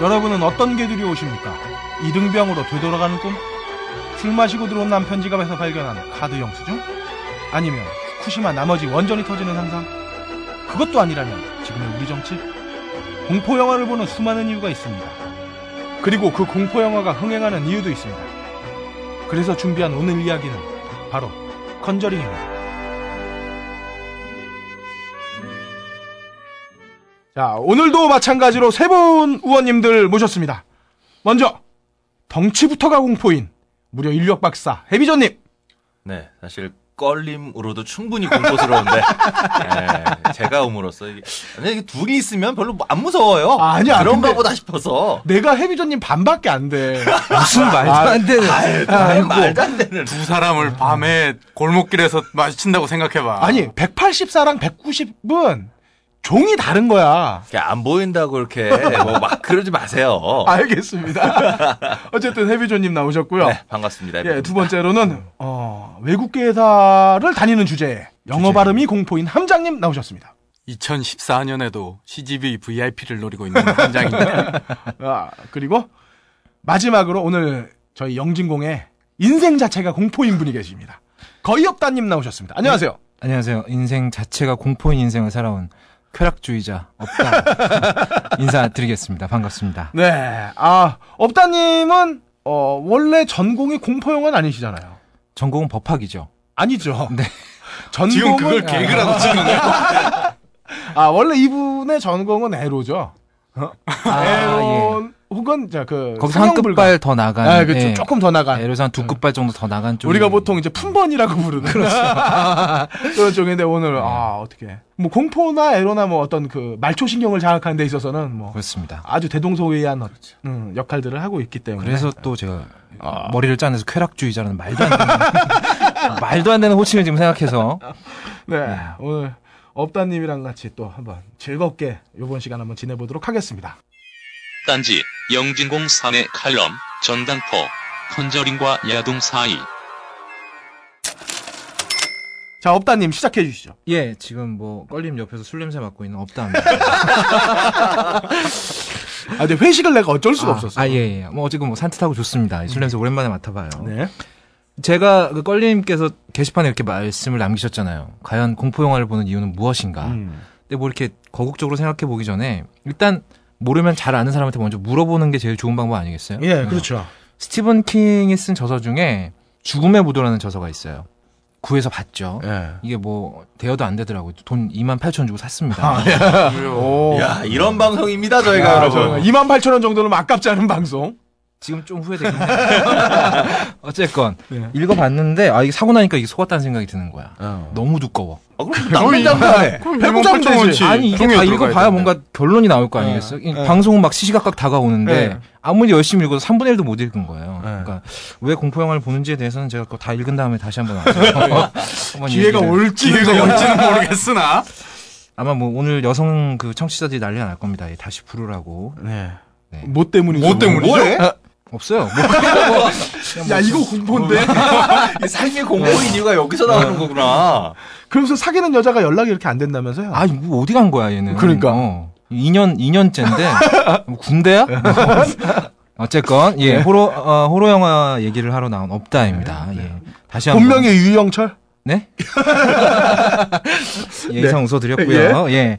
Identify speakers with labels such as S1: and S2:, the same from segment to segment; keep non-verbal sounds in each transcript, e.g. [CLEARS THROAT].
S1: 여러분은 어떤 게 두려우십니까? 이등병으로 되돌아가는 꿈? 술 마시고 들어온 남편 지갑에서 발견한 카드 영수증? 아니면 후쿠시마 나머지 원전이 터지는 상상? 그것도 아니라면 지금의 우리 정치? 공포 영화를 보는 수많은 이유가 있습니다. 그리고 그 공포 영화가 흥행하는 이유도 있습니다. 그래서 준비한 오늘 이야기는 바로 컨저링입니다. 자, 오늘도 마찬가지로 세 분 의원님들 모셨습니다. 먼저 덩치부터가 공포인 무려 인력 박사 해비전님.
S2: 네, 사실 껄림으로도
S1: [LAUGHS]
S2: 충분히 공포스러운데 예, 제가 음으로써 이게, 근데 이게 둘이 있으면 별로 안 무서워요.
S1: 아, 아니야.
S2: 그런가
S1: 근데-
S2: 보다 싶어서
S1: 내가 해비전님 반밖에 안 돼.
S3: [LAUGHS]
S1: 아,
S3: 무슨 말도 안
S1: 네.
S3: 되는.
S2: 아예 말도 안 되는.
S4: 두 사람을 밤에 골목길에서 마주친다고 생각해봐.
S1: 아니 184랑 190은 종이 다른 거야.
S2: 이렇게 안 보인다고 이렇게 뭐 막 그러지 마세요.
S3: 어.
S1: 아,
S3: [LAUGHS]
S1: 알겠습니다. 어쨌든 해비조님 나오셨고요.
S2: 네, 반갑습니다.
S1: 예, 두 번째로는 어, 외국계 회사를 다니는 주제에 영어 발음이 공포인 함장님 나오셨습니다.
S4: 2014년에도 CGV VIP를 노리고 있는 현장입니다.
S1: 아, 그리고 마지막으로 오늘 저희 영진공의 인생 자체가 공포인 분이 계십니다. 거의 없다님 나오셨습니다. 안녕하세요.
S3: 안녕하세요. 인생 자체가 공포인 인생을 살아온 쾌락주의자 없다. [LAUGHS] 인사드리겠습니다. 반갑습니다.
S1: 네, 아 없다님은 어, 원래 전공이 공포 영화는 아니시잖아요.
S3: 전공은 법학이죠.
S1: 아니죠.
S3: 네.
S1: [LAUGHS] 전공은
S4: 지금 그걸
S1: 아,
S4: 개그라고 치는 거야?
S1: [LAUGHS] 아 원래 이분의 전공은 에로죠.
S3: 아,
S1: 에로 혹은 자그
S3: 거기서 한 끝발 더 나간.
S1: 예.
S3: 예.
S1: 아, 그 조금 더 나간. 네.
S3: 예를 들어서 한두 끝발 정도 더 나간 쪽.
S1: 우리가 보통 이제 품번이라고 부르는 그렇죠. [LAUGHS] 그런 쪽인데 오늘 아 어떻게 뭐 공포나 에로나 뭐 어떤 그 말초 신경을 장악하는 데 있어서는 뭐
S3: 그렇습니다.
S1: 아주 대동소이한 어- 음, 역할들을 하고 있기 때문에
S3: 그래서 또 제가
S1: 아.
S3: 머리를 짜내서 쾌락주의자라는 말도 안 되는 [LAUGHS] 말도 안 되는 호칭을 지금 생각해서
S1: 네, 오늘 업다님이랑 같이 또 한번 즐겁게 요번 시간 한번 지내보도록 하겠습니다.
S5: 딴지, 영진공 사내 칼럼, 전당포, 컨저링과 야동 사이.
S1: 자 업다님 시작해 주시죠.
S3: 예 지금 뭐 껄림 옆에서 술 냄새 맡고 있는 없다
S1: 아 근데 회식을 내가 어쩔 수가 없었어.
S3: 아예예 뭐 어쨌건 뭐 산뜻하고 좋습니다 술 냄새 오랜만에 맡아봐요
S1: 네.
S3: 제가 그 껄림께서 게시판에 이렇게 말씀을 남기셨잖아요. 과연 공포 영화를 보는 이유는 무엇인가?
S1: 음.
S3: 근데 뭐 이렇게 거국적으로 생각해 보기 전에 일단 모르면 잘 아는 사람한테 먼저 물어보는 게 제일 좋은 방법 아니겠어요?
S1: 예,
S3: 어.
S1: 그렇죠.
S3: 스티븐 킹이 쓴 저서 중에 죽음의 무도라는 저서가 있어요. 구해서 봤죠.
S1: 예.
S3: 이게 뭐 대여도 안 되더라고요. 돈 2만 8천 주고
S1: 아.
S3: 샀습니다.
S1: 오.
S2: 야, 이런 방송입니다 저희가
S1: 아,
S2: 여러분.
S1: 저희가 28,000원 정도는 아깝지 않은 방송.
S3: 지금 좀 후회되긴
S1: [LAUGHS]
S3: 해요. 어쨌건
S1: 네.
S3: 읽어봤는데 아 이게 사고 나니까 이게 속았다는 생각이 드는 거야.
S1: 어.
S3: 너무 두꺼워.
S2: 아, 그럼 남의 남
S1: 네.
S4: 일본
S1: 백구장
S4: 팔천
S1: 되지.
S4: 원치.
S3: 아니 이게
S4: 종이로
S3: 다
S4: 들어가야
S3: 읽어봐야
S4: 되는데.
S3: 뭔가 결론이 나올 거 아니겠어요? 이
S1: 네.
S3: 방송은 막 시시각각 다가오는데
S1: 네.
S3: 아무리 열심히 읽어도 3분의 1도 못 읽은 거예요. 그러니까 왜 공포 영화를 보는지에 대해서는 제가 그거 다 읽은 다음에 다시 한번 와서 한번
S1: 기회가
S3: 얘기를.
S1: 올지.
S4: 기회가 올지는 모르겠으나.
S3: 아마 뭐 오늘 여성 그 청취자들이 난리가 날 겁니다. 예, 다시 부르라고
S1: 네.
S3: 네.
S1: 뭐 때문이죠?
S4: 뭐 때문이죠?
S1: 뭐래?
S3: 없어요. 뭐 그냥 뭐 그냥
S1: 야,
S3: 뭐
S1: 이거 공포인데? 네.
S2: 삶의 공포인 이유가 여기서 나오는 거구나.
S1: 그러면서 사귀는 여자가 연락이 이렇게 안 된다면서요?
S3: 아, 뭐 어디 간 거야, 얘는.
S1: 그러니까.
S3: 어. 2년,
S1: [LAUGHS]
S3: 2년째인데. 뭐 군대야? [LAUGHS] 어쨌건,
S1: 네.
S3: 예, 호러, 어, 호러 영화 얘기를 하러 나온 업다입니다. 예. 다시 한 번.
S1: 본명이 유영철? [LAUGHS]
S3: 네? 예, 이상
S1: 네.
S3: 웃어드렸고요. 예.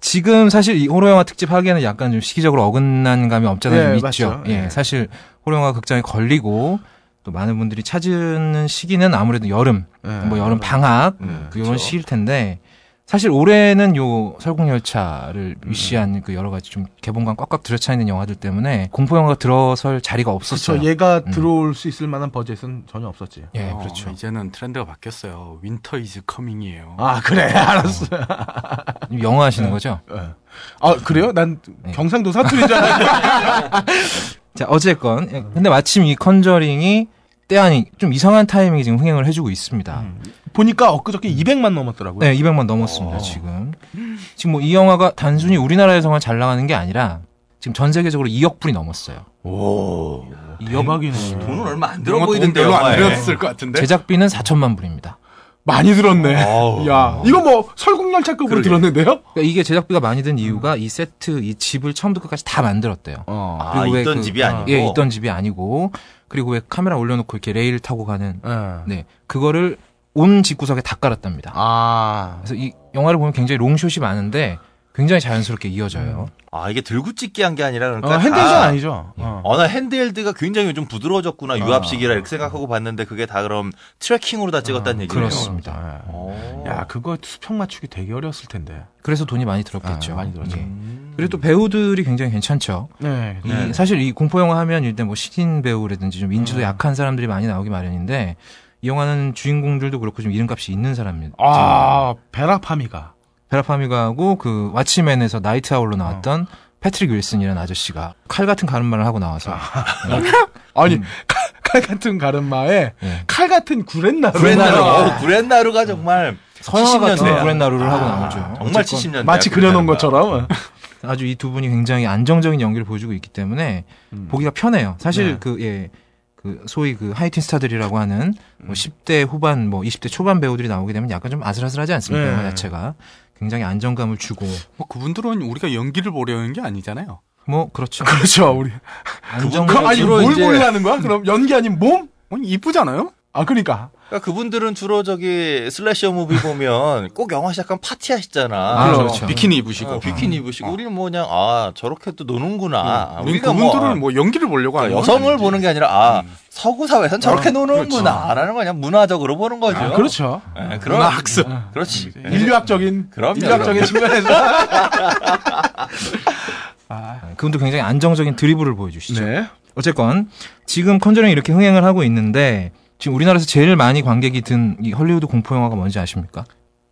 S3: 지금 사실 이 호러 영화 특집 하기에는 약간 좀 시기적으로 어긋난 감이 없잖아요.
S1: 예,
S3: 있죠.
S1: 맞죠.
S3: 예,
S1: 예.
S3: 사실 호러 영화 극장에 걸리고 또 많은 분들이 찾는 시기는 아무래도 여름,
S1: 네.
S3: 뭐 여름 방학
S2: 음,
S3: 그 이런
S2: 그쵸.
S3: 시일 텐데 사실 올해는 요 설국열차를
S1: 음.
S3: 위시한 그 여러 가지 좀 개봉관 꽉꽉 들여차 있는 영화들 때문에 공포 영화가 들어설 자리가 없었어요.
S1: 그렇죠. 얘가
S3: 음.
S1: 들어올 수 있을 만한 버젯은 전혀 없었지.
S3: 예,
S4: 어,
S3: 그렇죠.
S4: 이제는 트렌드가 바뀌었어요. 윈터 이즈 커밍이에요.
S1: 아, 그래. [LAUGHS] 알았어. 네.
S3: 영화 하시는 거죠?
S1: 아, 그래요? 난
S3: 네.
S1: 경상도 사투리잖아.
S3: 자, 어쨌건. 예, 근데 마침 이 컨저링이 때아니 좀 이상한 타이밍에 지금 흥행을 해주고 있습니다.
S1: [LAUGHS] 음, 보니까 엊그저께 200만 넘었더라고요.
S3: 네, 200만
S1: 어.
S3: 넘었습니다, 지금. 지금 뭐 이 영화가 단순히 우리나라에서만 잘 나가는 게 아니라 지금 전 세계적으로 2억 불이 넘었어요.
S2: 오.
S3: 이 억-
S1: 대박이네.
S2: 돈은 얼마 안 들어
S4: 영화 돈
S2: 보이던데
S4: 별로 안
S2: 영화에.
S4: 들었을 것 같은데.
S3: 제작비는 4천만 불입니다.
S1: 많이 들었네.
S2: 아우.
S1: 야, 이거 뭐 설국열차급으로
S2: 어. 그러게.
S1: 들었는데요?
S3: 그러니까 이게 제작비가 많이 든 이유가 이 세트, 이 집을 처음부터 끝까지 다 만들었대요.
S1: 어.
S2: 아,
S3: 왜
S2: 있던
S3: 그-
S2: 집이
S3: 아,
S2: 아니고.
S6: 어.
S3: 예, 있던 집이 아니고 그리고 왜 카메라 올려놓고 이렇게 레일 타고 가는 네 그거를 온 집구석에 다 깔았답니다.
S1: 아.
S3: 그래서 이 영화를 보면 굉장히 롱숏이 많은데 굉장히 자연스럽게 이어져요.
S2: 아, 이게 들고찍기 한 게 아니라
S6: 어,
S2: 그러니까
S6: 핸드폰
S2: 다-
S6: 아니죠. 어.
S2: 어, 나 핸드헬드가 굉장히 요즘 부드러워졌구나 유압식이라 이렇게 생각하고 봤는데 그게 다 그럼 트래킹으로 다
S1: 아,
S2: 찍었다는 얘기예요.
S3: 그렇습니다.
S6: 예.
S2: 어.
S6: 야, 그거 수평 맞추기 되게 어려웠을 텐데.
S3: 그래서 돈이 많이 들었겠죠.
S6: 아, 많이 들었죠.
S3: 예.
S2: 음.
S3: 그리고 또 배우들이 굉장히 괜찮죠.
S6: 네.
S3: 이-
S2: 네.
S3: 사실 이 공포 영화 하면 일단 뭐 신인 배우라든지 좀 인지도
S6: 음.
S3: 약한 사람들이 많이 나오기 마련인데 이 영화는 주인공들도 그렇고 좀 이름값이 있는 사람이죠.
S6: 아, 베라파미가.
S3: 베라파미가하고 그 왓치맨에서 나이트 아울로 나왔던 패트릭 윌슨이라는 아저씨가 칼 같은 가름말을 하고 나와서
S1: 아니,
S3: 음.
S1: [LAUGHS] 칼, 칼 같은 가르마에
S3: 예.
S1: 칼 같은 구렛나루.
S2: 구렛나루. 어, 구렛나루가 정말
S3: 서양 같은
S2: 70년대야.
S3: 구렛나루를 하고 나오죠.
S2: 정말
S3: 어쨌건
S2: 70년대.
S1: 마치 그려놓은 것처럼. 어,
S3: 아주 이 두 분이 굉장히 안정적인 연기를 보여주고 있기 때문에 보기가 편해요. 사실
S6: 네.
S3: 그 예. 그 소위 그 하이틴 스타들이라고 하는 뭐 10대 후반 뭐 20대 초반 배우들이 나오게 되면 약간 좀 아슬아슬하지 않습니까?
S6: 네.
S3: 영화 자체가 굉장히 안정감을 주고
S4: 뭐 그분들은 우리가 연기를 보려는 게 아니잖아요.
S3: 뭐 그렇죠.
S1: 그렇죠, 우리.
S3: 안정
S1: 그럼 아니,
S2: 주로
S1: 뭘
S2: 이제-
S1: 보려는 거야? 그럼 연기 아닌 몸?
S4: 아니, 어, 이쁘잖아요.
S1: 아, 그러니까.
S2: 그러니까 그분들은 주로 저기 슬래셔 무비 보면 꼭 영화 시작하면 파티 하시잖아.
S3: 아,
S4: 그럼
S3: 그렇죠.
S4: 비키니 입으시고.
S2: 어, 비키니 입으시고 우리는 뭐 그냥 아 저렇게 또 노는구나. 아,
S4: 예. 우리 그분들은 뭐 연기를 보려고
S2: 아,
S4: 하는 건
S2: 여성을
S4: 아니지.
S2: 보는 게 아니라 아 서구 사회에선 저렇게 노는구나라는 거 그냥 문화적으로 보는 거죠.
S6: 아, 그렇죠.
S2: 예, 그런
S4: 문화 학습.
S2: 그렇지. 예.
S1: 인류학적인,
S2: 그럼요,
S1: 인류학적인 측면에서.
S3: 그분도 굉장히 안정적인 드리블을 보여주시죠.
S1: 네.
S3: 어쨌건 지금 컨저링이 이렇게 흥행을 하고 있는데 지금 우리나라에서 제일 많이 관객이 든 이 헐리우드 공포 영화가 뭔지 아십니까?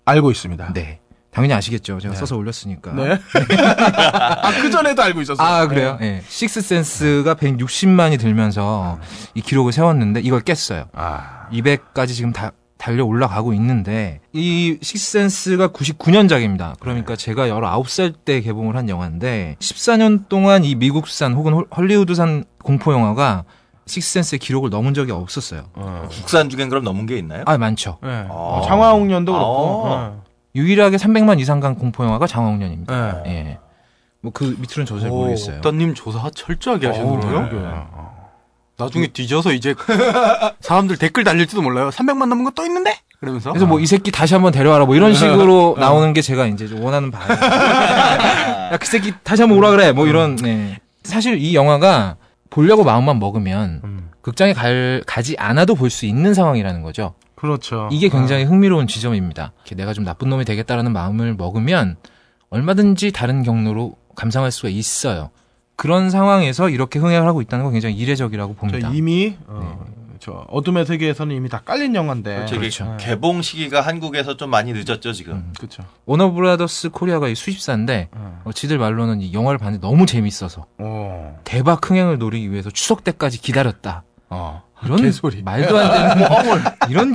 S6: 알고 있습니다.
S3: 네. 당연히 아시겠죠. 제가 써서 올렸으니까.
S1: 네. 아, 그전에도 알고 있었어요. 네.
S3: 아, 그래요? 예. 식스센스가 160만이 들면서 이 기록을 세웠는데 이걸 깼어요.
S6: 아.
S3: 200까지 지금 다 달려 올라가고 있는데 이 식스센스가 99년작입니다. 그러니까 제가 19살 때 개봉을 한 영화인데 14년 동안 이 미국산 혹은 홀- 헐리우드산 공포 영화가 식스센스의 기록을 넘은 적이 없었어요.
S2: 국산 중엔 그럼 넘은 게 있나요?
S3: 아, 많죠.
S6: 예.
S1: 네.
S2: 아.
S1: 어,
S6: 장화홍련도 그렇고.
S2: 아.
S3: 유일하게 300만 이상 간 공포 영화가
S1: 어.
S6: 예.
S3: 장화홍련입니다.
S1: 네.
S6: 예.
S3: 예. 뭐 그 밑으로는 저잘
S4: 오,
S3: 모르겠어요.
S4: 떤님 조사 철저하게 하시는데요. 네.
S6: 그러게요.
S4: 나중에 뒤져서 이제 [LAUGHS] 사람들 댓글 달릴지도 몰라요. 300만 넘은 거 또 있는데? 그러면서. 아,
S3: 그래서 뭐 이 새끼 다시 한번 데려와라 뭐 이런 식으로 나오는 게 제가 이제 좀 원하는 바예요. [LAUGHS] 야그 새끼 다시 한번 오라 그래 뭐 이런. 네. 사실 이 영화가 보려고 마음만 먹으면
S6: 음.
S3: 극장에 갈 가지 않아도 볼 수 있는 상황이라는 거죠.
S6: 그렇죠.
S1: 아. 네.
S3: 이게 굉장히 흥미로운 지점입니다. 이렇게 내가 좀 나쁜 놈이 되겠다라는 마음을 먹으면 얼마든지 다른 경로로 감상할 수가 있어요. 그런 상황에서 이렇게 흥행을 하고 있다는 건 굉장히 이례적이라고
S6: 저
S3: 봅니다. 네.
S6: 이미 어, 저 어둠의 세계에서는 이미 다 깔린
S1: 네,
S6: 영화인데. 네.
S2: 저기
S3: 그렇죠.
S2: 개봉 시기가 한국에서 좀 많이 늦었죠 지금.
S6: 그렇죠.
S3: 워너브라더스 코리아가 이 수십사인데
S6: 음.
S3: 어, 지들 말로는 이 영화를 봤는데 너무 재밌어서
S6: 어.
S3: 대박 흥행을 노리기 위해서 추석 때까지 기다렸다.
S6: 어.
S3: 이런
S1: 개소리.
S3: 말도 안 되는 이런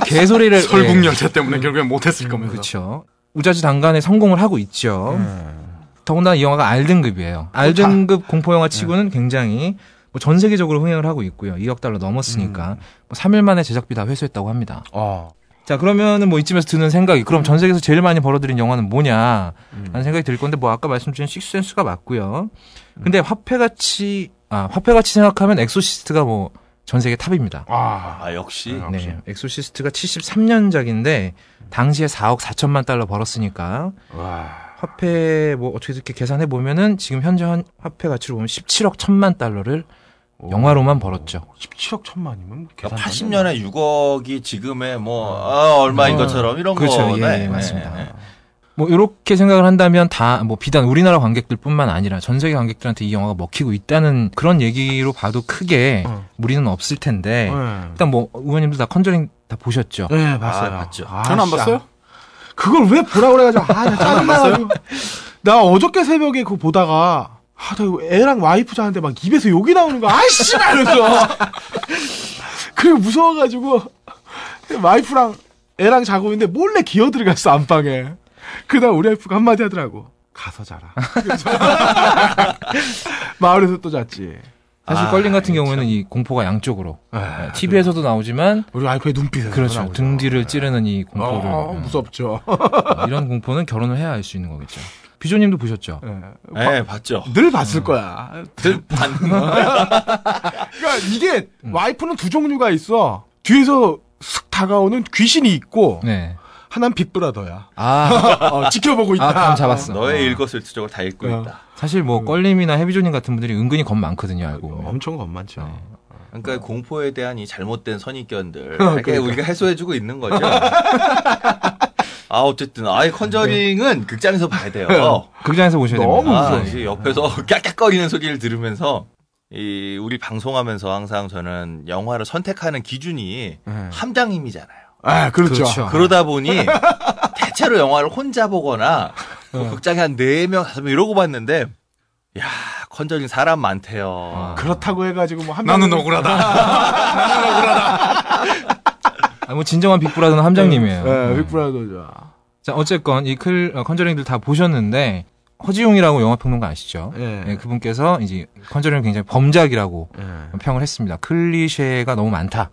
S4: [LAUGHS]
S3: 개소리를 예,
S4: 설국열차 때문에 결국엔 못했을 거면서.
S3: 그렇죠. 우자지단간에 성공을 하고 있죠.
S1: 음.
S6: 음.
S3: 더군다나 이 영화가 R등급이에요. R등급 공포 영화 치고는 굉장히 뭐 전 세계적으로 흥행을 하고 있고요. 2억 달러 넘었으니까 뭐 3일 만에 제작비 다 회수했다고 합니다.
S6: 어.
S3: 자 그러면은 뭐 이쯤에서 드는 생각이 그럼 전 세계에서 제일 많이 벌어들인 영화는 뭐냐 하는 생각이 들 건데 뭐 아까 말씀드린 식스센스가 맞고요. 근데 화폐같이 아 화폐같이 생각하면 엑소시스트가 뭐 전 세계 탑입니다.
S6: 아.
S2: 아 역시
S3: 네, 엑소시스트가 73년작인데 당시에 4억 4천만 달러 벌었으니까
S6: 와.
S3: 화폐 뭐 어떻게 이렇게 계산해 보면은 지금 현재 한- 화폐 가치로 보면 17억 천만 달러를 영화로만 그러니까 벌었죠.
S6: 17억 천만이면 계산.
S2: 80년에 6억이 그러니까 지금의 뭐 아, 얼마인
S6: 어.
S2: 것처럼 이런
S3: 그렇죠,
S2: 거네.
S3: 예, 예, 맞습니다.
S2: 예, 예.
S3: 뭐 이렇게 생각을 한다면 다 뭐 비단 우리나라 관객들뿐만 아니라 전 세계 관객들한테 이 영화가 먹히고 있다는 그런 얘기로 봐도 크게
S6: 어.
S3: 무리는 없을 텐데
S1: 어.
S6: 네.
S3: 일단 뭐 의원님도 다 컨저링 다 보셨죠?
S6: 네, 봤어요.
S2: 아, 봤죠.
S4: 저는 안
S6: 씨,
S4: 봤어요?
S6: 그걸 왜 보라고 그래가지고 아, 나 짜증나가지고. 나 어저께 새벽에 그거 보다가 아, 나 이거 애랑 와이프 자는데 막 입에서 욕이 나오는 거야. 아이씨! 이러면서. 그리고 무서워가지고 와이프랑 애랑 자고 있는데 몰래 기어 들어갔어, 안방에. 그다음 우리 와이프가 한마디 [LAUGHS] 하더라고. 가서 자라. 그래서 마을에서 또 잤지.
S3: 사실
S6: 아,
S3: 껄림 같은 경우에는 이 공포가 양쪽으로
S1: 에,
S3: TV에서도 나오지만
S1: 우리 와이프의 눈빛에서
S3: 그렇죠
S1: 나오죠.
S3: 등 뒤를 찌르는 이 공포를
S1: 어,
S3: 음,
S1: 무섭죠.
S3: 이런 공포는 결혼을 해야 알 수 있는 거겠죠. 비조님도 보셨죠?
S1: 예.
S2: 예, 봤죠.
S1: 늘 봤을 거야.
S2: 봤는
S1: 그러니까 이게
S3: 음.
S1: 와이프는 두 종류가 있어. 뒤에서 슥 다가오는 귀신이 있고
S3: 네.
S1: 하나는 빅브라더야.
S3: 아,
S1: 어, 지켜보고 있다.
S3: 아 그럼 잡았어.
S2: 너의 일거수일투족을 다 읽고
S1: 어.
S2: 있다.
S3: 사실 뭐 껄림이나 해비조님 같은 분들이 은근히 겁 많거든요 알고
S1: 어,
S3: 보면.
S1: 엄청 겁 많죠.
S3: 네.
S2: 그러니까 공포에 대한 이 잘못된 선입견들
S1: 어,
S2: 이렇게
S1: 그러니까.
S2: 우리가 해소해주고 있는 거죠. [LAUGHS] 아 어쨌든 아이 컨저링은 극장에서 봐야 돼요.
S1: 네.
S3: 극장에서 보셔야
S1: 너무
S3: 됩니다.
S2: 아,
S1: 무서워요.
S2: 이제 옆에서
S1: 음.
S2: [LAUGHS] 깍깍거리는 소리를 들으면서 이 우리 방송하면서 항상 저는 영화를 선택하는 기준이 함장님이잖아요.
S1: 네. 아, 그렇죠.
S3: 그렇죠.
S2: 그러다 보니 대체로 영화를 혼자 보거나 뭐
S1: 네.
S2: 극장에 한 4명, 5명 이러고 봤는데 야, 컨저링 사람 많대요.
S1: 그렇다고 해가지고 뭐한
S4: 나는 억울하다.
S3: 아, 뭐 진정한 빅브라더는 함장님이에요.
S1: 예,
S3: 네.
S1: 빅브라더죠.
S3: 자 어쨌건 이 클 컨저링들 다 보셨는데 허지용이라고 영화 평론가 아시죠?
S1: 예.
S3: 예, 그 그분께서 이제 컨저링을 굉장히 범작이라고
S1: 예.
S3: 평을 했습니다. 클리셰가 너무 많다.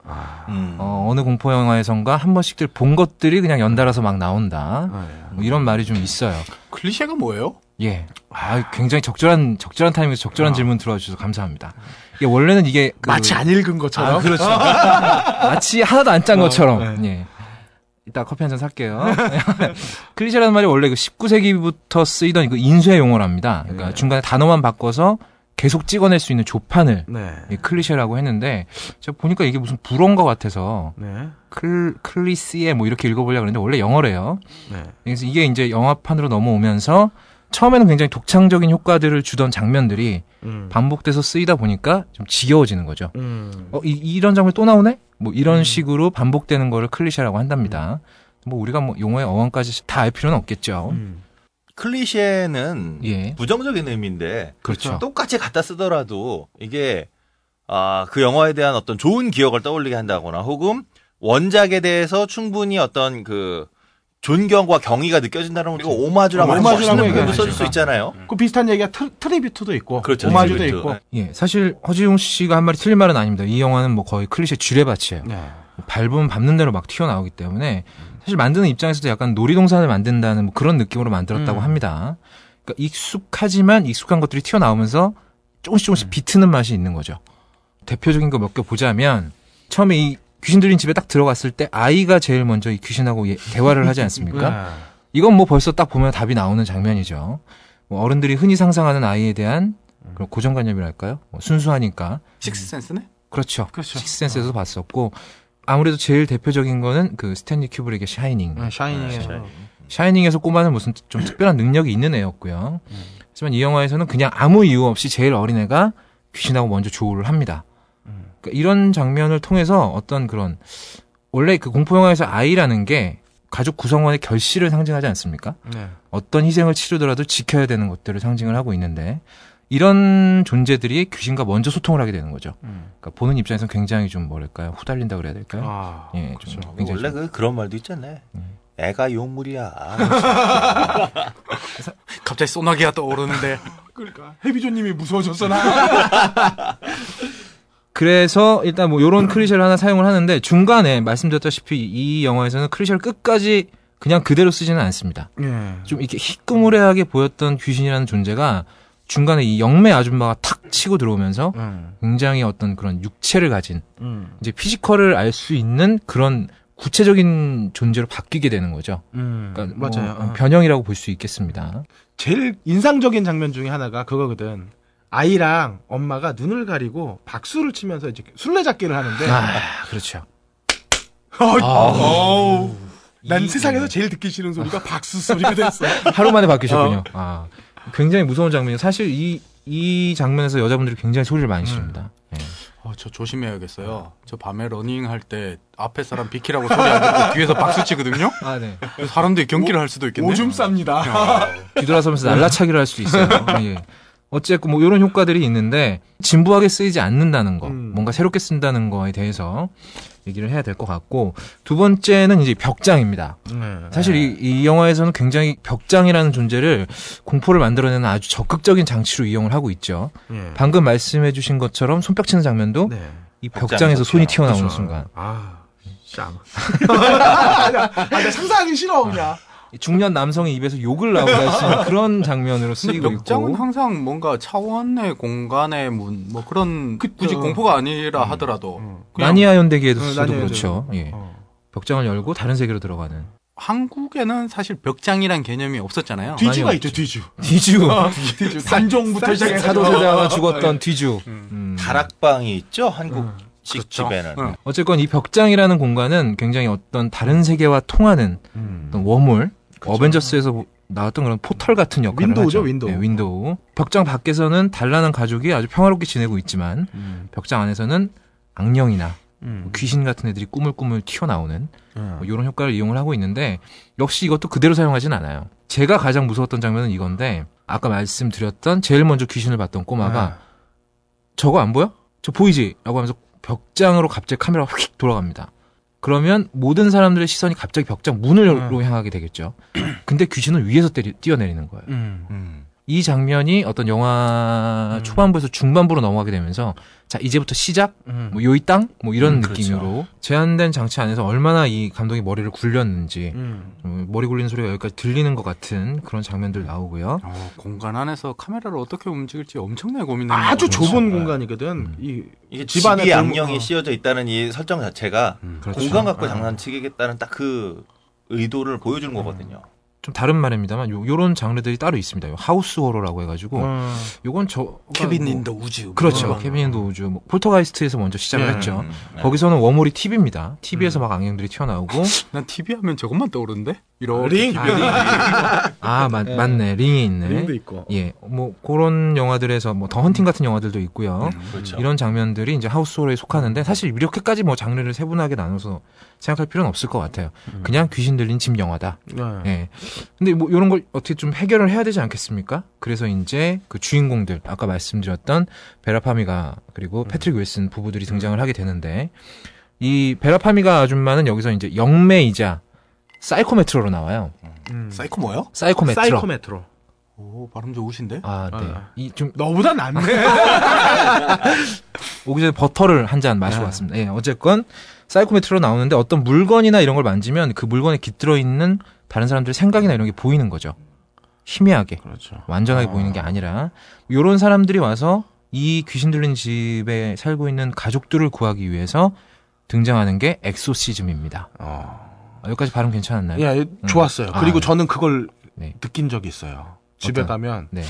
S2: 음.
S3: 어, 느 공포 영화에선가 한 번씩들 본 것들이 그냥 연달아서 막 나온다. 뭐 이런 말이 좀 있어요.
S4: 클리셰가 뭐예요?
S3: 예. 아, 굉장히 적절한 적절한 타이밍에서 적절한 질문 들어와 주셔서 감사합니다. 이게 원래는 이게 그-
S1: 아. 마치 안 읽은 것처럼.
S3: 아, 그렇죠. 마치 하나도 안 짠
S1: 어,
S3: 것처럼. 예. 이따 커피 한 잔 살게요. [LAUGHS] 클리셰라는 말이 원래 그 19세기부터 쓰이던 그 인쇄 용어랍니다.
S1: 네.
S3: 그러니까 중간에 단어만 바꿔서 계속 찍어낼 수 있는 조판을
S1: 네.
S3: 이 클리셰라고 했는데 제가 보니까 이게 무슨 불어인 것 같아서
S1: 네. 클,
S3: 클리시에뭐 이렇게 읽어보려고 했는데 원래 영어래요.
S1: 네.
S3: 그래서 이게 이제 영화판으로 넘어오면서 처음에는 굉장히 독창적인 효과들을 주던 장면들이
S1: 음.
S3: 반복돼서 쓰이다 보니까 좀 지겨워지는 거죠.
S1: 음.
S3: 어, 이, 런 장면 또 나오네? 뭐 이런 식으로 반복되는 거를 클리셰라고 한답니다. 뭐 우리가 뭐 용어의 어원까지 다 알 필요는 없겠죠.
S1: 음.
S2: 클리셰는
S3: 예.
S2: 부정적인 의미인데
S1: 어.
S3: 그렇죠.
S2: 똑같이 갖다 쓰더라도 이게 아, 그 영화에 대한 어떤 좋은 기억을 떠올리게 한다거나 혹은 원작에 대해서 충분히 어떤 그 존경과 경의가 느껴진다는 우리가 오마주라고 하는
S1: 그렇죠. 아, 오마주라고
S2: 멋있는 표현도 쓸
S1: 얘기하죠.
S2: 수 있잖아요.
S1: 그 비슷한 얘기가 트, 트리뷰트도 있고.
S2: 그렇죠.
S1: 오마주도
S2: 트리뷰트.
S1: 있고.
S2: 네.
S3: 예, 사실 허지웅 씨가 한 말이 틀린 말은 아닙니다. 이 영화는 뭐 거의 클리셰 주례밭이에요.
S1: 네.
S3: 밟으면 밟는 대로 막 튀어나오기 때문에 사실 만드는 입장에서도 약간 놀이동산을 만든다는 뭐 그런 느낌으로 만들었다고 합니다. 그러니까 익숙하지만 익숙한 것들이 튀어나오면서 조금씩 조금씩 비트는 맛이 있는 거죠. 대표적인 거 몇 개 보자면 처음에 이 귀신들인 집에 딱 들어갔을 때 아이가 제일 먼저 이 귀신하고 예- 대화를
S1: [LAUGHS]
S3: 하지
S1: 네.
S3: 않습니까? 이건 뭐 벌써 딱 보면 답이 나오는 장면이죠. 뭐 어른들이 흔히 상상하는 아이에 대한 그런 고정관념이랄까요? 뭐 순수하니까
S4: 식스센스네?
S3: 그렇죠.
S1: 그렇죠.
S3: 식스센스에서 봤었고 아무래도 제일 대표적인 거는 그 스탠리 큐브릭의 샤이닝.
S1: 네, 샤이닝에서.
S3: 샤이닝에서 꼬마는 무슨 좀 특별한 능력이 있는 애였고요. 하지만 이 영화에서는 그냥 아무 이유 없이 제일 어린 애가 귀신하고 먼저 조우를 합니다. 그러니까 이런 장면을 통해서 어떤 그런 원래 그 공포 영화에서 아이라는 게 가족 구성원의 결실을 상징하지 않습니까?
S1: 네.
S3: 어떤 희생을 치르더라도 지켜야 되는 것들을 상징을 하고 있는데 이런 존재들이 귀신과 먼저 소통을 하게 되는 거죠.
S1: 음.
S3: 그러니까 보는 입장에서는 굉장히 좀 뭐랄까요 후달린다 그래야 될까요?
S1: 아.
S3: 예,
S1: 그렇죠.
S3: 좀 굉장히
S2: 원래
S3: 좀-
S2: 그 그런 말도 있잖아요.
S1: 음.
S2: 애가 용물이야.
S4: 갑자기 소나기가 떠오르는데.
S1: 그러니까. 해비조님이 무서워졌어, 나.
S3: 그래서 일단 뭐 요런 클리셰를 하나 사용을 하는데 중간에 말씀드렸다시피 이 영화에서는 클리셰를 끝까지 그냥 그대로 쓰지는 않습니다.
S1: [LAUGHS] 예.
S3: 좀 이렇게 희끄무레하게 보였던 귀신이라는 존재가 중간에 이 영매 아줌마가 탁 치고 들어오면서
S1: 음.
S3: 굉장히 어떤 그런 육체를 가진
S1: 음.
S3: 이제 피지컬을 알 수 있는 그런 구체적인 존재로 바뀌게 되는 거죠.
S1: 음.
S3: 그러니까 뭐
S1: 맞아요. 어.
S3: 변형이라고 볼 수 있겠습니다.
S1: 제일 인상적인 장면 중에 하나가 그거거든. 아이랑 엄마가 눈을 가리고 박수를 치면서 이제 술래잡기를 하는데 [LAUGHS]
S3: 아, 그렇죠.
S1: 어이,
S3: 아.
S1: 어우. 난
S3: 이-
S1: 세상에서 제일 듣기 싫은 소리가 박수 소리가 됐어.
S3: [LAUGHS] 하루 만에
S1: [LAUGHS]
S3: 바뀌셨군요.
S1: 어.
S3: 아, 굉장히 무서운 장면이에요. 사실 이, 이 장면에서 여자분들이 굉장히 소리를
S1: 음.
S3: 많이 지릅니다. 예.
S4: 어, 저 조심해야겠어요. 저 밤에 러닝할 때 앞에 사람 비키라고 소리 안 듣고 뒤에서 박수 치거든요?
S3: 아, 네.
S4: 사람들이 경기를 할 수도 있겠네. 아.
S1: 오줌 쌉니다.
S4: 야,
S1: [LAUGHS]
S3: 뒤돌아서면서 날라차기를 할 수도 있어요. 예. 어쨌고 뭐 이런 효과들이 있는데 진부하게 쓰이지 않는다는 거,
S1: 음.
S3: 뭔가 새롭게 쓴다는 거에 대해서 얘기를 해야 될 것 같고 두 번째는 이제 벽장입니다. 사실 이, 이 영화에서는 굉장히 벽장이라는 존재를 공포를 만들어내는 아주 적극적인 장치로 이용을 하고 있죠.
S1: 예.
S3: 방금 말씀해주신 것처럼 손뼉치는 장면도
S1: 네.
S3: 이 벽장에서 손이
S2: 벽장.
S3: 튀어나오는
S1: 그렇죠.
S3: 순간
S1: 아,
S3: [LAUGHS]
S1: 쌈. 아, 나- 아, 나 상상하기 싫어, 그냥.
S3: 이 중년 남성의 입에서 욕을 나오게 [LAUGHS] 할수 있는 그런 장면으로 쓰이고
S4: 벽장은
S3: 있고
S4: 항상 뭔가 차원의 공간의 문 뭐 그런 음. 굳이 공포가 아니라 하더라도 그냥
S3: 마니아 연대기에도
S1: 어,
S3: 쓰도
S1: 마니아
S3: 그렇죠. 예.
S1: 어.
S3: 벽장을 열고 다른 세계로 들어가는
S4: 한국에는 사실 벽장이란 개념이 없었잖아요.
S1: 뒤주가
S3: 많이
S1: 있죠, 뒤주.
S3: [LAUGHS] 뒤주 아,
S1: 뒤주. 단종부터 시작해서.
S3: 어,
S4: 어.
S3: 사도세자가 죽었던 뒤주. 음.
S2: 다락방이 있죠
S1: 음.
S2: 한국식
S1: 그렇죠.
S2: 집에는
S4: 응.
S3: 어쨌건 이 벽장이라는 공간은 굉장히 어떤 다른 세계와 통하는
S1: 음.
S3: 어떤 워몰, 어벤져스에서 보- 나왔던 그런 포털 같은 역할을
S1: 그렇죠. 윈도우죠,
S3: 하죠.
S1: 윈도우.
S3: 네, 윈도우. 벽장 밖에서는 단란한 가족이 아주 평화롭게 지내고 있지만
S1: 음.
S3: 벽장 안에서는 악령이나 뭐 귀신 같은 애들이 꾸물꾸물 튀어나오는 뭐
S1: 음. 아.
S3: 이런 효과를 이용을 하고 있는데 역시 이것도 그대로 사용하진 않아요. 제가 가장 무서웠던 장면은 이건데 아까 말씀드렸던 제일 먼저 귀신을 봤던
S1: 아.
S3: 꼬마가 저거 안 보여? 저 보이지? 라고 하면서 벽장으로 갑자기 카메라가 휙 돌아갑니다. 그러면 모든 사람들의 시선이 갑자기 벽장
S2: 음.
S3: 문으로 향하게 되겠죠. [CLEARS THROAT] 근데 귀신은 위에서 때리- 뛰어내리는 거예요.
S2: 음.
S3: 이 장면이 어떤 영화 초반부에서 중반부로 넘어가게 되면서 자 이제부터 시작
S1: 음.
S3: 뭐 요이 땅뭐 이런
S2: 음, 그렇죠.
S3: 느낌으로 제한된 장치 안에서 얼마나 이 감독이 머리를 굴렸는지 음, 머리 굴리는 소리가 여기까지 들리는 것 같은 그런 장면들 나오고요.
S4: 어, 공간 안에서 카메라를 어떻게 움직일지 엄청나게 고민했네요.
S1: 아주 좁은
S2: 그렇죠.
S1: 공간이거든. 이
S2: 이게
S1: 집안에
S2: 집이
S1: 돌-
S2: 악령이
S1: 어.
S2: 씌어져 있다는 이 설정 자체가
S3: 그렇죠.
S2: 공간 갖고 장난치겠다는 딱 그 의도를 보여준
S3: 음.
S2: 거거든요.
S3: 좀 다른 말입니다만 요, 요런 장르들이 따로 있습니다. 요 하우스 호러라고
S1: 뭐.
S3: 해가지고
S2: 음.
S1: 어.
S3: 요건 저
S4: 케빈
S3: 뭐-
S4: 인더 우즈.
S3: 그렇죠.
S4: 뭐.
S3: 케빈 인더 우즈 뭐 폴터가이스트에서 먼저 시작을 했죠.
S2: 음. 네.
S3: 그렇죠.
S2: 음.
S3: 거기서는 워몰이 TV입니다. TV에서 막
S2: [LAUGHS]
S3: 악령들이 튀어나오고
S4: 난 TV 하면 저것만 떠오르는데. 이런
S1: 어, 링.
S3: 아 맞, 맞네 링이 있네.
S1: 링도 있고.
S3: 예, 뭐 그런 영화들에서 뭐 더 헌팅 같은 영화들도 있고요.
S2: 그렇죠.
S3: 이런 장면들이 이제 하우스홀에 속하는데 사실 이렇게까지 뭐 장르를 세분하게 나눠서 생각할 필요는 없을 것 같아요.
S2: 음.
S3: 그냥 귀신 들린 집 영화다.
S1: 네.
S3: 예. 근데 뭐 이런 걸 어떻게 좀 해결을 해야 되지 않겠습니까? 그래서 이제 그 주인공들 아까 말씀드렸던 베라파미가 그리고 패트릭 윌슨 부부들이 등장을 하게 되는데 이 베라파미가 아줌마는 여기서 이제 영매이자 사이코메트로로 나와요.
S4: 음. 사이코 뭐요?
S1: 음.
S3: 사이코메트로.
S1: 사이코메트로.
S4: 오 발음 좋으신데.
S3: 아, 네.
S1: 아.
S3: 이좀
S1: 너보다 [LAUGHS] 낫네.
S3: 오기 전에 버터를 한 잔 마시고 왔습니다. 예, 어쨌건 사이코메트로 나오는데 어떤 물건이나 이런 걸 만지면 그 물건에 깃들어 있는 다른 사람들의 생각이나 이런 게 보이는 거죠. 희미하게.
S1: 그렇죠.
S3: 완전하게 보이는 게 아니라 요런 사람들이 와서 이 귀신 들린 집에 살고 있는 가족들을 구하기 위해서 등장하는 게 엑소시즘입니다. 아, 여기까지 발음 괜찮았나요?
S1: 예, 좋았어요.
S3: 아,
S1: 그리고
S3: 네.
S1: 저는 그걸
S3: 네.
S1: 느낀 적이 있어요. 집에
S3: 어떤-
S1: 가면
S3: 네.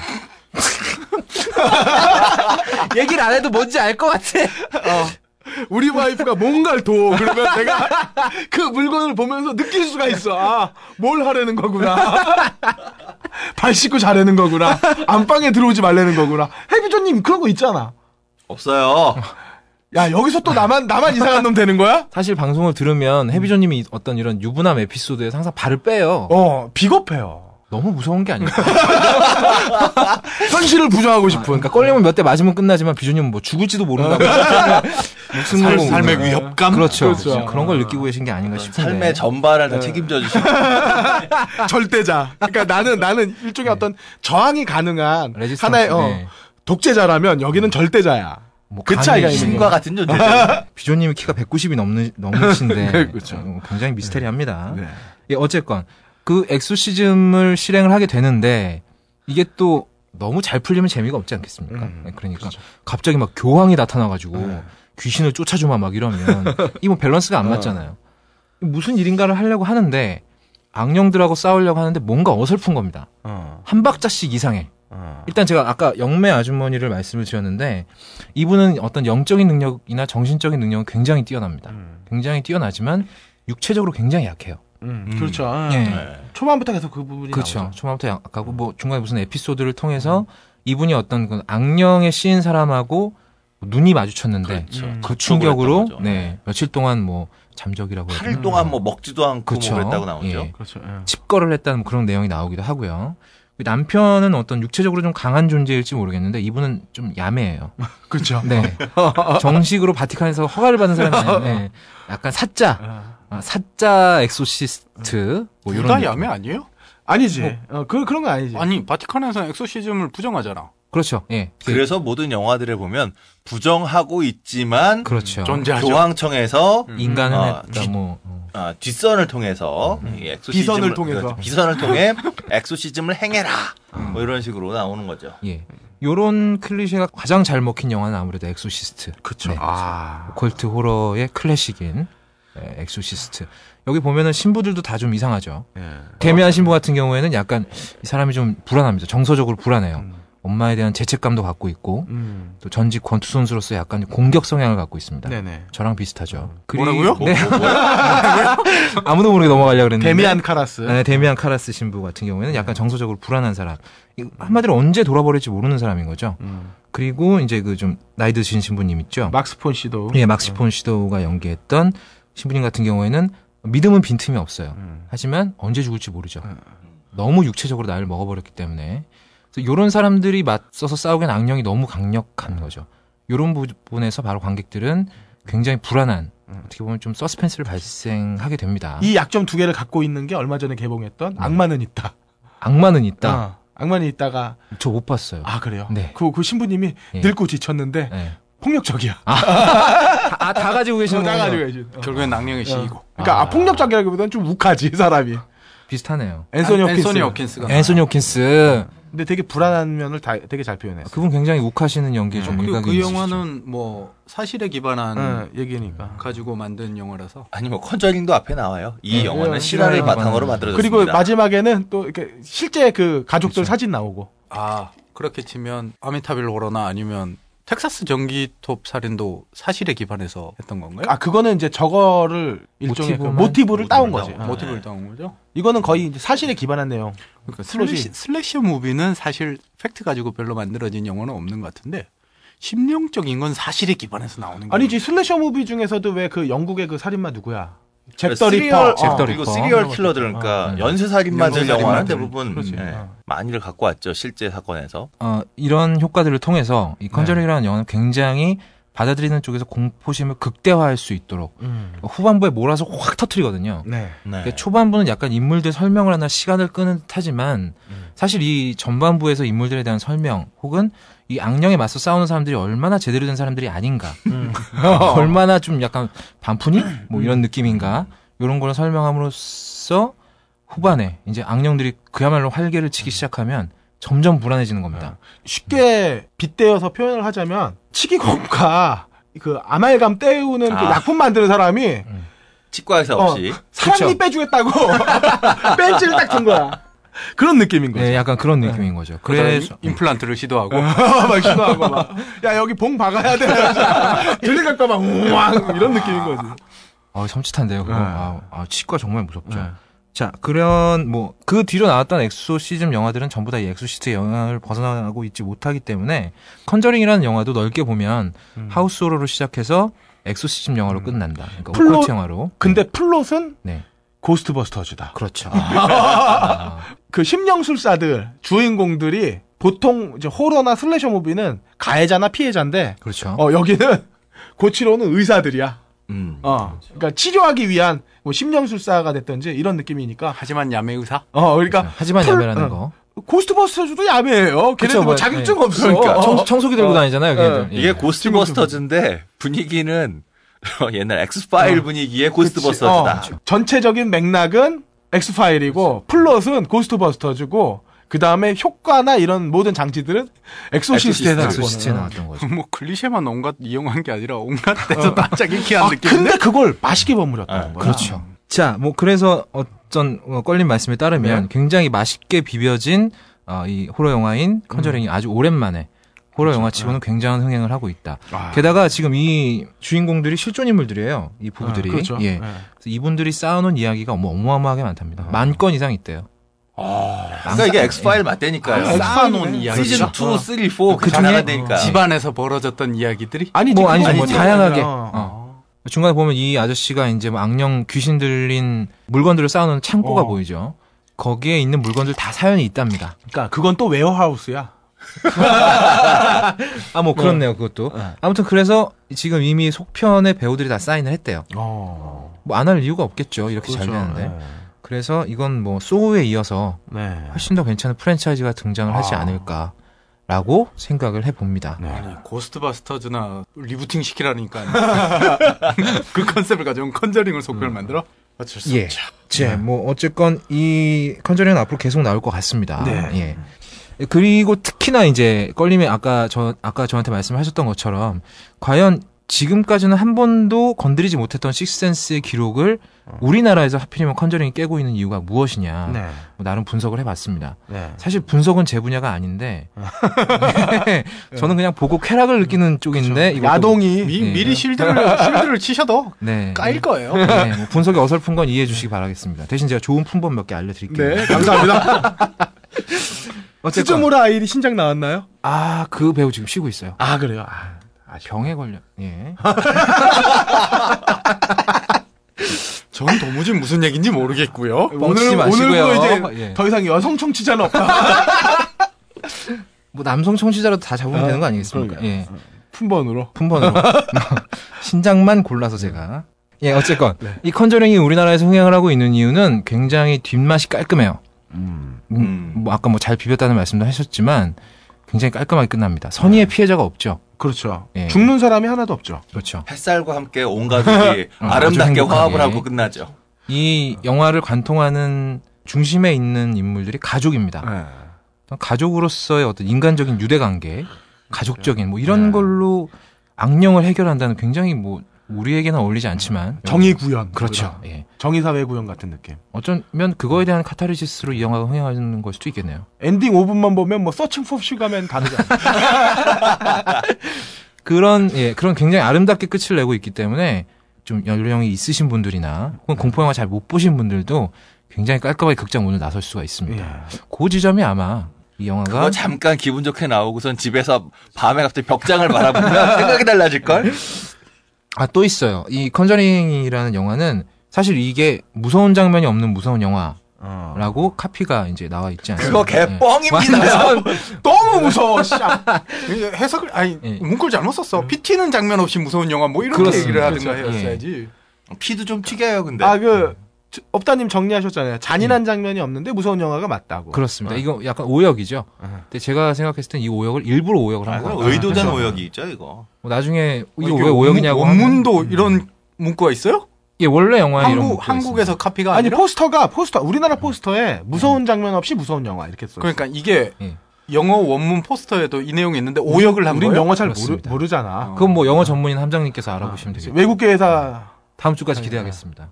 S3: 얘기를 안 해도 뭔지 알 것 같아.
S1: 네. 우리 와이프가 뭔가를 둬 그러면 [LAUGHS] 내가 그 물건을 보면서 느낄 수가 있어 아, 뭘 하려는 거구나 [LAUGHS] 발 씻고 자려는 거구나 안방에 들어오지 말라는 거구나 해비조님 그런 거 있잖아
S3: [LAUGHS]
S2: 없어요.
S1: 야 여기서 또 나만 나만 이상한 놈 되는 거야?
S3: 사실 방송을 들으면 해비조님이 어떤 이런 유부남 에피소드에 항상 발을 빼요.
S1: 어 비겁해요
S3: 너무 무서운 게 아닐까.
S1: 현실을 부정하고 싶은
S3: 그러니까 걸리면 몇 대 맞으면 끝나지만 비조님은 뭐 죽을지도 모른다고. 무슨
S4: 살,
S3: 뭐-
S4: 삶의 위협감.
S3: 그렇죠.
S1: 네. 그렇죠.
S3: 그런걸 느끼고 계신 게 아닌가 싶은데.
S2: 삶의 전반을
S3: 네.
S2: 다 책임져 주시고
S3: [LAUGHS]
S1: 절대자 그러니까 나는 나는 일종의 어떤 저항이 가능한
S3: 레지스턴스,
S1: 하나의 어,
S3: 네.
S1: 독재자라면 여기는 절대자야
S3: 뭐
S1: 그
S3: 간이
S1: 차이가
S3: 있는
S1: 있는
S2: 신과
S1: 거
S2: 같은
S3: 네.
S2: 존재죠.
S3: [LAUGHS] 비조님이 키가 190이 넘는 넘으신데
S1: 네, 그렇죠.
S3: 어, 굉장히 미스테리합니다. 예, 어쨌건 그 엑소시즘을 실행을 하게 되는데 이게 또 너무 잘 풀리면 재미가 없지 않겠습니까? 예, 그러니까 갑자기 막 교황이 나타나가지고 귀신을 쫓아주마 막 이러면 이 뭐 밸런스가 안 맞잖아요. 무슨 일인가를 하려고 하는데 악령들하고 싸우려고 하는데 뭔가 어설픈 겁니다. 한 박자씩 이상해. 일단 제가 아까 영매 아주머니를 말씀을 드렸는데 이분은 어떤 영적인 능력이나 정신적인 능력은 굉장히 뛰어납니다.
S2: 음.
S3: 굉장히 뛰어나지만 육체적으로 굉장히 약해요.
S4: 음.
S1: 그렇죠
S2: 음.
S3: 예.
S2: 네.
S1: 초반부터 계속 그 부분이
S3: 그렇죠.
S1: 나오죠
S3: 초반부터 약하고
S2: 음.
S3: 뭐 중간에 무슨 에피소드를 통해서 이분이 어떤 그 악령에 씌인 사람하고 눈이 마주쳤는데 그
S2: 그렇죠. 접촉을 했던
S3: 충격으로
S2: 거죠.
S3: 네 며칠 동안 뭐 잠적이라고
S2: 8일 동안 뭐 먹지도 않고
S3: 그렇죠.
S2: 뭐 그랬다고 나오죠.
S3: 예.
S1: 그렇죠 예.
S3: 집거를 했다는 그런 내용이 나오기도 하고요. 남편은 어떤 육체적으로 좀 강한 존재일지 모르겠는데 이분은 좀 야매예요.
S1: 그렇죠.
S3: 네. 정식으로 바티칸에서 허가를 받은 사람이 아니에요. 네. 약간 사자, 아, 사자 엑소시스트 뭐 이런.
S4: 둘다
S3: 느낌.
S4: 야매 아니에요?
S1: 아니지.
S3: 뭐.
S1: 어, 그, 그런 건 아니지.
S4: 아니 바티칸에서는 엑소시즘을 부정하잖아.
S3: 그렇죠. 예.
S2: 그래서 모든 영화들을 보면 부정하고 있지만
S1: 아,
S3: 그렇죠. 음.
S4: 존재하죠.
S2: 교황청에서
S3: 인간은
S2: 아,
S3: 했다
S2: 쥐-
S3: 뭐. 어.
S2: 아, 뒷선을 통해서
S3: 음.
S2: 이 엑소시즘을
S1: 비선을 통해서.
S2: 그렇죠. 비선을
S3: [LAUGHS]
S2: 통해 엑소시즘을 행해라
S3: 음.
S2: 뭐 이런 식으로 나오는 거죠.
S3: 예. 요런 클리셰가 가장 잘 먹힌 영화는 아무래도 엑소시스트. 그렇죠.
S4: 아
S3: 오컬트 호러의 클래식인 예, 엑소시스트. 여기 보면은 신부들도 다 좀 이상하죠.
S1: 예.
S3: 데미안 신부 같은 경우에는 약간 이 사람이 좀 불안합니다. 정서적으로 불안해요. 엄마에 대한 죄책감도 갖고 있고
S1: 음.
S3: 또 전직 권투 선수로서 약간 공격 성향을 갖고 있습니다.
S1: 네네.
S3: 저랑 비슷하죠. 그리-
S4: 뭐라고요?
S3: 네. 아무도 모르게 넘어가려 그랬는데.
S1: 데미안 카라스.
S3: 네, 데미안 카라스 신부 같은 경우에는 약간 정서적으로 불안한 사람. 이- 한마디로 언제 돌아버릴지 모르는 사람인 거죠.
S1: 음.
S3: 그리고 이제 그 좀 나이 드신 신부님 있죠.
S1: 막스폰 씨도.
S3: 예, 막시폰 시도가 연기했던 신부님 같은 경우에는 믿음은 빈틈이 없어요.
S1: 음.
S3: 하지만 언제 죽을지 모르죠. 너무 육체적으로 나를 먹어버렸기 때문에. 그래서 이런 사람들이 맞서서 싸우기엔 악령이 너무 강력한 거죠. 이런 부분에서 바로 관객들은 굉장히 불안한 어떻게 보면 좀 서스펜스를 발생하게 됩니다.
S1: 음. 이 약점 두 개를 갖고 있는 게 얼마 전에 개봉했던 악마는 있다.
S3: 악마는 네. 있다.
S1: 어, 악마는 있다가
S3: 저 못 봤어요.
S1: 아 그래요.
S3: 네.
S1: 그, 그 신부님이
S3: 예.
S1: 늙고 지쳤는데
S3: 네.
S1: 폭력적이야. [LAUGHS]
S3: 아, 다 가지고 계시는
S1: 나
S3: 거군요.
S1: 가지고 해야지. 어.
S4: 결국엔 낭령의 시이고.
S1: 그러니까 아, 폭력적이라기보다는 좀 욱하지 사람이.
S3: 비슷하네요.
S1: 앤서니
S4: 앤-
S1: 호킨스.
S4: 앤서니
S1: 아.
S4: 호킨스가.
S3: 앤소니 호킨스
S1: 근데 되게 불안한 면을 다, 되게 잘 표현했어.
S3: 그분 굉장히 욱하시는 연기에
S1: 네.
S3: 좀
S4: 그리고
S3: 일각이
S4: 그
S3: 있으시죠.
S4: 영화는 뭐 사실에 기반한
S1: 어, 얘기니까.
S4: 가지고 만든 영화라서
S2: 아니 뭐 컨저링도 앞에 나와요. 이
S1: 네,
S2: 영화는
S1: 네,
S2: 실화를
S3: 실화를
S2: 바탕으로
S3: 바탕으로
S2: 만들어졌습니다.
S1: 그리고 마지막에는 또 이렇게 실제 그 가족들 사진 나오고.
S4: 아 그렇게 치면 아미타빌 호러나 아니면 텍사스 전기톱 살인도 사실에 기반해서 했던 건가요?
S1: 아 그거는 이제 저거를 일종의 그
S3: 모티브만-
S1: 모티브를 따온
S2: 모티브를
S1: 거지.
S2: 따온
S1: 어.
S2: 거지.
S4: 모티브를 따온 거죠?
S1: 이거는 거의 이제 사실에 기반한 내용.
S4: 그러니까
S1: 슬래시.
S4: 슬래시, 슬래시 무비는 사실 팩트 가지고 별로 만들어진 영화는 없는 것 같은데 심령적인 건 사실에 기반해서 나오는 거
S1: 아니지 슬래셔 무비 중에서도 왜 그 영국의 그 살인마 누구야? 잭
S2: 그러니까
S1: 더 리퍼.
S2: 시리얼-
S3: 잭 더
S1: 어.
S2: 그리고
S3: 리퍼.
S2: 시리얼 킬러들은 그러니까 연쇄 살인마들
S4: 연쇄
S2: 영화는
S4: 살인마들.
S2: 대부분
S1: 그렇지.
S2: 예,
S1: 어.
S2: 많이를 갖고 왔죠 실제 사건에서.
S3: 어, 이런 효과들을 통해서 이 컨저링이라는 영화는 굉장히 받아들이는 쪽에서 공포심을 극대화할 수 있도록
S1: 음.
S3: 후반부에 몰아서 확 터트리거든요.
S1: 네.
S2: 네.
S3: 그러니까 초반부는 약간 인물들 설명을 하나 시간을 끄는 듯하지만 사실 이 전반부에서 인물들에 대한 설명 혹은 이 악령에 맞서 싸우는 사람들이 얼마나 제대로 된 사람들이 아닌가 [LAUGHS] 얼마나 좀 약간 반푼이 뭐 이런 느낌인가 이런 걸 설명함으로써 후반에 이제 악령들이 그야말로 활개를 치기 시작하면 점점 불안해지는 겁니다.
S1: 쉽게 빗대어서 표현을 하자면 치기공과 그 아말감 때우는 그
S2: 아.
S1: 약품 만드는 사람이
S2: 치과 의사 없이
S1: 사람이 빼주겠다고 [LAUGHS] 벤치를 딱 든 거야. 그런 느낌인 거지.
S3: 네, 약간 그런 느낌인 거죠. 그래서
S4: 그래서 네. 아. 임플란트를 시도하고
S1: 어, 막 신호하고 막. 야 여기 봉 박아야 돼. [LAUGHS] 들리갈까 봐 우왕 이런 느낌인 거지.
S3: 아, 섬찟한데요.
S1: 네.
S3: 그거. 아, 아, 치과 정말 무섭죠. 자, 그런 뭐 그 뒤로 나왔던 엑소시즘 영화들은 전부 다 이 엑소시트의 영향을 벗어나고 있지 못하기 때문에 컨저링이라는 영화도 넓게 보면
S1: 음.
S3: 하우스 오로로 시작해서 엑소시즘 영화로 끝난다. 그러니까
S1: 플롯-
S3: 오컬트 영화로.
S1: 근데 플롯은
S3: 네.
S1: 고스트버스터즈다.
S3: 그렇죠.
S1: 그 심령술사들 주인공들이 보통 이제 호러나 슬래셔 무비는 가해자나 피해자인데
S3: 그렇죠.
S1: 어 여기는 고치러는 의사들이야.
S2: 음.
S1: 어. 그러니까 치료하기 위한 뭐 심령술사가 됐든지 이런 느낌이니까.
S4: 하지만 야매 의사
S1: 어, 그러니까
S3: 네. 하지만
S1: 플-
S3: 야매라는
S1: 어.
S3: 거.
S1: 고스트버스터즈도 야매예요. 걔네도 뭐
S3: 뭐,
S1: 자격증
S3: 네.
S1: 없어.
S2: 그러니까.
S1: 어,
S3: 청, 청소기 들고 예.
S1: 어.
S3: 다니잖아요, 여기는.
S2: 이게 고스트버스터즈인데 분위기는 [LAUGHS] 옛날 엑스파일 분위기의 고스트버스터즈다.
S1: 어, 전체적인 맥락은 엑스파일이고 플롯은 고스트버스터즈고 그 다음에 효과나 이런 모든 장치들은 엑소시스트에
S2: 엑소시스트.
S3: 엑소시트에
S1: 나왔거든요.
S3: 나왔던 거죠.
S4: [LAUGHS] 뭐 클리셰만 온갖 이용한 게 아니라 온갖 데서 반짝 일키한
S1: 아,
S4: 느낌
S1: 근데 그걸 맛있게 버무렸다는
S2: 아,
S1: 거야.
S3: 그렇죠. 자, 뭐 그래서 어떤 어, 껄린 말씀에 따르면
S1: 네.
S3: 굉장히 맛있게 비벼진 어, 이 호러
S1: 음.
S3: 영화인 컨저링이 아주 오랜만에 호러 영화치고는 굉장한 흥행을 하고 있다.
S1: 그렇죠. 네. 아.
S3: 게다가 지금 이 주인공들이 실존 인물들이에요. 이 부부들이.
S1: 아, 그렇죠.
S3: 예.
S1: 예.
S3: 그래서 이분들이 쌓아놓은 이야기가 뭐 어마어마하게 많답니다.
S1: 아.
S3: 만 건 이상 있대요.
S2: 그러니까
S3: 예.
S2: 이게 엑스파일 맞대니까요.
S4: 쌓아놓은 어. 이야기
S2: 시즌 2, 3, 4 그렇게
S3: 그중에
S2: 나가니까.
S4: 집안에서 벌어졌던 이야기들이
S1: 아니, 지금
S3: 뭐 아니죠. 뭐
S1: 아니지.
S3: 다양하게.
S1: 어.
S3: 어. 뭐 중간에 보면 이 아저씨가 이제 막 악령 귀신 들린 물건들을 쌓아놓은 창고가
S1: 어.
S3: 보이죠. 거기에 있는 물건들 다 사연이 있답니다.
S1: 그러니까 그건 또 웨어하우스야.
S3: 아, 뭐 그렇네요, 그것도. 아무튼 그래서 지금 이미 속편의 배우들이 다 사인을 했대요.
S1: 어.
S3: 뭐 안 할 이유가 없겠죠. 네. 이렇게 잘 되는데. 그래서 이건 뭐 소우에 이어서
S1: 그렇죠. 네.
S3: 훨씬 더 괜찮은 프랜차이즈가 등장을 하지
S1: 아.
S3: 않을까라고 생각을 해봅니다.
S1: 네.
S4: 고스트바스터즈나 리부팅 시키라니까 [LAUGHS] 그 컨셉을 가져온 컨저링을 속편을 만들어 음. 어쩔 수
S3: 예.
S4: 없죠.
S3: 제, 뭐, 어쨌건 이 컨저링은 앞으로 계속 나올 것 같습니다.
S1: 네.
S3: 예. 그리고 특히나 이제 껄림이 아까 저, 아까 저한테 말씀하셨던 것처럼 과연 지금까지는 한 번도 건드리지 못했던 식스센스의 기록을 우리나라에서 하필이면 컨저링이 깨고 있는 이유가 무엇이냐.
S1: 네.
S3: 뭐 나름 분석을 해봤습니다.
S1: 네.
S3: 사실 분석은 제 분야가 아닌데 [LAUGHS] 네. 저는 그냥 보고 쾌락을 느끼는 쪽인데 이것도-
S1: 그렇죠. 야동이
S4: 미,
S3: 예.
S4: 미리 실드를 실드를 치셔도
S3: 네.
S4: 까일 거예요.
S3: 네, 뭐 분석이 어설픈 건 이해해 주시기 바라겠습니다. 대신 제가 좋은 품법 몇 개 알려드릴게요.
S1: 네, 감사합니다.
S3: [LAUGHS] 어쨌건
S1: 스즈모라 아이리 신작 나왔나요?
S3: 아그 배우 지금 쉬고 있어요.
S1: 아 그래요. 아,
S3: 병에 걸려. 예.
S4: 전 도무지 무슨 얘기인지 모르겠고요.
S3: 뻥치지 마시고요.
S1: 오늘도 이제
S3: 예.
S1: 더 이상 여성 청취자는 없다.
S3: [LAUGHS] 뭐 남성 청취자로 다 잡으면
S1: 아,
S3: 되는 거 아니겠습니까?
S1: 그러게요.
S3: 예.
S1: 품번으로.
S3: 품번으로 [LAUGHS] 신작만 골라서 제가. 예, 어쨌건
S1: 네.
S3: 이 컨저링이 우리나라에서 흥행을 하고 있는 이유는 굉장히 뒷맛이 깔끔해요. 음, 뭐 아까 뭐 잘 비볐다는 말씀도 하셨지만 굉장히 깔끔하게 끝납니다. 선의의
S1: 네.
S3: 피해자가 없죠.
S1: 그렇죠.
S3: 예.
S1: 죽는 사람이 하나도 없죠.
S3: 그렇죠.
S2: 햇살과 함께 온 가족이
S3: 어,
S2: 아름답게
S3: 아주 행복하게.
S2: 화합을 하고 끝나죠.
S3: 이 영화를 관통하는 중심에 있는 인물들이
S1: 아.
S3: 가족입니다. 가족으로서의 어떤 인간적인 유대관계, 가족적인 뭐 이런 걸로 악령을 해결한다는 굉장히 뭐 우리에게는 어울리지 않지만
S1: 네. 정의 구현.
S3: 그렇죠. 예.
S1: 정의 사회 구현 같은 느낌.
S3: 어쩌면 그거에 대한 카타르시스로 이 영화가 흥행하는 걸 수도 있겠네요.
S1: 엔딩 5분만 보면 뭐 서칭 포 슈가맨 가능한. [LAUGHS]
S3: 그런 예 그런 굉장히 아름답게 끝을 내고 있기 때문에 좀 연령이 있으신 분들이나 혹은 공포 영화 잘 못 보신 분들도 굉장히 깔끔하게 극장 문을 나설 수가
S1: 예.
S3: 있습니다. 그 지점이 아마 이 영화가
S2: 그거 잠깐 기분 좋게 나오고선 집에서 밤에 갑자기 벽장을 바라보면 [LAUGHS] 생각이 달라질걸?
S3: 아 또 있어요. 이 컨저링이라는 영화는 사실 이게 무서운 장면이 없는 무서운 영화라고
S1: 어.
S3: 카피가 이제 나와 있지 않습니까? 네.
S2: 그거 개뻥입니다.
S3: 완전
S4: 너무 무서워. 진짜. 이게 해석을 아니
S3: 예.
S4: 문구를 잘못 썼어. 피 튀는 장면 없이 무서운 영화 뭐 이런
S3: 그렇습니다.
S4: 얘기를 하든가
S3: 그렇죠.
S4: 했어야지.
S2: [LAUGHS] 피도 좀 튀겨요,
S1: 네.
S2: 근데.
S1: 아그 업다님 정리하셨잖아요. 잔인한 장면이 없는데 무서운 영화가 맞다고.
S3: 그렇습니다. 이거 약간 오역이죠. 근데 제가 생각했을 땐 이 오역을 일부러 오역을 한
S2: 아,
S3: 거예요.
S2: 그건 의도된
S3: 그래서
S2: 오역이 있죠, 이거.
S3: 뭐 나중에 이거
S4: 이게
S3: 왜 오역이냐고
S4: 원문-
S3: 하면
S4: 원문도 이런 문구가 있어요?
S3: 예 원래 영화에 이런
S4: 한국
S3: 문구가 있습니다.
S4: 한국에서 카피가
S1: 아니
S4: 아니라
S1: 포스터가 포스터 우리나라 포스터에 무서운 장면 없이 무서운 영화 이렇게 써.
S4: 그러니까 이게
S3: 예.
S4: 영어 원문 포스터에도 이 내용이 있는데 오역을 한
S1: 우린
S4: 거예요.
S1: 영어 잘 모르,
S3: 그렇습니다.
S1: 모르잖아.
S3: 그건 뭐 영어 전문인 함장님께서
S1: 어,
S3: 알아보시면 되겠죠.
S1: 외국계 회사
S3: 다음 주까지 기대하겠습니다.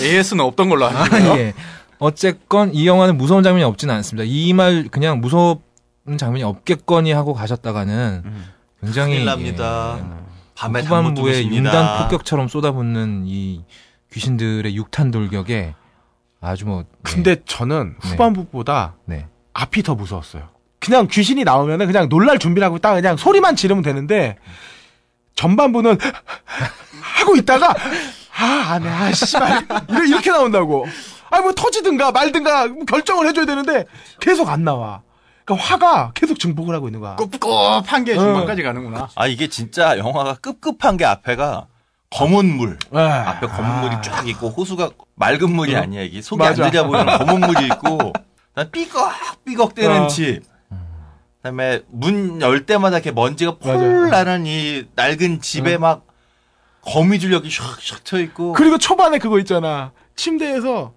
S4: AS는 없던 걸로
S3: 아,
S4: 아는데.
S3: [LAUGHS] 예. 어쨌건 이 영화는 무서운 장면이 없지는 않습니다. 이 말 그냥 무서운 장면이 없겠거니 하고 가셨다가는 굉장히
S2: 큰일 납니다. 밤에 잠못
S3: 예. 후반부에
S2: 주무십니다.
S3: 윤단 폭격처럼 쏟아붓는 이 귀신들의 육탄 돌격에 아주 뭐 예,
S1: 근데 저는
S3: 네.
S1: 후반부보다
S3: 네.
S1: 앞이 더 무서웠어요. 그냥 귀신이 나오면은 그냥 놀랄 준비를 하고 있다가 그냥 소리만 지르면 되는데 전반부는 [LAUGHS] 하고 있다가 아, 안 해. 아, 씨발. 이래- 이렇게 나온다고. 아, 뭐 터지든가 말든가 뭐 결정을 해줘야 되는데 계속 안 나와. 그러니까 화가 계속 증폭을 하고 있는 거야.
S4: 꿉꿉한 게 중간까지 가는구나.
S2: 아, 이게 진짜 영화가 급급한 게 앞에가 검은 물.
S1: 네.
S2: 앞에 검은 물이 쫙 있고 호수가 맑은 물이 아니야 이게 속이
S1: 음. 맞아.
S2: 안
S1: [LAUGHS]
S2: 들려 보이는 검은 물이 있고 난 삐걱삐걱 대는
S1: 어.
S2: 집 그다음에 문 열 때마다 이렇게 먼지가 폴
S1: 맞아.
S2: 나는 이 낡은 집에 막 거미줄력이 샥샥 쳐 있고
S1: 음. 그리고 초반에 그거 있잖아. 침대에서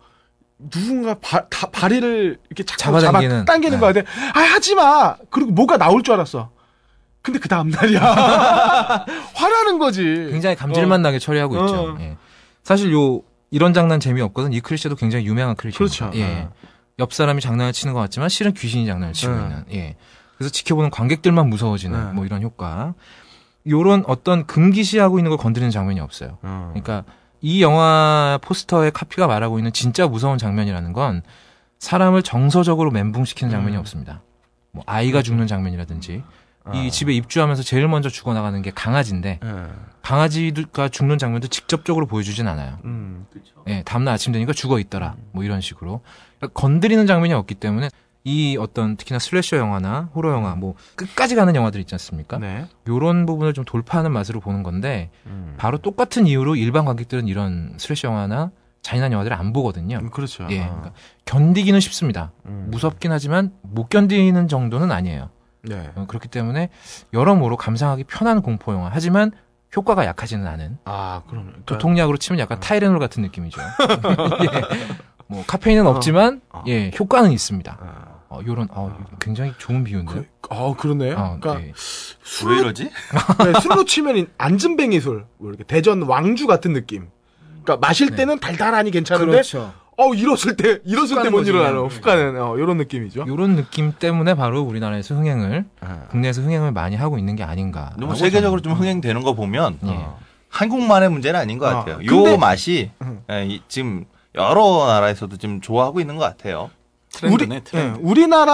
S1: 누군가 발, 다, 다리를 이렇게 자꾸 잡아
S3: 잡아당기는.
S1: 당기는, 당기는
S3: 네.
S1: 거야. 근데, 아, 하지 마! 그리고 뭐가 나올 줄 알았어. 근데 그
S3: [LAUGHS]
S1: 다음날이야. 화나는 거지.
S3: 굉장히 감질만 나게 처리하고 있죠.
S1: 어.
S3: 예. 사실 요 이런 장난 재미없거든. 이 클리셰도 굉장히 유명한 클리셰입니다.
S1: 그렇죠.
S3: 예.
S1: 어.
S3: 옆 사람이 장난을 치는 것 같지만 실은 귀신이 장난을 치고
S1: 어.
S3: 있는. 예. 그래서 지켜보는 관객들만 무서워지는
S1: 어.
S3: 뭐 이런 효과. 요런 어떤 금기시하고 있는 걸 건드리는 장면이 없어요.
S6: 음.
S1: 어.
S3: 그러니까 이 영화 포스터의 카피가 말하고 있는 진짜 무서운 장면이라는 건 사람을 정서적으로 멘붕시키는 장면이
S1: 음.
S3: 없습니다. 뭐 아이가 죽는 장면이라든지 이 집에 입주하면서 제일 먼저 죽어나가는 게 강아지인데
S6: 네.
S3: 강아지가 죽는 장면도 직접적으로 보여주진 않아요.
S6: 음.
S3: 예, 다음날 아침 되니까 죽어 있더라. 뭐 이런 식으로 그러니까 건드리는 장면이 없기 때문에 이 어떤 특히나 슬래셔 영화나 호러 영화 뭐 끝까지 가는 영화들 있지 않습니까?
S6: 네.
S3: 요런 부분을 좀 돌파하는 맛으로 보는 건데
S6: 음,
S3: 바로 똑같은 이유로 일반 관객들은 이런 슬래시 영화나 잔인한 영화들을 안 보거든요.
S6: 음, 그렇죠.
S1: 아.
S3: 예, 그러니까 견디기는 쉽습니다.
S6: 음.
S3: 무섭긴 하지만 못 견디는 정도는 아니에요.
S6: 네.
S3: 어, 그렇기 때문에 여러모로 감상하기 편한 공포 영화. 하지만 효과가 약하지는 않은
S6: 아, 그럼 그러니까
S1: 네.
S3: 도통약으로 치면
S1: 음.
S3: 약간 타이레놀 같은
S1: [LAUGHS]
S3: 느낌이죠. 예. 뭐
S1: 어.
S3: 카페인은 없지만 예, 효과는 있습니다. 어, 요런 어, 굉장히 좋은 비유인데요.
S6: 네.
S1: 그, 아 그러네요.
S3: 어,
S1: 그러니까
S3: 예.
S2: 왜 이러지?
S1: 네, 술로 치면 이 안진뱅이술 뭐 이렇게 대전 왕주 같은 느낌. 그러니까 마실
S3: 네. 그렇죠.
S1: 때는 달달하니 괜찮은데 어 일었을 때 일었을
S3: 훅 가는
S1: 때 못
S3: 거지,
S1: 일어나요.
S3: 그냥.
S1: 훅 가는 어, 이런 느낌이죠.
S3: 요런 느낌 때문에 바로 우리나라에서 흥행을
S2: 아.
S3: 국내에서 흥행을 많이 하고 있는 게 아닌가.
S2: 너무 세계적으로 좀 흥행되는 거 보면
S3: 예.
S2: 한국만의 문제는 아닌 것
S1: 음. 어.
S2: 같아요.
S1: 아,
S2: 이
S1: 근데- 음.
S2: 맛이 예, 이- 지금 여러 나라에서도 지금 좋아하고 있는 것 같아요.
S4: 트렌드네 트렌드.
S1: 예,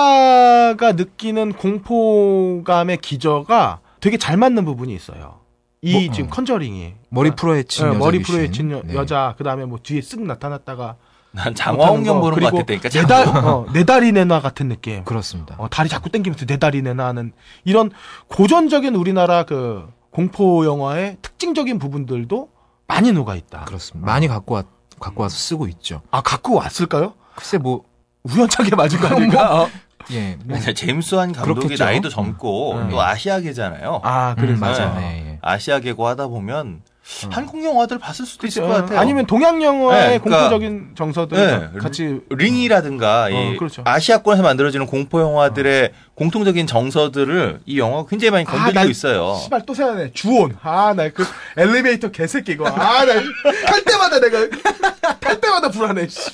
S1: 우리나라가 느끼는 공포감의 기저가 되게 잘 맞는 부분이 있어요. 이
S3: 뭐,
S1: 지금
S3: 어.
S1: 컨저링이
S3: 머리 풀어에 친
S1: 예,
S3: 여자
S1: 머리
S3: 귀신.
S1: 풀에 친 여,
S3: 네.
S1: 여자 그다음에 뭐 뒤에 쓱 나타났다가 뭐
S2: 난
S1: 못하는
S2: 장화홍련
S1: 거,
S2: 보는
S1: 그리고
S2: 것 같았다니까.
S1: 내 다리 어, 내 다리 내놔 같은
S3: [LAUGHS]
S1: 느낌.
S3: 그렇습니다.
S1: 어, 다리 자꾸 당기면서 내 다리 내놔 하는 이런 고전적인 우리나라 그 공포 영화의 특징적인 부분들도 많이 녹아 있다.
S3: 그렇습니다. 많이 갖고 왔 갖고 와서 쓰고 있죠.
S1: 아 갖고 왔을까요?
S3: 글쎄 뭐
S1: 우연찮게 맞은 거 아닐까? 어.
S3: 예. 뭐,
S2: 아니, 제임스 한 감독이
S3: 그렇겠죠.
S2: 나이도 젊고
S3: 음.
S2: 또 아시아계잖아요.
S1: 아 그래서
S3: 음, 맞아.
S2: 네.
S3: 네, 예.
S2: 아시아계고 하다 보면
S3: 음.
S2: 한국 영화들 봤을 수도 있을 것 같아요.
S1: 아니면 동양 영화의
S2: 네, 그러니까-
S1: 공포적인 정서들
S2: 네.
S1: 같이
S2: 링이라든가
S3: 음.
S2: 이
S1: 어, 그렇죠.
S2: 아시아권에서 만들어지는 공포 영화들의 공통적인 정서들을 이 영화가 굉장히 많이 건드리고
S1: 아, 날-
S2: 있어요.
S1: 씨발 또 생각나네. 주온. 아, 나 그 엘리베이터 개새끼 이거. 아, 나 탈 때마다 내가 탈 때마다 불안해. 씨.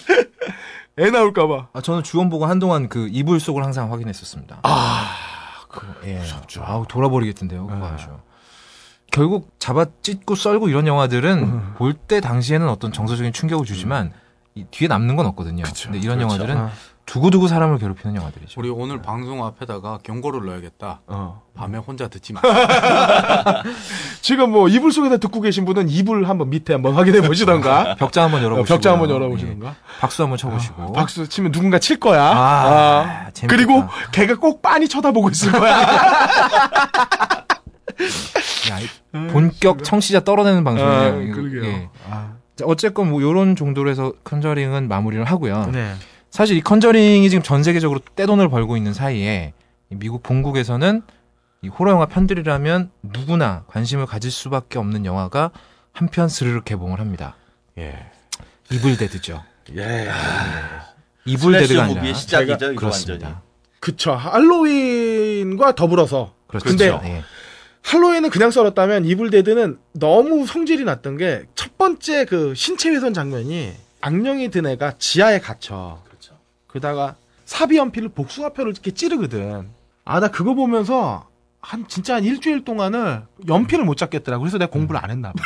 S1: 애 나올까 봐.
S3: 아, 저는 주원 보고 한동안 그 이불 속을 항상 확인했었습니다. 아, 그 예. 아우 돌아버리겠던데요. 그거
S1: 네.
S3: 아주. 결국 잡아 찢고 썰고 이런 영화들은
S1: 음.
S3: 볼 때 당시에는 어떤 정서적인 충격을 주지만 이 뒤에 남는 건 없거든요. 근데 이런
S2: 그렇죠.
S3: 영화들은
S1: 아.
S3: 두고두고 사람을 괴롭히는 영화들이죠.
S4: 우리 오늘 방송 앞에다가 경고를 넣어야겠다. 밤에 혼자 듣지 마. [LAUGHS]
S1: 지금 뭐 이불 속에서 듣고 계신 분은 이불 한번 밑에 한번 확인해 보시던가.
S3: 벽장 한번 아, 열어보시고
S1: 벽장 한번 열어보시던가.
S3: 박수 한번 쳐보시고
S1: 박수 치면 누군가 칠 거야.
S3: 어? 아,
S1: 아.
S3: 재밌겠다.
S1: 그리고 걔가 꼭 빤히 쳐다보고 있을 거야.
S3: 야, 이 본격 청취자 떨어내는 방송이에요.
S1: 네, 아,
S3: 이거,
S1: 그러게요.
S3: 예.
S1: 아.
S3: 자, 어쨌건 뭐 요런 정도로 해서 컨저링은 마무리를 하고요.
S1: 네.
S3: 사실 이 컨저링이 지금 전 세계적으로 떼돈을 벌고 있는 사이에 이 미국 본국에서는 이 호러 영화 팬들이라면 누구나 관심을 가질 수밖에 없는 영화가 한 편 스르륵 개봉을 합니다.
S1: 예.
S3: 이블데드죠.
S2: 예.
S3: 이블데드가
S2: 그 슬래시
S3: 아니라
S2: 무비의 시작이죠, 이거 완전히.
S3: 그렇습니다.
S1: 그쵸. 할로윈과 더불어서
S3: 그렇죠.
S1: 근데
S3: 예.
S1: 할로윈은 그냥 썰었다면 이블데드는 너무 성질이 났던 게 첫 번째 그 신체 훼손 장면이 악령이 든 애가 지하에 갇혀.
S2: 그렇죠.
S1: 그러다가 사비 연필로 복숭아표를 이렇게 찌르거든. 아, 나 그거 보면서 한 진짜 한 일주일 동안을 연필을 못 잡겠더라. 그래서 내가 공부를 안 했나 봐.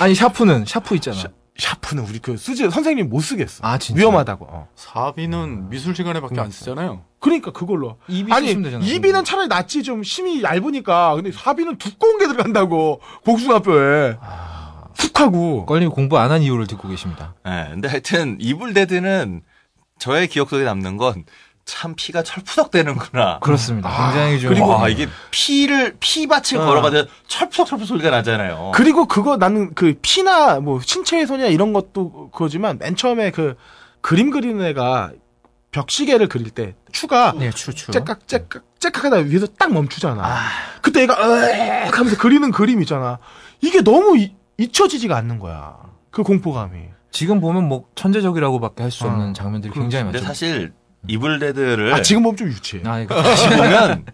S3: 아니 샤프는 샤프 있잖아.
S1: 샤프는 우리 그 수지 선생님 못 쓰겠어.
S3: 아, 진짜?
S1: 위험하다고. 어.
S4: 사비는 미술 시간에밖에 안 쓰잖아요.
S1: 그러니까 그걸로.
S3: 입이
S1: 아니
S3: 쓰시면 되잖아요.
S1: 이비는 차라리 낫지 좀 심이 얇으니까. 근데 사비는 두꺼운 게 들어간다고 복숭아뼈에 툭 하고.
S3: 걸리고 공부 안 한 이유를 듣고 계십니다.
S2: 예, 근데 하여튼 이블데드는 저의 기억 속에 남는 건 참 피가 철푸덕대는구나.
S3: 그렇습니다. 굉장히 좀
S2: 그리고 아,
S3: 예.
S2: 이게 피를 피밭을 걸어가다 철푸덕철푸덕 소리가 나잖아요.
S1: 그리고 그거 나는 그 피나 뭐 신체 훼손이나 이런 것도 그거지만 맨 처음에 그 그림 그리는 애가 벽시계를 그릴 때 추가
S3: 네, 추추.
S1: 째깍 째깍 째깍 하다 위에서 딱 멈추잖아. 그때 애가 으악 하면서 그리는 그림 있잖아. 이게 너무 이- 잊혀지지가 않는 거야. 그 공포감이.
S3: 지금 보면 뭐 천재적이라고밖에 할 수
S1: 어,
S3: 없는 장면들이 굉장히
S2: 근데
S3: 많죠.
S2: 사실 이블데드를
S1: 아 지금 보면 좀 유치해.
S3: 아,
S2: [LAUGHS]
S3: 이거
S2: 보면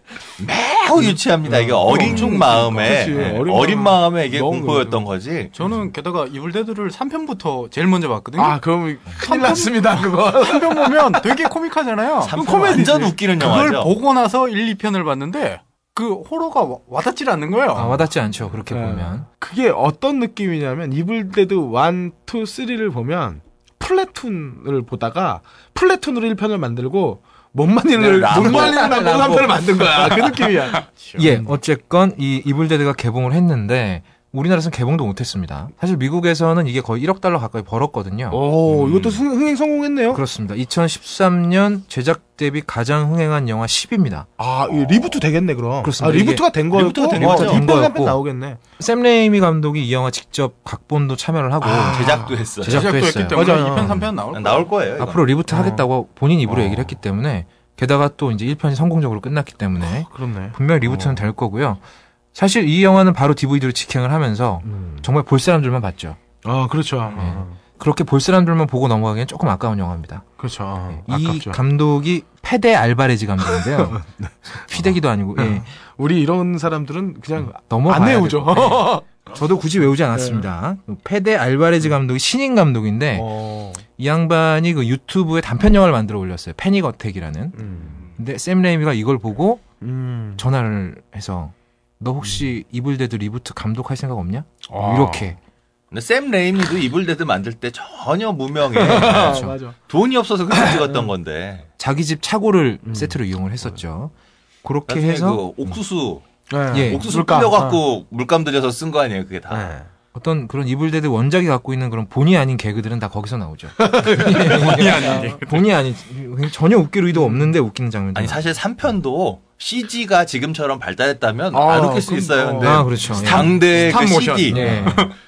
S2: 매우 유치합니다. 이게 어린 쪽 마음에
S1: 그렇지.
S2: 예,
S1: 어린
S2: 어린
S1: 마음.
S2: 마음에 이게
S1: 너무
S2: 공포였던 거지.
S4: 저는 게다가 이블데드를 3편부터 제일 먼저 봤거든요.
S1: 아 그럼 큰일 났습니다 그거.
S4: 한 편 보면 되게
S2: [LAUGHS]
S4: 코믹하잖아요.
S2: 삼 편 완전 웃기는
S4: 그걸
S2: 영화죠.
S4: 보고 나서 1, 2편을 봤는데 그 호러가 와- 와닿질 않는 거예요.
S3: 아, 와닿지 않죠. 그렇게
S1: 어. 네.
S3: 보면.
S1: 그게 어떤 느낌이냐면 이블데드 1, 2, 3를 보면 플래툰을 보다가 플래툰으로 1편을 만들고 못 말리는
S2: 람보.
S1: 못 말리는 남보 남편을 만든 거야. 그 느낌이야.
S3: 예, 어쨌건 이 이블데드가 개봉을 했는데 우리나라에서는 개봉도 못했습니다. 사실 미국에서는 이게 거의 1억 달러 가까이 벌었거든요.
S1: 오,
S4: 이것도
S1: 흥, 흥행 성공했네요.
S3: 그렇습니다. 2013년 제작 대비 가장 흥행한 영화 10입니다.
S1: 아, 이 리부트 되겠네 그럼.
S3: 그렇습니다.
S1: 아, 리부트가 된 거였고.
S2: 리부트가 된
S1: 어,
S2: 거죠.
S1: 이번
S3: 거였고.
S1: 한편 나오겠네.
S3: 샘 레이미 감독이 이 영화 직접 각본도 참여를 하고
S1: 아.
S2: 제작도 했어요.
S3: 제작- 제작도 아,
S4: 했기
S3: 했어요.
S4: 때문에
S1: 맞아요.
S4: 2편 3편 나올 거예요.
S2: 나올 거예요. 이건.
S3: 앞으로
S1: 네.
S3: 리부트 하겠다고 본인 입으로
S4: 어.
S3: 얘기를 했기 때문에 게다가 또 이제 1편이 성공적으로 끝났기 때문에
S1: 그렇네.
S3: 분명히
S1: 어.
S3: 리부트는 될 거고요. 사실 이 영화는 바로 DVD로 직행을 하면서 정말 볼 사람들만 봤죠.
S1: 아, 그렇죠. 아,
S3: 그렇게 볼 사람들만 보고 넘어가기엔 조금 아까운 영화입니다.
S1: 그렇죠. 아,
S3: 네. 이
S1: 아깝죠. 네.
S3: 감독이 페데 알바레즈 감독인데요.
S1: [LAUGHS]
S3: 휘대기도 아니고 예,
S1: 우리 이런 사람들은 그냥
S3: 넘어가야
S1: 네. 안
S3: 될
S1: 외우죠. 네.
S3: 저도 굳이 외우지 않았습니다. 페데 알바레즈 감독이 신인 감독인데
S1: 어.
S3: 이 양반이 그 유튜브에 단편 영화를 만들어 올렸어요. 패닉 어택이라는.
S1: [LAUGHS] 음.
S3: 근데 샘 레이미가 이걸 보고
S1: 음.
S3: 전화를 해서 너 혹시 이블데드 리부트 감독할 생각 없냐?
S1: 아.
S3: 어, 이렇게
S2: 근데 샘 레이미도 이블데드 만들 때 전혀 무명에
S1: 아,
S3: 그렇죠.
S1: 맞아.
S2: 돈이 없어서 그냥 찍었던 건데
S3: 자기 집 차고를
S1: 음.
S3: 세트로 이용을 했었죠. 그렇게
S2: 나중에
S3: 해서
S2: 그 옥수수
S1: 네.
S3: 예.
S2: 옥수수
S1: 물감.
S2: 뿌려갖고 물감 들여서 쓴 거 아니에요 그게
S3: 네.
S2: 다
S3: 어떤 그런 이블데드 원작이 갖고 있는 그런 본의 아닌 개그들은 다 거기서 나오죠. [LAUGHS]
S4: 본의 아닌 게.
S3: 본의 아닌 전혀 웃길 의도 없는데 웃기는 장면들.
S2: 아니 사실 3편도 CG가 지금처럼 발달했다면
S1: 아,
S2: 안 웃길 수
S1: 그럼,
S2: 있어요 근데
S3: 아 그렇죠. 예.
S2: 당대 그
S4: 스탑 모션.
S2: CD
S3: 예.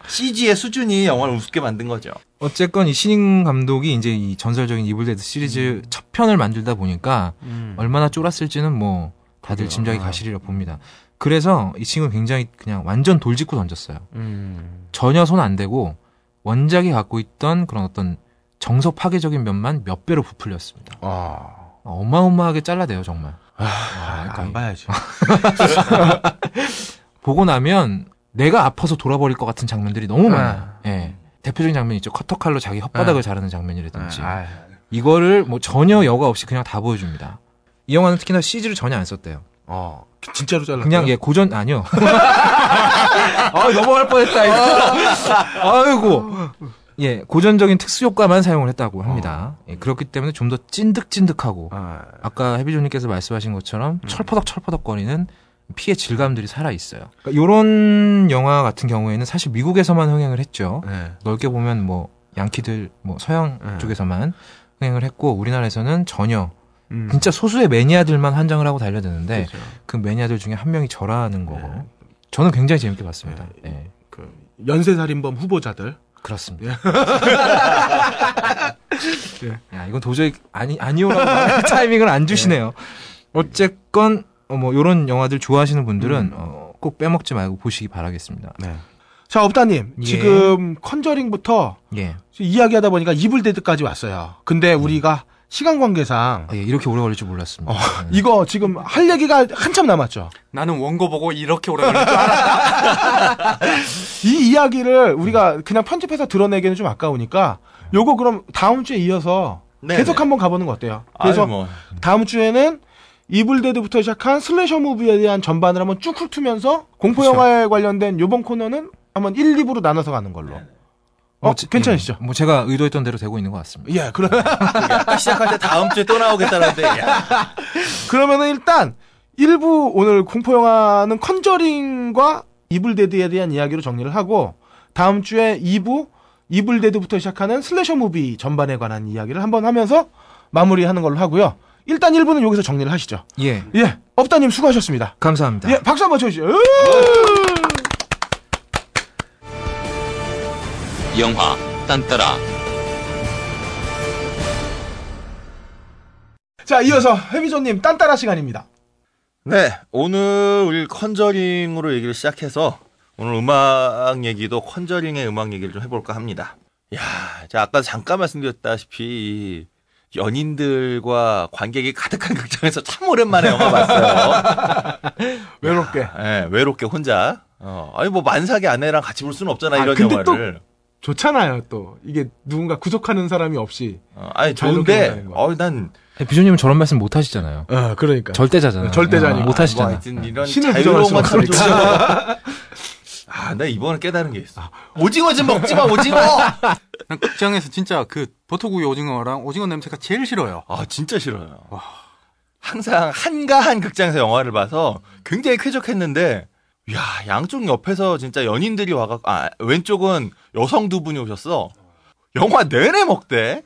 S2: CG의 수준이 영화를 우습게 만든 거죠
S3: 어쨌건 이 신인 감독이 이제 이 전설적인 이블데드 시리즈
S2: 음.
S3: 첫 편을 만들다 보니까 얼마나 쫄았을지는 뭐 다들
S2: 그렇죠. 아.
S3: 짐작이 가시리라 봅니다. 그래서 이 친구는 굉장히 그냥 완전 돌직구 던졌어요. 전혀 손 안 대고 원작이 갖고 있던 그런 어떤 정서 파괴적인 면만 몇 배로 부풀렸습니다.
S1: 아.
S3: 어마어마하게 잘라대요 정말. 와, 그러니까
S6: 안 봐야지.
S1: 아,
S3: 보고 나면 내가 아파서 돌아버릴 것 같은 장면들이 너무
S1: 아.
S3: 많아요. 예. 대표적인 장면 있죠. 커터칼로 자기 혓바닥을 자르는 장면이라든지.
S1: 아유.
S3: 이거를 뭐 전혀 여과 없이 그냥 다 보여줍니다. 이 영화는 특히나 CG를 전혀 안 썼대요.
S1: 어. 진짜로 잘라.
S3: 그냥 예 고전 아니요. 아 넘어갈 뻔했다. 이거. 아이고. 예 고전적인 특수 효과만 사용을 했다고 합니다. 예, 그렇기 때문에 좀 더 찐득찐득하고
S1: 아.
S3: 아까 해비조님께서 말씀하신 것처럼 철퍼덕 철퍼덕거리는 피의 질감들이 살아 있어요. 그러니까 이런 영화 같은 경우에는 사실 미국에서만 흥행을 했죠.
S1: 네.
S3: 음. 넓게 보면 뭐 양키들 뭐 서양
S1: 네.
S3: 쪽에서만 흥행을 했고 우리나라에서는 전혀
S1: 음.
S3: 진짜 소수의 매니아들만 환장을 하고 달려드는데
S1: 그렇죠.
S3: 그 매니아들 중에 한 명이 저라는 거고 저는 굉장히 재밌게 봤습니다. 예,
S1: 그 연쇄살인범 후보자들. [LAUGHS]
S3: 그렇습니다.
S1: 예.
S3: 야 이건 도저히 아니 아니오라고 말할 [LAUGHS] 타이밍을 안 주시네요.
S1: 예.
S3: 어쨌건 어, 뭐 이런 영화들 좋아하시는
S1: 음.
S3: 분들은 어, 꼭 빼먹지 말고 보시기 바라겠습니다.
S1: 자, 업다님.
S3: 예.
S1: 지금 컨저링부터
S3: 예,
S1: 이야기하다 보니까 이블데드까지 왔어요. 근데 우리가 시간 관계상
S3: 아, 예, 이렇게 오래 걸릴 줄 몰랐습니다. 예.
S1: 어, 이거 지금 할 얘기가 한참 남았죠.
S4: 나는 원고 보고 이렇게 오래 걸릴 줄 알아.
S1: 이 이야기를 우리가 그냥 편집해서 드러내기는 좀 아까우니까 요거 그럼 다음 주에 이어서
S2: 네,
S1: 계속
S2: 네.
S1: 한번 가보는 거 어때요?
S2: 그래서
S1: 그래서 다음 주에는 이블데드부터 시작한 슬래셔 무비에 대한 전반을 한번 쭉 훑으면서 공포 영화에 관련된 요번 코너는 한번 1, 2부로 나눠서 가는 걸로. 어,
S3: 제-
S1: 괜찮으시죠?
S3: 예, 뭐 제가 의도했던 대로 되고 있는 것 같습니다.
S1: 예, 그러,
S2: 시작할 때 다음 주에 또 나오겠다는데 야,
S1: [LAUGHS] 그러면은 일단 1부 오늘 공포 영화는 컨저링과 이블데드에 대한 이야기로 정리를 하고 다음 주에 2부 이블데드부터 시작하는 슬래셔 무비 전반에 관한 이야기를 한번 하면서 마무리하는 걸로 하고요. 일단 1부는 여기서 정리를 하시죠.
S3: 예,
S1: 예. 업다님 수고하셨습니다.
S3: 감사합니다.
S1: 예, 박수 한번 쳐주시죠. 으!
S7: 영화 딴따라
S1: 자, 이어서 해비조님 딴따라 시간입니다.
S2: 네 오늘 우리 컨저링으로 얘기를 시작해서 오늘 음악 얘기도 컨저링의 음악 얘기를 좀 해볼까 합니다 야, 자 아까 잠깐 말씀드렸다시피 이 연인들과 관객이 가득한 극장에서 참 오랜만에 영화 봤어요. [LAUGHS]
S1: 외롭게.
S2: 예, 외롭게 혼자. 어, 아니 뭐 만삭의 아내랑 같이 볼 수는 없잖아
S1: 아,
S2: 이런
S1: 근데 또-
S2: 영화를.
S1: 좋잖아요, 또. 이게 누군가 구속하는 사람이 없이.
S2: 어, 아니
S1: 자유롭게
S2: 좋은데,
S1: 본다는 거.
S2: 어, 난
S3: 예, 비조님은 저런 말씀 못 하시잖아요.
S1: 어, 그러니까.
S3: 절대자잖아요. 예,
S1: 절대자니까.
S3: 못
S2: 뭐
S3: 하시잖아요.
S2: 하여튼 이런
S1: 신을
S2: 자유로운
S1: 부정할
S2: 건 참
S1: 수는
S2: 좋아. [LAUGHS] 아, 나 이번에 깨달은 게 있어. 오징어 좀 먹지 마, 오징어.
S4: 난 극장에서 진짜 그 버터구이 오징어랑 오징어 냄새가 제일 싫어요.
S2: 아, 진짜 싫어요. 항상 한가한 극장에서 영화를 봐서 굉장히 쾌적했는데 야 양쪽 옆에서 진짜 연인들이 와갖고 아 왼쪽은 여성 두 분이 오셨어 영화 내내 먹대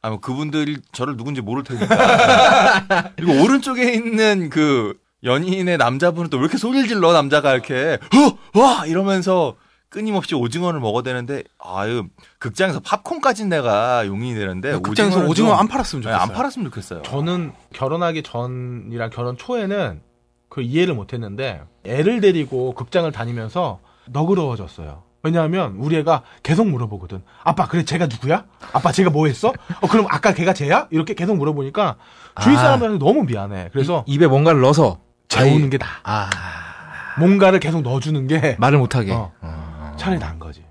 S2: 아뭐 그분들이 저를 누군지 모를 테니까
S4: [LAUGHS]
S2: 그리고 오른쪽에 있는 그 연인의 남자분은 또 왜 이렇게 소리를 질러 남자가 이렇게 어, 허와 이러면서 끊임없이 오징어를 먹어대는데 아유 극장에서 팝콘까지 내가 용인이 되는데
S4: 네, 극장에서
S2: 네, 오징어는
S4: 오징어
S2: 좀-
S4: 안 팔았으면
S2: 네,
S4: 좋겠어요.
S2: 안 팔았으면 좋겠어요.
S1: 저는 결혼하기 전이랑 결혼 초에는 그 이해를 못했는데 애를 데리고 극장을 다니면서 너그러워졌어요. 왜냐하면 우리 애가 계속 물어보거든. 아빠 그래 쟤가 누구야? 아빠 쟤가 뭐 했어? 어, 그럼 아까 걔가 쟤야? 이렇게 계속 물어보니까 주위
S3: 아.
S1: 사람들한테 너무 미안해. 그래서
S3: 입에 뭔가를 넣어서
S1: 재우는
S3: 아이-
S1: 게 나.
S3: 아
S1: 뭔가를 계속 넣어주는 게
S3: 말을 못하게
S1: 어. 차라리 나은 거지.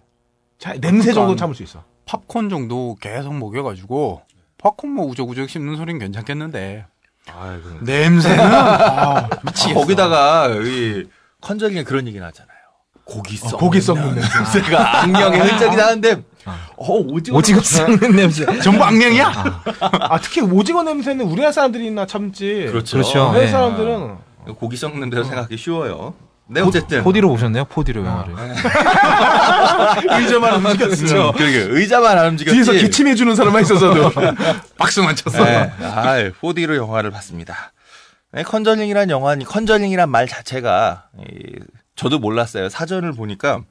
S1: 차, 냄새 정도 는 참을 수 있어.
S4: 팝콘 정도 계속 먹여가지고 팝콘 뭐 우적우적 씹는 소린 괜찮겠는데 냄새는
S2: [LAUGHS]
S4: 아, 미치겠어.
S2: 거기다가 이 컨저링에 그런 얘기 나잖아요. 어, 고기 썩
S1: 고기 썩는 냄새.
S2: 냄새가 악령의 흔적이 나는데 어 오징어
S3: 오지급 썩는 냄새.
S4: 전부 악령이야?
S1: 아 특히 오징어 냄새는 우리나라 사람들이나 참지.
S2: 그렇죠.
S3: 그렇죠.
S1: 해외
S3: 네.
S1: 사람들은
S2: 고기 썩는 데로 생각하기 쉬워요. 네
S1: 예.
S2: 어쨌든
S3: 포디로 보셨나요? 포디로 영화를.
S2: 의자만 안 움직였죠. 그렇죠. 음, 그러게 의자만 안 움직였지.
S8: 뒤에서 기침해주는 사람만 있었어도.
S4: [LAUGHS] 박수만 쳤어.
S2: 네. 아, 4D로 영화를 봤습니다. 네, 컨저링이란 영화, 컨저링이란 말 자체가 이, 저도 몰랐어요. 사전을 보니까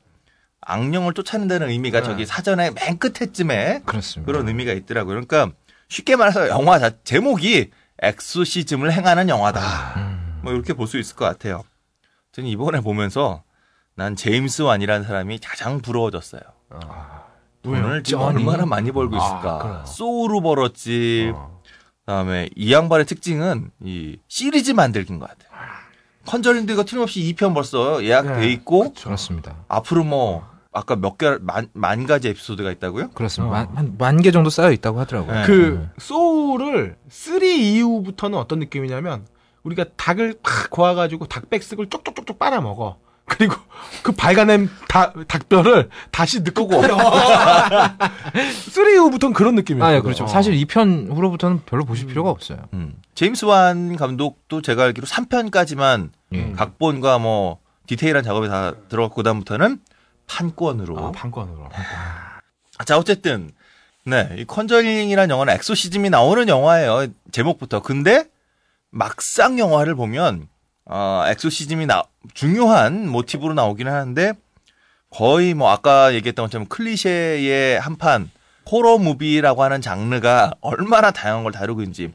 S2: 악령을 쫓아낸다는 의미가 저기 사전에 맨 끝에쯤에
S3: 그렇습니다.
S2: 그런 의미가 있더라고요. 그러니까 쉽게 말해서 영화 자, 제목이 엑소시즘을 행하는 영화다.
S1: 아.
S2: 뭐 이렇게 볼 수 있을 것 같아요. 저는 이번에 보면서 난 제임스 완이라는 사람이 가장 부러워졌어요.
S1: 아.
S2: 돈을 지금
S3: 쩐이?
S2: 얼마나 많이 벌고 있을까.
S1: 그래요.
S2: 소우로 벌었지.
S1: 어.
S2: 그다음에 이 양반의 특징은 이 시리즈 만들기인 것 같아요. 컨저링드가 틀림없이 2편 벌써 예약돼
S1: 네,
S2: 있고
S3: 그렇죠. 그렇습니다.
S2: 앞으로 뭐 아까 몇개만 만 가지 에피소드가 있다고요?
S3: 그렇습니다. 한만 개 정도 쌓여 있다고 하더라고요.
S2: 네.
S1: 그 소울을 3 이후부터는 어떤 느낌이냐면 우리가 닭을 팍 고아가지고 닭백숙을 쪽쪽쪽쪽 빨아먹어. 그리고 그 발간된 다- 닭뼈를 다시 넣고 [LAUGHS] 쓰리 이후부터는 그런 느낌이에요.
S3: 아, 예, 그렇죠. 사실 2편 후로부터는 별로 보실 필요가 없어요.
S2: 음. 제임스 완 감독도 제가 알기로 3편까지만
S3: 예.
S2: 각본과 뭐 디테일한 작업이 다 들어갔고 그다음부터는 판권으로
S3: 아,
S1: 판권으로.
S2: 아, 자, 어쨌든. 네. 이 컨저링이라는 영화는 엑소시즘이 나오는 영화예요. 제목부터. 근데 막상 영화를 보면 어, 엑소시즘이 나 중요한 모티브로 나오긴 하는데 거의 뭐 아까 얘기했던 것처럼 클리셰의 한판 호러 무비라고 하는 장르가 얼마나 다양한 걸 다루고 있는지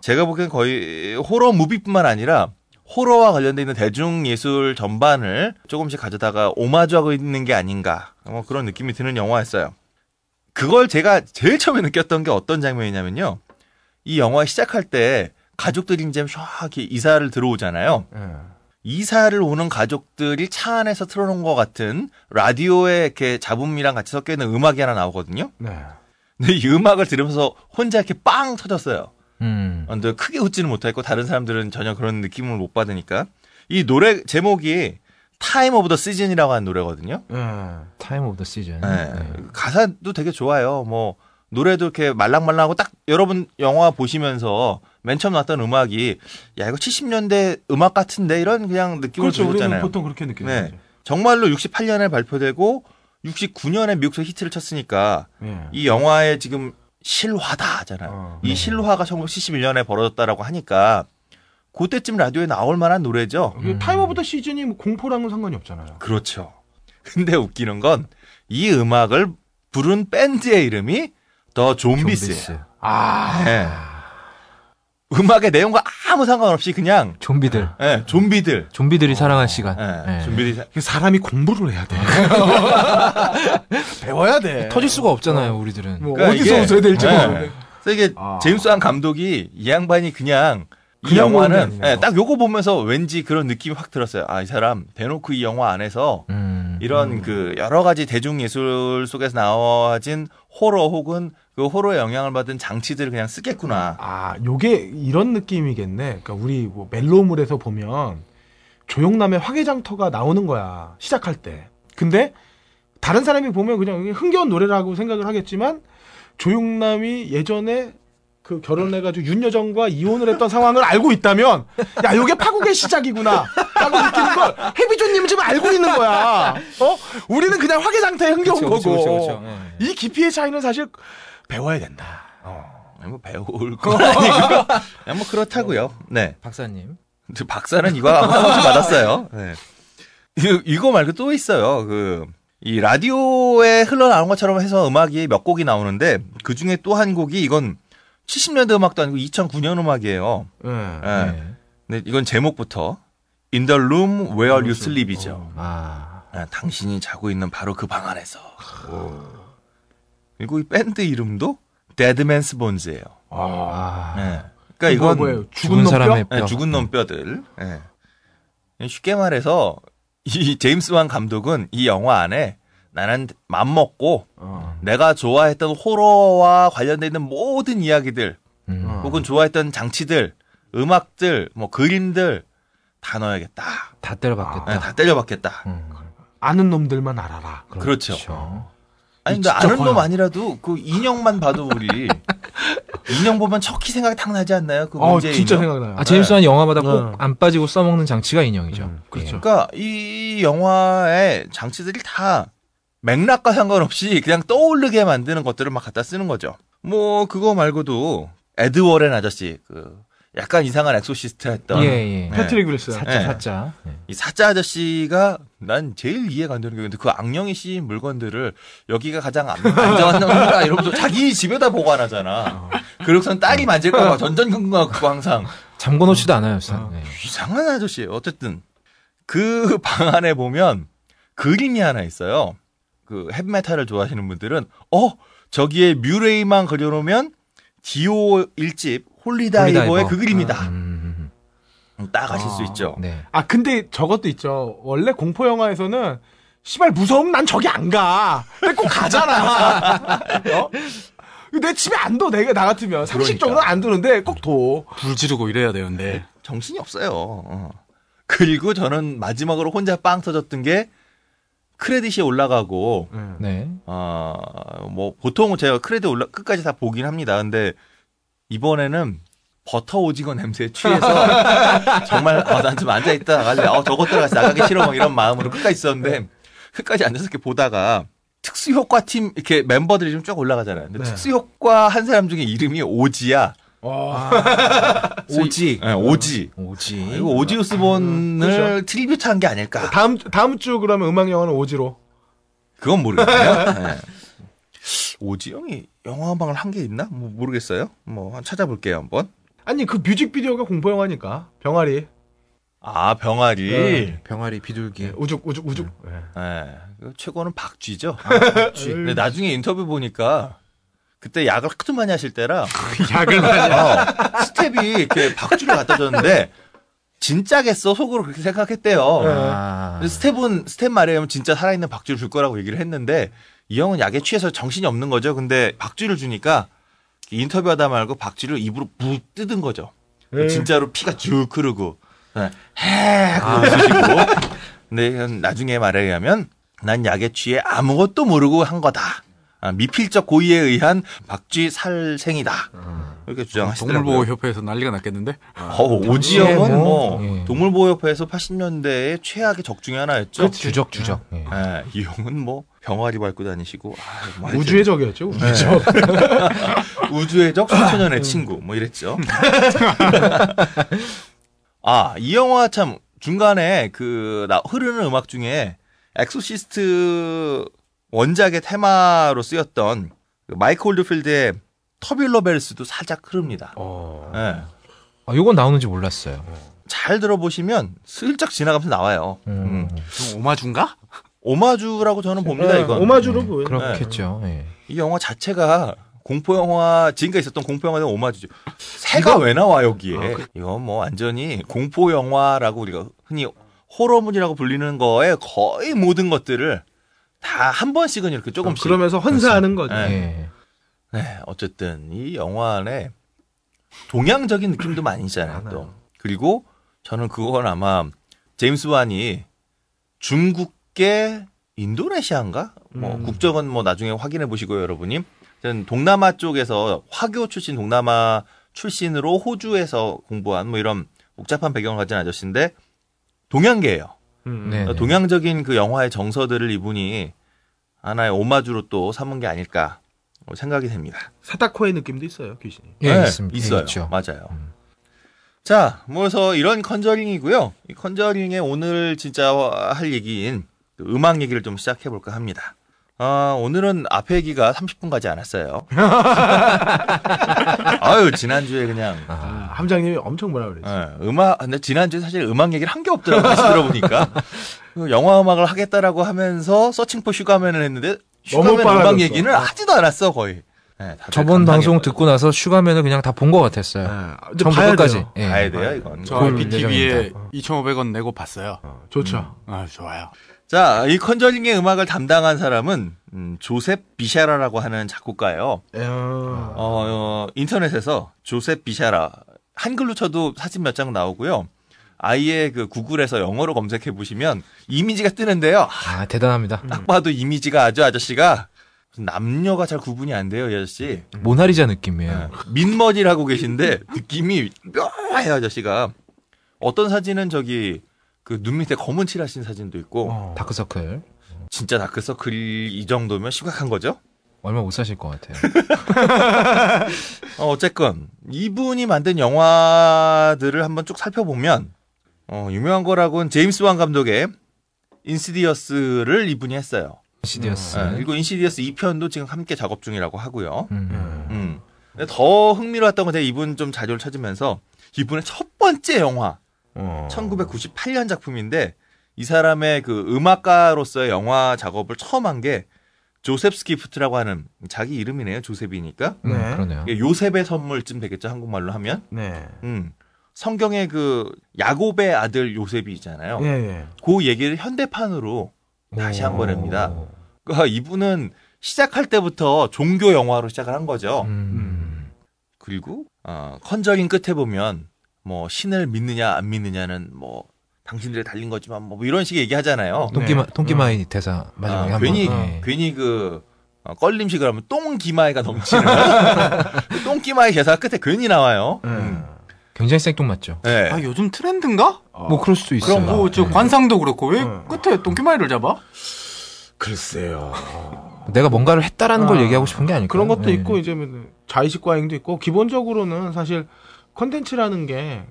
S2: 제가 보기엔 거의 호러 무비뿐만 아니라 호러와 관련돼 있는 대중 예술 전반을 조금씩 가져다가 오마주하고 있는 게 아닌가 뭐 그런 느낌이 드는 영화였어요. 그걸 제가 제일 처음에 느꼈던 게 어떤 장면이냐면요. 이 영화 시작할 때 가족들이 이제 쫙 이렇게 이사를 들어오잖아요.
S3: 예.
S2: 이사를 오는 가족들이 차 안에서 틀어놓은 것 같은 라디오에 이렇게 잡음이랑 같이 섞여 있는 음악이 하나 나오거든요.
S1: 네.
S2: 근데 이 음악을 들으면서 혼자 이렇게 빵 터졌어요.
S3: 음.
S2: 근데 크게 웃지는 못했고 다른 사람들은 전혀 그런 느낌을 못 받으니까 이 노래 제목이 타임 오브 더 시즌이라고 하는 노래거든요.
S3: 예. 타임 오브 더 시즌.
S2: 네.
S3: 예.
S2: 가사도 되게 좋아요. 뭐 노래도 이렇게 말랑말랑하고 딱 여러분 영화 보시면서 맨 처음 나왔던 음악이 야 이거 70년대 음악 같은데 이런 그냥 느낌을
S1: 그렇죠. 우리는
S2: 주잖아요.
S1: 보통 그렇게 느끼는
S2: 네.
S1: 거죠.
S2: 정말로 68년에 발표되고 69년에 미국에서 히트를 쳤으니까
S1: 예.
S2: 이 영화의 지금 실화다잖아요.
S1: 어,
S2: 이 실화가 1971년에 벌어졌다라고 하니까 그때쯤 라디오에 나올 만한 노래죠.
S1: 이게 타임 오브 더 시즌이 뭐 공포랑은 상관이 없잖아요.
S2: 그렇죠. 근데 웃기는 건 이 음악을 부른 밴드의 이름이 더 좀비스예요.
S3: 좀비스.
S1: 아.
S2: 예. 음악의 내용과 아무 상관없이 그냥
S3: 좀비들.
S2: 예, 좀비들.
S3: 좀비들이 사랑할 시간.
S2: 예,
S3: 예.
S2: 좀비들.
S1: 이게 사람이 공부를 해야 [LAUGHS] 돼. 배워야 돼.
S3: 터질 수가 없잖아요, 우리들은.
S1: 뭐
S2: 그러니까
S1: 어디서
S2: 이게-
S1: 웃어야 될지
S2: 예.
S1: 모르는데.
S2: 그래서 이게
S1: 아.
S2: 제임스 한 감독이 이 양반이 그냥 이
S1: 그냥 보는 게
S2: 영화는
S1: 아니네요.
S2: 예, 딱 요거 보면서 왠지 그런 느낌이 확 들었어요. 아, 이 사람 대놓고 이 영화 안에서
S3: 음.
S2: 이런 그 여러 가지 대중 예술 속에서 나와진 호러 혹은 그 호러의 영향을 받은 장치들을 그냥 쓰겠구나.
S1: 아, 요게 이런 느낌이겠네. 그러니까 우리 뭐 멜로물에서 보면 조용남의 화개장터가 나오는 거야. 시작할 때. 근데 다른 사람이 보면 그냥 흥겨운 노래라고 생각을 하겠지만 조용남이 예전에
S6: 그 결혼해가지고 윤여정과 이혼을 했던 상황을 알고 있다면 야 요게 파국의 시작이구나 라고 느끼는 걸 해비조님은 지금 알고 있는 거야 어 우리는 그냥 화개장터에 흥겨운
S3: 그쵸,
S6: 거고
S3: 그쵸, 그쵸, 그쵸. 예.
S6: 이 깊이의 차이는 사실 배워야 된다
S2: 아니, 뭐 배울 거 아니고 그냥 뭐 그렇다고요. 네.
S3: 박사님.
S2: 저 박사는 이거 아마 선물 받았어요. 네. 이거, 이거 말고 또 있어요. 그, 이 라디오에 흘러나온 것처럼 해서 음악이 몇 곡이 나오는데 그 중에 또 한 곡이 이건 70년대 음악도 아니고 2009년 음악이에요. 예.
S3: 예.
S2: 근데 이건 제목부터 In the room where you sleep이죠.
S3: 아.
S2: 아, 당신이 자고 있는 바로 그 방 안에서. 그리고 이 밴드 이름도 데드맨스 본즈예요.
S3: 아.
S2: 예. 그러니까 이건
S1: 뭐예요?
S3: 죽은,
S1: 죽은
S3: 사람의
S2: 예,
S3: 뼈.
S2: 죽은 놈 뼈들. 예. 쉽게 말해서 이 제임스 완 감독은 이 영화 안에 나는 맘 먹고
S1: 어.
S2: 내가 좋아했던 호러와 관련돼 있는 모든 이야기들
S3: 음.
S2: 혹은 좋아했던 장치들, 음악들, 뭐 그림들 다 넣어야겠다.
S3: 다
S2: 예,
S3: 때려봤겠다.
S2: 다 때려봤겠다.
S3: 음.
S1: 아는 놈들만 알아라.
S2: 그렇죠.
S3: 그렇죠.
S2: 아니 근데
S3: 진짜
S2: 아는 놈
S3: 커요.
S2: 아니라도 그 인형만 봐도 우리 인형 보면 척키 생각이 탁 나지 않나요? 그
S1: 어,
S2: 문제
S1: 진짜
S2: 인형.
S1: 생각나요.
S3: 아, 제임스 한 영화마다 꼭
S1: 네.
S3: 안 빠지고 써먹는 장치가 인형이죠.
S1: 그렇죠.
S2: 그러니까 이 영화의 장치들이 다 맥락과 상관없이 그냥 떠오르게 만드는 것들을 막 갖다 쓰는 거죠. 뭐 그거 말고도 에드워렌 아저씨 그 약간 이상한 엑소시스트 했던
S3: 예, 예.
S2: 네.
S1: 패트릭 윌슨.
S3: 사자,
S2: 예.
S3: 사자.
S2: 이 사자 아저씨가 난 제일 이해가 안 되는 게 근데 그 악령이 씌인 물건들을 여기가 가장 안- 안전한 거다 이러면서 자기 집에다 보관하잖아. 그리고선 딸이 만질까봐 전전긍긍하고 그거 항상
S3: 잠궈놓지도 않아요. 사- 네.
S2: 이상한 아저씨예요. 어쨌든 그 방 안에 보면 그림이 하나 있어요. 그 헤비메탈을 좋아하시는 분들은 어 저기에 뮤레이만 그려놓으면 디오 일집 홀리다이버의
S3: 홀리다이버.
S2: 그 그림이다.
S3: 음,
S2: 딱 아실 수 있죠.
S3: 네.
S1: 아 근데 저것도 있죠. 원래 공포 영화에서는 시발 무서움 난 저기 안 가. 근데 꼭
S2: [LAUGHS]
S1: 가잖아. 어? 내 집에 안 둬. 내가 나
S2: 그러니까.
S1: 같으면 상식적으로 안 두는데 꼭 둬.
S4: 불 지르고 이래야 되는데.
S2: 정신이 없어요. 어. 그리고 저는 마지막으로 혼자 빵 터졌던 게 크레딧이 올라가고 어,
S3: 네.
S2: 아뭐 보통 제가 크레딧 올라 끝까지 다 보긴 합니다. 근데 이번에는 버터 오징어 냄새에 취해서 [LAUGHS] 정말 어, 난좀 앉아 있다 나갈래. 어 저것들 같이 나가기 싫어 막 이런 마음으로 끝까지 있었는데 끝까지 앉아서 이렇게 보다가 특수 효과 팀 이렇게 멤버들이 좀 쭉 올라가잖아요. 근데 특수 효과 한 사람 중에 이름이 오지야.
S1: 어.
S2: 아.
S3: 오지.
S2: 예, 오지. 그렇죠. 어,
S3: 오지.
S2: 이거 오지우스본을 트리뷰트 한 게
S1: [LAUGHS]
S2: 아닐까.
S1: 다음 다음 주 그러면 음악 영화는 오지로.
S2: 그건 [LAUGHS] 모르겠네요. 네. 오지영이 영화방을 한 게 있나? 뭐 모르겠어요. 뭐 한번 찾아볼게요 한번.
S1: 아니 그 뮤직비디오가 공포 영화니까 병아리
S2: 아 병아리. 네.
S3: 병아리 비둘기.
S1: 우죽 우죽 우죽.
S2: 예. 그 최고는 박쥐죠. 근데 나중에 인터뷰 보니까 그때 약을 하도 많이 하실 때라
S4: 약을
S3: 아,
S4: 많이.
S2: 어, 스텝이 이렇게 박쥐를 갖다 줬는데 진짜겠어 속으로 그렇게 생각했대요.
S1: 예.
S3: 아.
S2: 근데 스텝은 스텝 말에 의하면 진짜 살아있는 박쥐를 줄 거라고 얘기를 했는데 이 형은 약에 취해서 정신이 없는 거죠. 근데 박쥐를 주니까 인터뷰하다 말고 박쥐를 입으로 푹 뜯은 거죠.
S4: 네.
S2: 진짜로 피가 쭉 흐르고 네, 헤
S4: 아.
S2: 하고 웃으시고 근데 이건 나중에 말에 의하면 난 약에 취해 아무것도 모르고 한 거다. 아, 미필적 고의에 의한 박쥐 살생이다. 이렇게 주장하시더라고요.
S4: 음. 동물보호협회에서 난리가 났겠는데?
S2: 어, 오지영은
S3: 예,
S2: 뭐,
S3: 뭐, 예.
S2: 동물보호협회에서 80년대의 최악의 적 중에 하나였죠.
S4: 그렇죠.
S3: 주적, 주적. 예.
S2: 예, 이 형은 뭐 병아리 밟고 다니시고 아, 뭐
S1: 음.
S2: 하여튼
S1: 우주의 적이었죠. 우주의 적.
S2: 우주의 적
S1: 아.
S2: 수천년의 친구
S1: [LAUGHS]
S2: 뭐 이랬죠. 아, 이 영화 참 중간에 그 나 흐르는 음악 중에 엑소시스트 원작의 테마로 쓰였던 그 마이크 홀드필드의 터빌러 벨스도 살짝 흐릅니다.
S1: 어.
S2: 예.
S3: 아, 요건 나오는지 몰랐어요.
S2: 네. 잘 들어보시면 슬쩍 지나가면서 나와요. 음.
S3: 음.
S4: 좀 오마주인가?
S2: 오마주라고 저는
S6: 아,
S1: 네,
S2: 봅니다, 네, 이건.
S1: 오마주로 보여.
S3: 음. 그렇겠죠. 예.
S2: 이 영화 자체가 공포 영화 지금까지 있었던 공포 영화에 오마주죠. 새가 왜 나와 여기에? 이건 뭐 완전히 공포 영화라고 우리가 흔히 호러문이라고 불리는 거에 거의 모든 것들을 다 한 번씩은 이렇게 조금씩.
S6: 아,
S1: 그러면서 헌사하는 거죠.
S2: 예.
S3: 예.
S2: 네, 어쨌든 이 영화 안에 동양적인 느낌도 많이 있잖아요. 또 그리고 저는 그건 아마 제임스 완이 음. 중국계 인도네시아인가 뭐 국적은 뭐 나중에 확인해 보시고요, 여러분이 하여튼 동남아 쪽에서 화교 출신 동남아 출신으로 호주에서 공부한 뭐 이런 복잡한 배경을 가진 아저씨인데 동양계예요.
S6: 음.
S3: 네.
S2: 그러니까 동양적인 그 영화의 정서들을 이분이 하나의 오마주로 또 삼은 게 아닐까 생각이 됩니다.
S6: 사타코의 느낌도 있어요 귀신이.
S3: 예,
S2: 네,
S3: 있습니다.
S2: 있어요.
S3: 예, 있죠.
S2: 맞아요.
S3: 음.
S2: 자, 뭐 그래서 이런 컨저링이고요. 이 컨저링의 오늘 진짜 할 얘기인 그 음악 얘기를 좀 시작해 볼까 합니다. 아, 오늘은 앞에 얘기가 30분 가지
S3: [LAUGHS]
S2: 않았어요. 아유, 지난주에 그냥
S6: 아, 함장님이 엄청 뭐라 그랬지.
S2: 예, 음악 근데 지난주에 사실 음악 얘기를 한 게 없더라고요. 다시 들어보니까. 그 영화 음악을 하겠다라고 하면서 서칭 포 슈가맨을 했는데
S6: 너무
S2: 슈가맨
S6: 빨라졌어.
S2: 음악 얘기는 하지도 않았어, 거의. 예, 다들
S3: 저번
S2: 감당해봐요.
S3: 방송 듣고 나서 슈가맨을 그냥 다 본 것 같았어요.
S6: 아, 이제
S3: 처음부터
S6: 봐야
S3: 끝까지.
S6: 돼요.
S3: 예.
S2: 가야 돼요, 이건.
S4: 저
S3: 볼
S4: BTV에
S2: 어.
S3: 예정입니다.
S4: 2,500원 내고 봤어요.
S6: 어, 좋죠.
S4: 아 좋아요.
S2: 자, 이 컨저링의 음악을 담당한 사람은 음, 조셉 비샤라라고 하는 작곡가예요.
S6: 어,
S2: 어, 어, 인터넷에서 조셉 비샤라 한글로 쳐도 사진 몇 장 나오고요. 아예 그 구글에서 영어로 검색해 보시면 이미지가 뜨는데요.
S3: 아, 대단합니다.
S2: 딱 봐도 이미지가 아주 아저씨가 남녀가 잘 구분이 안 돼요, 이 아저씨.
S3: 모나리자 느낌이에요.
S2: 네. 민머리를 하고 계신데 느낌이 묘해요, 아저씨가. 어떤 사진은 저기 그 눈 밑에 검은 칠하신 사진도 있고
S3: 어. 다크서클.
S2: 진짜 다크서클 이 정도면 심각한 거죠?
S3: 얼마 못 사실 것 같아요.
S2: [LAUGHS] 어, 어쨌건 이분이 만든 영화들을 한번 쭉 살펴보면 어, 유명한 거라고는 제임스 왕 감독의 인시디어스를 이분이 했어요.
S3: 시디어스.
S2: 예, 그리고 인시디어스 2편도 지금 함께 작업 중이라고 하고요.
S3: 음.
S2: 음. 근데 더 흥미로웠던 건 제가 이분 좀 자료를 찾으면서 이분의 첫 번째 영화 어.
S1: 어.
S2: 1998년 작품인데 이 사람의 그 음악가로서의 영화 작업을 처음 한 게 조셉 스키프트라고 하는 자기 이름이네요. 조셉이니까.
S3: 음,
S6: 네.
S3: 그러네요.
S2: 이게 요셉의 선물쯤 되겠죠. 한국말로 하면.
S6: 네.
S2: 음. 성경의 그 야곱의 아들 요셉이 있잖아요.
S3: 네.
S6: 예, 예.
S2: 그 얘기를 현대판으로 다시 한 번 합니다. 그러니까 이분은 시작할 때부터 종교 영화로 시작을 한 거죠.
S3: 음.
S2: 그리고 어, 컨저링 끝에 보면 뭐 신을 믿느냐 안 믿느냐는 뭐 당신들의 달린 거지만 뭐 이런 식의 얘기하잖아요.
S3: 어, 똥기마 똥기마이 대사 마지막에
S2: 음. 아,
S3: 네, 한
S2: 괜히
S3: 번. 예.
S2: 괜히 그 어, 껄림식을 하면 똥기마이가 넘치는 [LAUGHS] 그 똥기마이 대사 끝에 괜히 나와요.
S6: 예.
S2: 음.
S3: 굉장히 생뚱맞죠.
S2: 네.
S4: 아 요즘 트렌드인가?
S3: 뭐 그럴 수도 있어요.
S4: 그럼 뭐 저
S3: 예.
S4: 관상도 그렇고 왜
S2: 어.
S4: 끝에 똥기마이를 잡아?
S1: 글쎄요.
S3: 내가 뭔가를 했다라는 걸
S6: 아,
S3: 얘기하고 싶은 게 아닐까. 네.
S6: 그런 것도 있고 이제 뭐 자의식 과잉도 있고 기본적으로는 사실 컨텐츠라는 게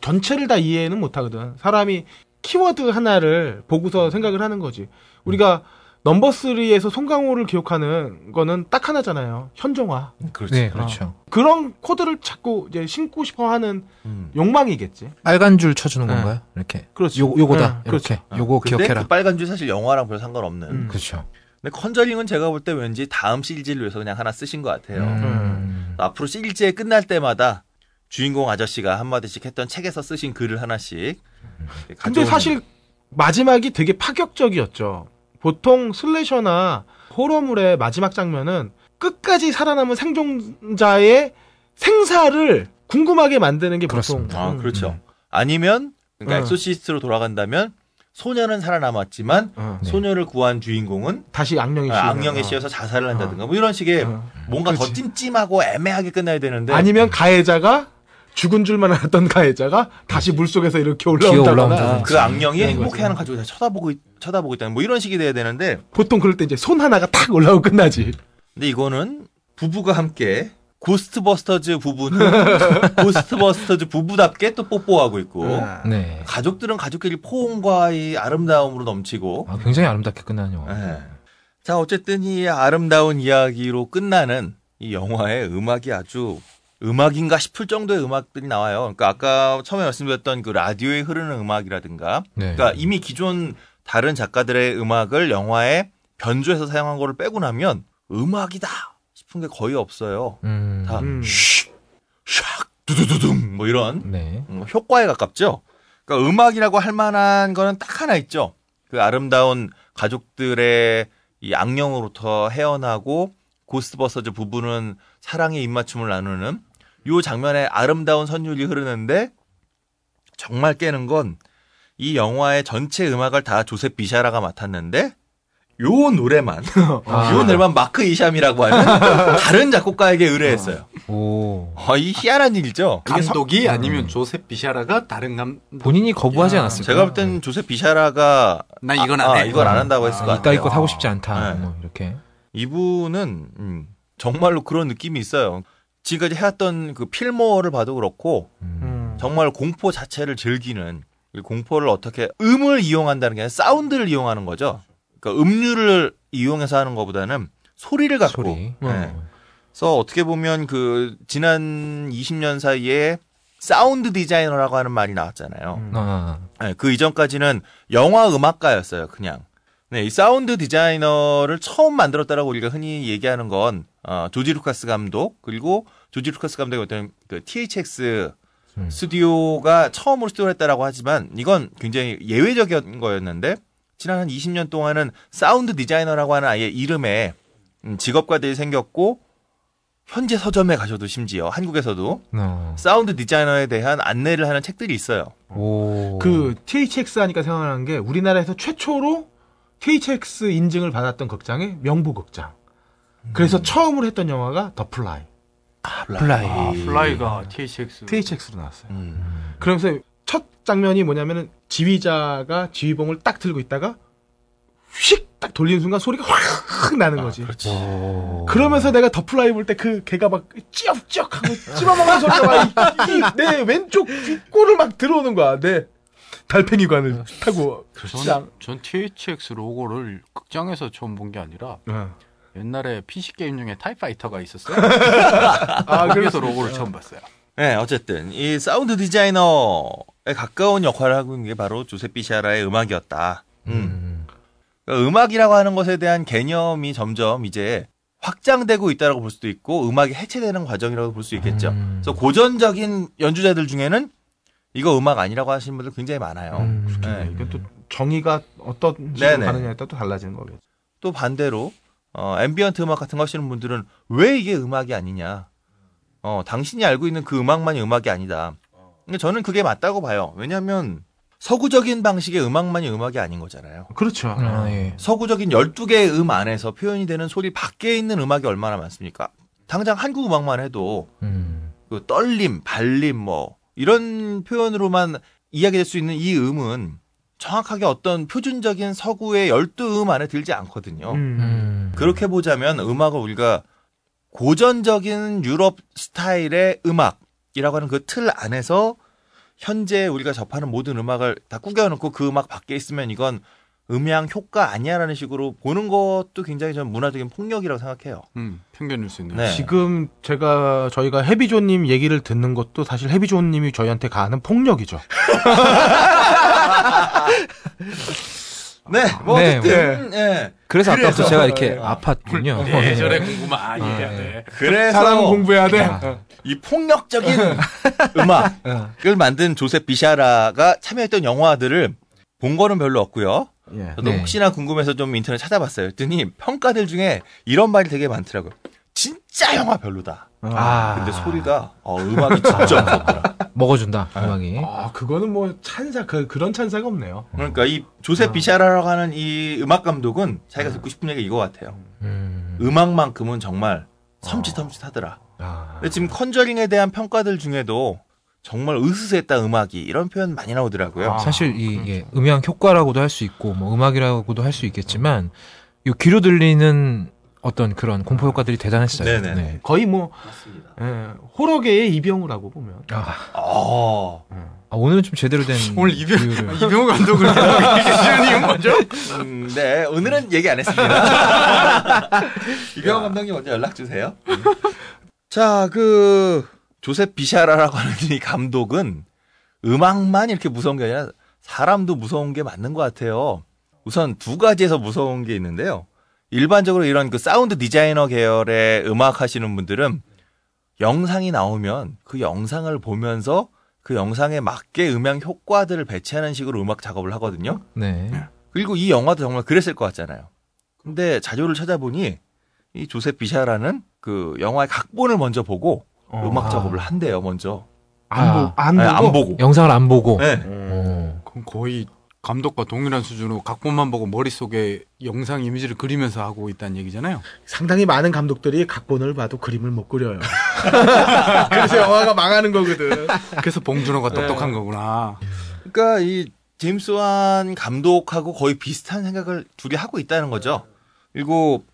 S6: 전체를 다 이해는 못 하거든. 사람이 키워드 하나를 보고서 생각을 하는 거지. 우리가 넘버 3에서 송강호를 기억하는 거는 딱 하나잖아요. 현종화.
S2: 그렇죠.
S3: 네, 그렇죠.
S6: 그런 코드를 자꾸 이제 신고 싶어 하는
S2: 음.
S6: 욕망이겠지.
S1: 아.
S3: 빨간 줄 쳐주는
S6: 네.
S3: 건가요? 이렇게.
S6: 그렇죠.
S3: 요 요거다.
S6: 네,
S3: 이렇게. 요거
S2: 근데
S3: 기억해라.
S2: 그 빨간 줄 사실 영화랑 별 상관없는.
S6: 음.
S3: 그렇죠.
S2: 근데 컨저링은 제가 볼 때 왠지 다음 시리즈를 위해서 그냥 하나 쓰신 것 같아요.
S3: 음.
S2: 앞으로 시리즈에 끝날 때마다 주인공 아저씨가 한마디씩 했던 책에서 쓰신 글을 하나씩.
S6: 근데
S2: 가져오는-
S6: 사실 마지막이 되게 파격적이었죠. 보통 슬래셔나 호러물의 마지막 장면은 끝까지 살아남은 생존자의 생사를 궁금하게 만드는 게 보통.
S3: 그렇습니다.
S2: 아
S6: 음.
S2: 그렇죠. 아니면 그러니까
S6: 음.
S2: 엑소시스트로 돌아간다면 소녀는 살아남았지만
S6: 어,
S3: 네.
S2: 소녀를 구한 주인공은
S6: 다시 악령이
S2: 아,
S6: 씌우는
S2: 악령에
S6: 거.
S2: 씌여서 자살을 한다든가 뭐 이런 식의
S6: 어.
S2: 뭔가 더 찜찜하고 애매하게 끝나야 되는데
S6: 아니면 가해자가 죽은 줄만 알았던 가해자가 다시 물 속에서 이렇게
S3: 기어
S6: 올라온다거나
S3: 올라온다.
S2: 그 악령이
S6: 네, 그런 거지.
S2: 행복해하는 가족을 다 쳐다보고 있- 쳐다보고 있다는 뭐 이런 식이 돼야 되는데
S6: 보통 그럴 때 이제 손 하나가 탁 올라오고 끝나지.
S2: 근데 이거는 부부가 함께 고스트버스터즈 부부는 [LAUGHS] 고스트버스터즈 부부답게 또 뽀뽀하고 있고
S3: 네.
S2: 가족들은 가족끼리 포옹과 이 아름다움으로 넘치고
S3: 아, 굉장히 아름답게 끝나는 영화.
S2: 예. 자 어쨌든 이 아름다운 이야기로 끝나는 이 영화의 음악이 아주 음악인가 싶을 정도의 음악들이 나와요. 그러니까 아까 처음에 말씀드렸던 그 라디오에 흐르는 음악이라든가
S3: 네.
S2: 그러니까 이미 기존 다른 작가들의 음악을 영화에 변주해서 사용한 거를 빼고 나면 음악이다 싶은 게 거의 없어요.
S3: 음.
S2: 다
S6: 음.
S2: 슉, 샥, 두두두둥 뭐 이런
S3: 네.
S2: 음, 효과에 가깝죠. 그러니까 음악이라고 할 만한 거는 딱 하나 있죠. 그 아름다운 가족들의 이 악령으로부터 헤어나고 고스트버스터즈 부부는 사랑의 입맞춤을 나누는 요 장면에 아름다운 선율이 흐르는데 정말 깨는 건 이 영화의 전체 음악을 다 조셉 비샤라가 맡았는데 요 노래만 요 노래만 마크 이샴이라고 하는 다른 작곡가에게 의뢰했어요.
S3: 오.
S2: 아, 이 희한한 일이죠.
S4: 감독이
S2: 음.
S4: 아니면 조셉 비샤라가 다른 감.
S3: 본인이 거부하지 않았을까?
S2: 제가 볼 때는 조셉 비샤라가
S4: 나 이건
S2: 아,
S4: 안 해.
S2: 아, 이건 안 한다고 했을 것
S3: 네. 아, 이따위
S2: 같아요.
S3: 것 하고 싶지 않다.
S2: 네.
S3: 뭐 이렇게.
S2: 이분은 음, 정말로 그런 느낌이 있어요. 지금까지 해왔던 그 필모어를 봐도 그렇고
S6: 음.
S2: 정말 공포 자체를 즐기는 이 공포를 어떻게 음을 이용한다는 게 아니라 사운드를 이용하는 거죠. 그러니까 음률을 이용해서 하는 것보다는 소리를 갖고.
S3: 소리. 음.
S2: 네. 그래서 어떻게 보면 그 지난 20년 사이에 사운드 디자이너라고 하는 말이 나왔잖아요.
S3: 아,
S2: 네, 그 이전까지는 영화 음악가였어요, 그냥. 네, 이 사운드 디자이너를 처음 만들었다라고 우리가 흔히 얘기하는 건 어, 조지 루카스 감독 그리고 조지 루카스 감독의 어떤 그 THX
S3: 음.
S2: 스튜디오가 처음으로 스튜디오를 했다라고 하지만 이건 굉장히 예외적인 거였는데 지난 한 20년 동안은 사운드 디자이너라고 하는 아예 이름에 음, 직업과들이 생겼고 현재 서점에 가셔도 심지어 한국에서도
S3: 어.
S2: 사운드 디자이너에 대한 안내를 하는 책들이 있어요.
S3: 오.
S6: 그 THX 하니까 생각나는 게 우리나라에서 최초로 THX 인증을 받았던 극장이 명보극장. 그래서 처음으로 했던 영화가 더 플라이.
S3: 플라이.
S4: 아,
S2: 아,
S4: 플라이가 THX.
S6: THX로 나왔어요.
S2: 음.
S6: 그러면서 첫 장면이 뭐냐면은 지휘자가 지휘봉을 딱 들고 있다가 휙 딱 돌리는 순간 소리가 확 나는 거지.
S3: 오.
S6: 그러면서 내가 더플라이 볼 때 그 개가 막 찌역찌역 하고 찝어먹는 소리가 막내 왼쪽 귓골을 막 들어오는 거야. 내 달팽이관을 타고.
S4: 전, 전 THX 로고를 극장에서 처음 본 게 아니라 옛날에 PC 게임 중에 타이파이터가 있었어요.
S2: [LAUGHS]
S6: 아,
S4: 거기서 로고를 처음 봤어요.
S2: 네, 어쨌든 이 사운드 디자이너에 가까운 역할을 하고 있는 게 바로 조셉 비샤라의 음악이었다. 음.
S3: 음.
S2: 악이라고 하는 것에 대한 개념이 점점 이제 확장되고 있다라고 볼 수도 있고 음악이 해체되는 과정이라고 볼 수 있겠죠.
S3: 음.
S2: 그래서 고전적인 연주자들 중에는 이거 음악 아니라고 하시는 분들 굉장히 많아요.
S3: 음.
S2: 네.
S6: 이게 또 정의가 어떤
S2: 네네.
S6: 식으로 가느냐에 따라 또 달라지는 거겠죠.
S2: 또 반대로 어, 앰비언트 음악 같은 거 하시는 분들은 왜 이게 음악이 아니냐? 어, 당신이 알고 있는 그 음악만이 음악이 아니다. 근데 저는 그게 맞다고 봐요. 왜냐하면 서구적인 방식의 음악만이 음악이 아닌 거잖아요.
S6: 그렇죠.
S3: 아, 예.
S2: 서구적인 12개의 음 안에서 표현이 되는 소리 밖에 있는 음악이 얼마나 많습니까? 당장 한국 음악만 해도
S3: 음.
S2: 그 떨림, 발림 뭐 이런 표현으로만 이야기될 수 있는 이 음은 정확하게 어떤 표준적인 서구의 12음 안에 들지
S6: 어.
S2: 않거든요.
S3: 음.
S2: 그렇게 보자면 음악을 우리가 고전적인 유럽 스타일의 음악이라고 하는 그 틀 안에서 현재 우리가 접하는 모든 음악을 다 꾸겨놓고 그 음악 밖에 있으면 이건 음향 효과 아니야라는 식으로 보는 것도 굉장히 저는 문화적인 폭력이라고 생각해요.
S4: 음, 편견일 수 있는.
S2: 네.
S6: 지금 제가 저희가 해비조님 얘기를 듣는 것도 사실 해비조님이 저희한테 가하는 폭력이죠.
S2: 네, 뭐
S3: 네,
S2: 어쨌든 예.
S3: 그래서 아까부터
S2: 그래서- 예.
S3: 제가 이렇게 아팠군요.
S2: 네.
S4: 예전에 공부만 아니
S3: 아, 예.
S4: 네.
S2: 그래서
S6: 사람은 공부해야 돼.
S1: 아.
S2: 이
S3: [LAUGHS]
S2: 폭력적인 음악을 만든 조셉 비샤라가 참여했던 영화들을 본 거는 별로 없고요.
S6: 예.
S2: 저도
S3: 네.
S2: 혹시나 궁금해서 좀 인터넷 찾아봤어요. 그랬더니 평가들 중에 이런 말이 되게 많더라고요. 진짜 영화 별로다.
S3: 아.
S2: 근데 소리가 어, 음악이 진짜 무섭더라.
S3: 먹어준다 음악이.
S6: 아, 그거는 뭐 찬사 그, 그런 찬사가 없네요.
S2: 그러니까 이
S3: 어.
S2: 조셉 비샤라라고 하는 이 음악 감독은 자기가
S3: 네.
S2: 듣고 싶은 얘기가 이거 같아요.
S3: 음.
S2: 음악만큼은 정말 섬찟섬찟하더라.
S3: 아.
S2: 근데 지금 컨저링에 대한 평가들 중에도 정말 으스스했다 음악이 이런 표현 많이 나오더라고요.
S3: 사실 이
S2: 그렇죠.
S3: 예, 음향 효과라고도 할 수 있고 뭐 음악이라고도 할 수 있겠지만 요 귀로 들리는 어떤 그런 공포 효과들이 대단했어요.
S2: 네네.
S3: 네.
S6: 거의 뭐 예, 호러계의 이병우라고 보면.
S3: 아,
S2: 어.
S3: 아, 오늘은 좀 제대로
S2: [LAUGHS]
S3: 된
S4: 오늘 이병
S3: 이유를.
S4: 이병우 감독을 계시는 이유는 뭐죠?
S2: 음, 네 오늘은 얘기 안 했습니다. 이병헌 감독님 먼저 연락 주세요. 자 그 조셉 비샤라라고 하는 이 감독은 음악만 이렇게 무서운 게 아니라 사람도 무서운 게 맞는 것 같아요. 우선 두 가지에서 무서운 게 있는데요. 일반적으로 이런 그 사운드 디자이너 계열의 음악 하시는 분들은 영상이 나오면 그 영상을 보면서 그 영상에 맞게 음향 효과들을 배치하는 식으로 음악 작업을 하거든요.
S3: 네.
S2: 그리고 이 영화도 정말 그랬을 것 같잖아요. 근데 자료를 찾아보니 이 조셉 비샤라는 그 영화의 각본을 먼저 보고 음악 작업을 한대요, 먼저.
S6: 어. 아. 안, 보, 안
S2: 아니,
S6: 보고.
S2: 안 보고.
S6: 음.
S3: 영상을 안 보고. 어.
S2: 네.
S3: 오.
S4: 그건 거의 감독과 동일한 수준으로 각본만 보고 머릿속에 영상 이미지를 그리면서 하고 있다는 얘기잖아요.
S1: 상당히 많은 감독들이 각본을 봐도 그림을 못 그려요. [LAUGHS] 그래서 영화가 망하는 거거든.
S4: 그래서 [LAUGHS] 봉준호가 똑똑한 거구나.
S2: 그러니까 이 제임스 완 감독하고 거의 비슷한 생각을 둘이 하고 있다는 거죠. 그리고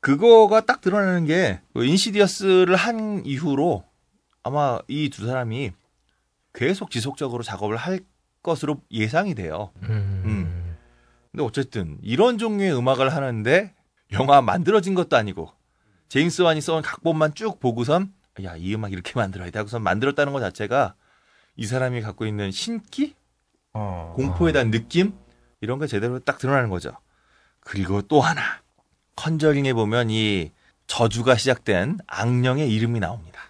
S2: 그거가 딱 드러나는 게그 인시디어스를 한 이후로 아마 이 두 사람이 계속 지속적으로 작업을 할 것으로 예상이 돼요. 음. 근데 어쨌든 이런 종류의 음악을 하는데 영화 만들어진 것도 아니고 제임스 완이 써온 각본만 쭉 보고선 야 이 음악 이렇게 만들어야 돼 하고선 만들었다는 것 자체가 이 사람이 갖고 있는 신기
S6: 어.
S2: [LAUGHS] 공포에 대한 느낌 이런 게 제대로 딱 드러나는 거죠. 그리고 또 하나 컨저링에 보면 이 저주가 시작된 악령의 이름이 나옵니다.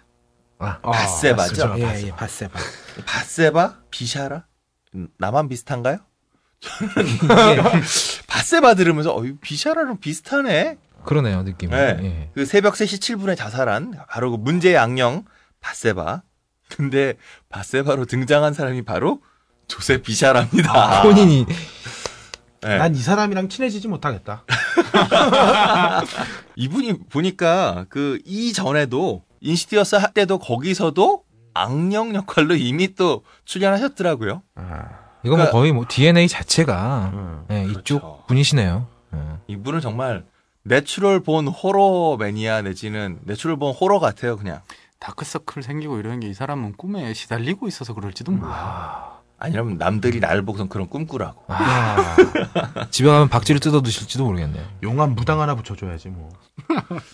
S3: 아,
S2: 바세바죠.
S1: 예, 예, 바세바.
S2: 바세바, 비샤라 음, 나만 비슷한가요? 저는 바세바 들으면서 어, 이 비샤라랑 비슷하네.
S3: 그러네요 느낌이. 예.
S2: 네. 그 새벽 3시 7분에 자살한 바로 그 문제의 악령 바세바. 근데 바세바로 등장한 사람이 바로 조셉 비샤랍니다.
S3: 예. 본인이
S2: 네.
S1: 난 이 사람이랑 친해지지 못하겠다.
S2: 이분이 보니까 그 이전에도 인시디어스 할 때도 거기서도 악령 역할로 이미 또 출연하셨더라고요.
S3: 이거
S2: 그러니까-
S3: 뭐 거의 뭐 DNA 자체가 예,
S2: 그렇죠.
S3: 이쪽 분이시네요. 예.
S2: 이분은 정말 내추럴 본 호러 매니아 내지는 내추럴 본 호러 같아요, 그냥.
S4: 다크서클 생기고 이런 게 이 사람은 꿈에 시달리고 있어서 그럴지도 몰라.
S2: 아니라면 남들이 나를 보고선 그런 꿈꾸라고.
S1: [LAUGHS]
S3: 아, 집에 가면 박쥐를 뜯어 드실지도 모르겠네요.
S1: 용암 무당 하나 붙여줘야지 뭐.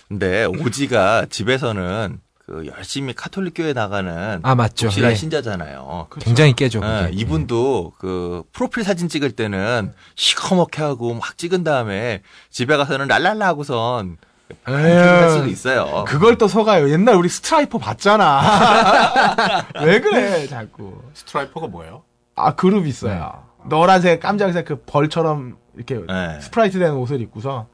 S2: 근데 오지가 집에서는 그 열심히 카톨릭 교회 나가는
S3: 아 맞죠.
S2: 독실한
S3: 예.
S2: 신자잖아요.
S3: 굉장히 깨죠.
S2: 예,
S3: 그게. 음.
S2: 이분도 그 프로필 사진 찍을 때는 시커멓게 하고 막 찍은 다음에 집에 가서는 랄랄라 하고선 할 수도 있어요.
S1: 예. 그걸 또 속아요. 옛날 우리 스트라이퍼 봤잖아. [LAUGHS] 왜 그래 자꾸.
S4: 음. 스트라이퍼가 뭐예요?
S1: 아 그룹 있어요. 노란색 깜짝색 그 벌처럼 이렇게
S2: 네.
S1: 스프라이트 된 옷을 입고서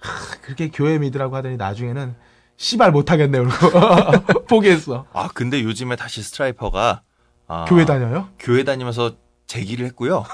S1: 하, 그렇게 교회 믿으라고 하더니 나중에는 씨발 못하겠네 그러고 [LAUGHS] 포기했어.
S2: 아 근데 요즘에 다시 스트라이퍼가 아,
S1: 교회 다녀요?
S2: 교회 다니면서 재기를 했고요.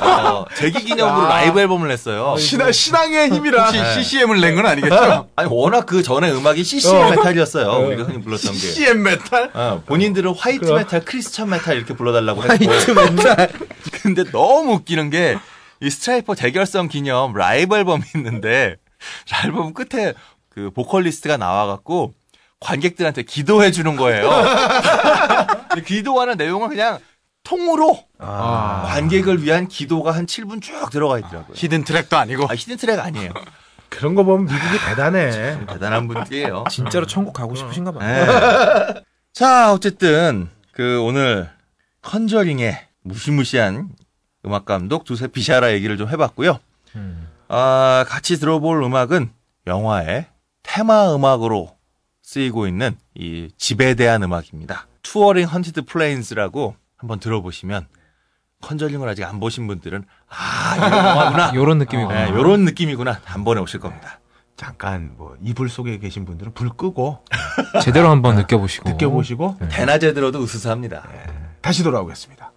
S2: 어, 재기 기념으로 라이브 앨범을 냈어요. 예.
S1: 신앙 신앙의 힘이라.
S4: 혹시 CCM을 낸 건 아니겠죠?
S2: 아니 워낙 그 전에 음악이 CCM 메탈이었어요. 우리가 흔히 불렀던 게.
S4: CCM 메탈?
S2: 어, 본인들은 화이트
S1: 그럼.
S2: 메탈, 크리스천 메탈 이렇게 불러달라고 했고. [LAUGHS] 근데 너무 웃기는 게 이 스트라이퍼 재결성 기념 라이브 앨범이 있는데 [LAUGHS] 앨범 끝에 그 보컬리스트가 나와갖고 관객들한테 기도해 주는 거예요. [LAUGHS] 근데 기도하는 내용은 그냥 통으로 관객을 위한 기도가 한 7분 쭉 들어가 있더라고요.
S4: 히든 트랙도 아니고.
S2: 아, 히든 트랙 아니에요.
S1: 그런 거 보면 미국이 대단해.
S2: 대단한 분들이에요.
S3: 진짜로 천국 가고 싶으신가 봐요.
S2: 예. [LAUGHS] 자, 어쨌든 그 오늘 컨저링의 무시무시한 음악 감독 조셉 비샤라 얘기를 좀 해봤고요.
S3: 음.
S2: 아, 같이 들어볼 음악은 영화의 테마 음악으로 쓰이고 있는 이 집에 대한 음악입니다. 투어링 헌티드 플레인스라고 한번 들어보시면 컨저링을 아직 안 보신 분들은 아, 이런 영화구나.
S3: 음. [LAUGHS] 아, 요런 느낌이구나.
S2: 예, 요런 느낌이구나. 단번에 오실 겁니다.
S1: 잠깐 뭐 이불 속에 계신 분들은 불 끄고
S3: 제대로 한번 느껴보시고.
S1: 느껴보시고
S2: 대낮에 들어도 으스스합니다.
S1: 다시 돌아오겠습니다.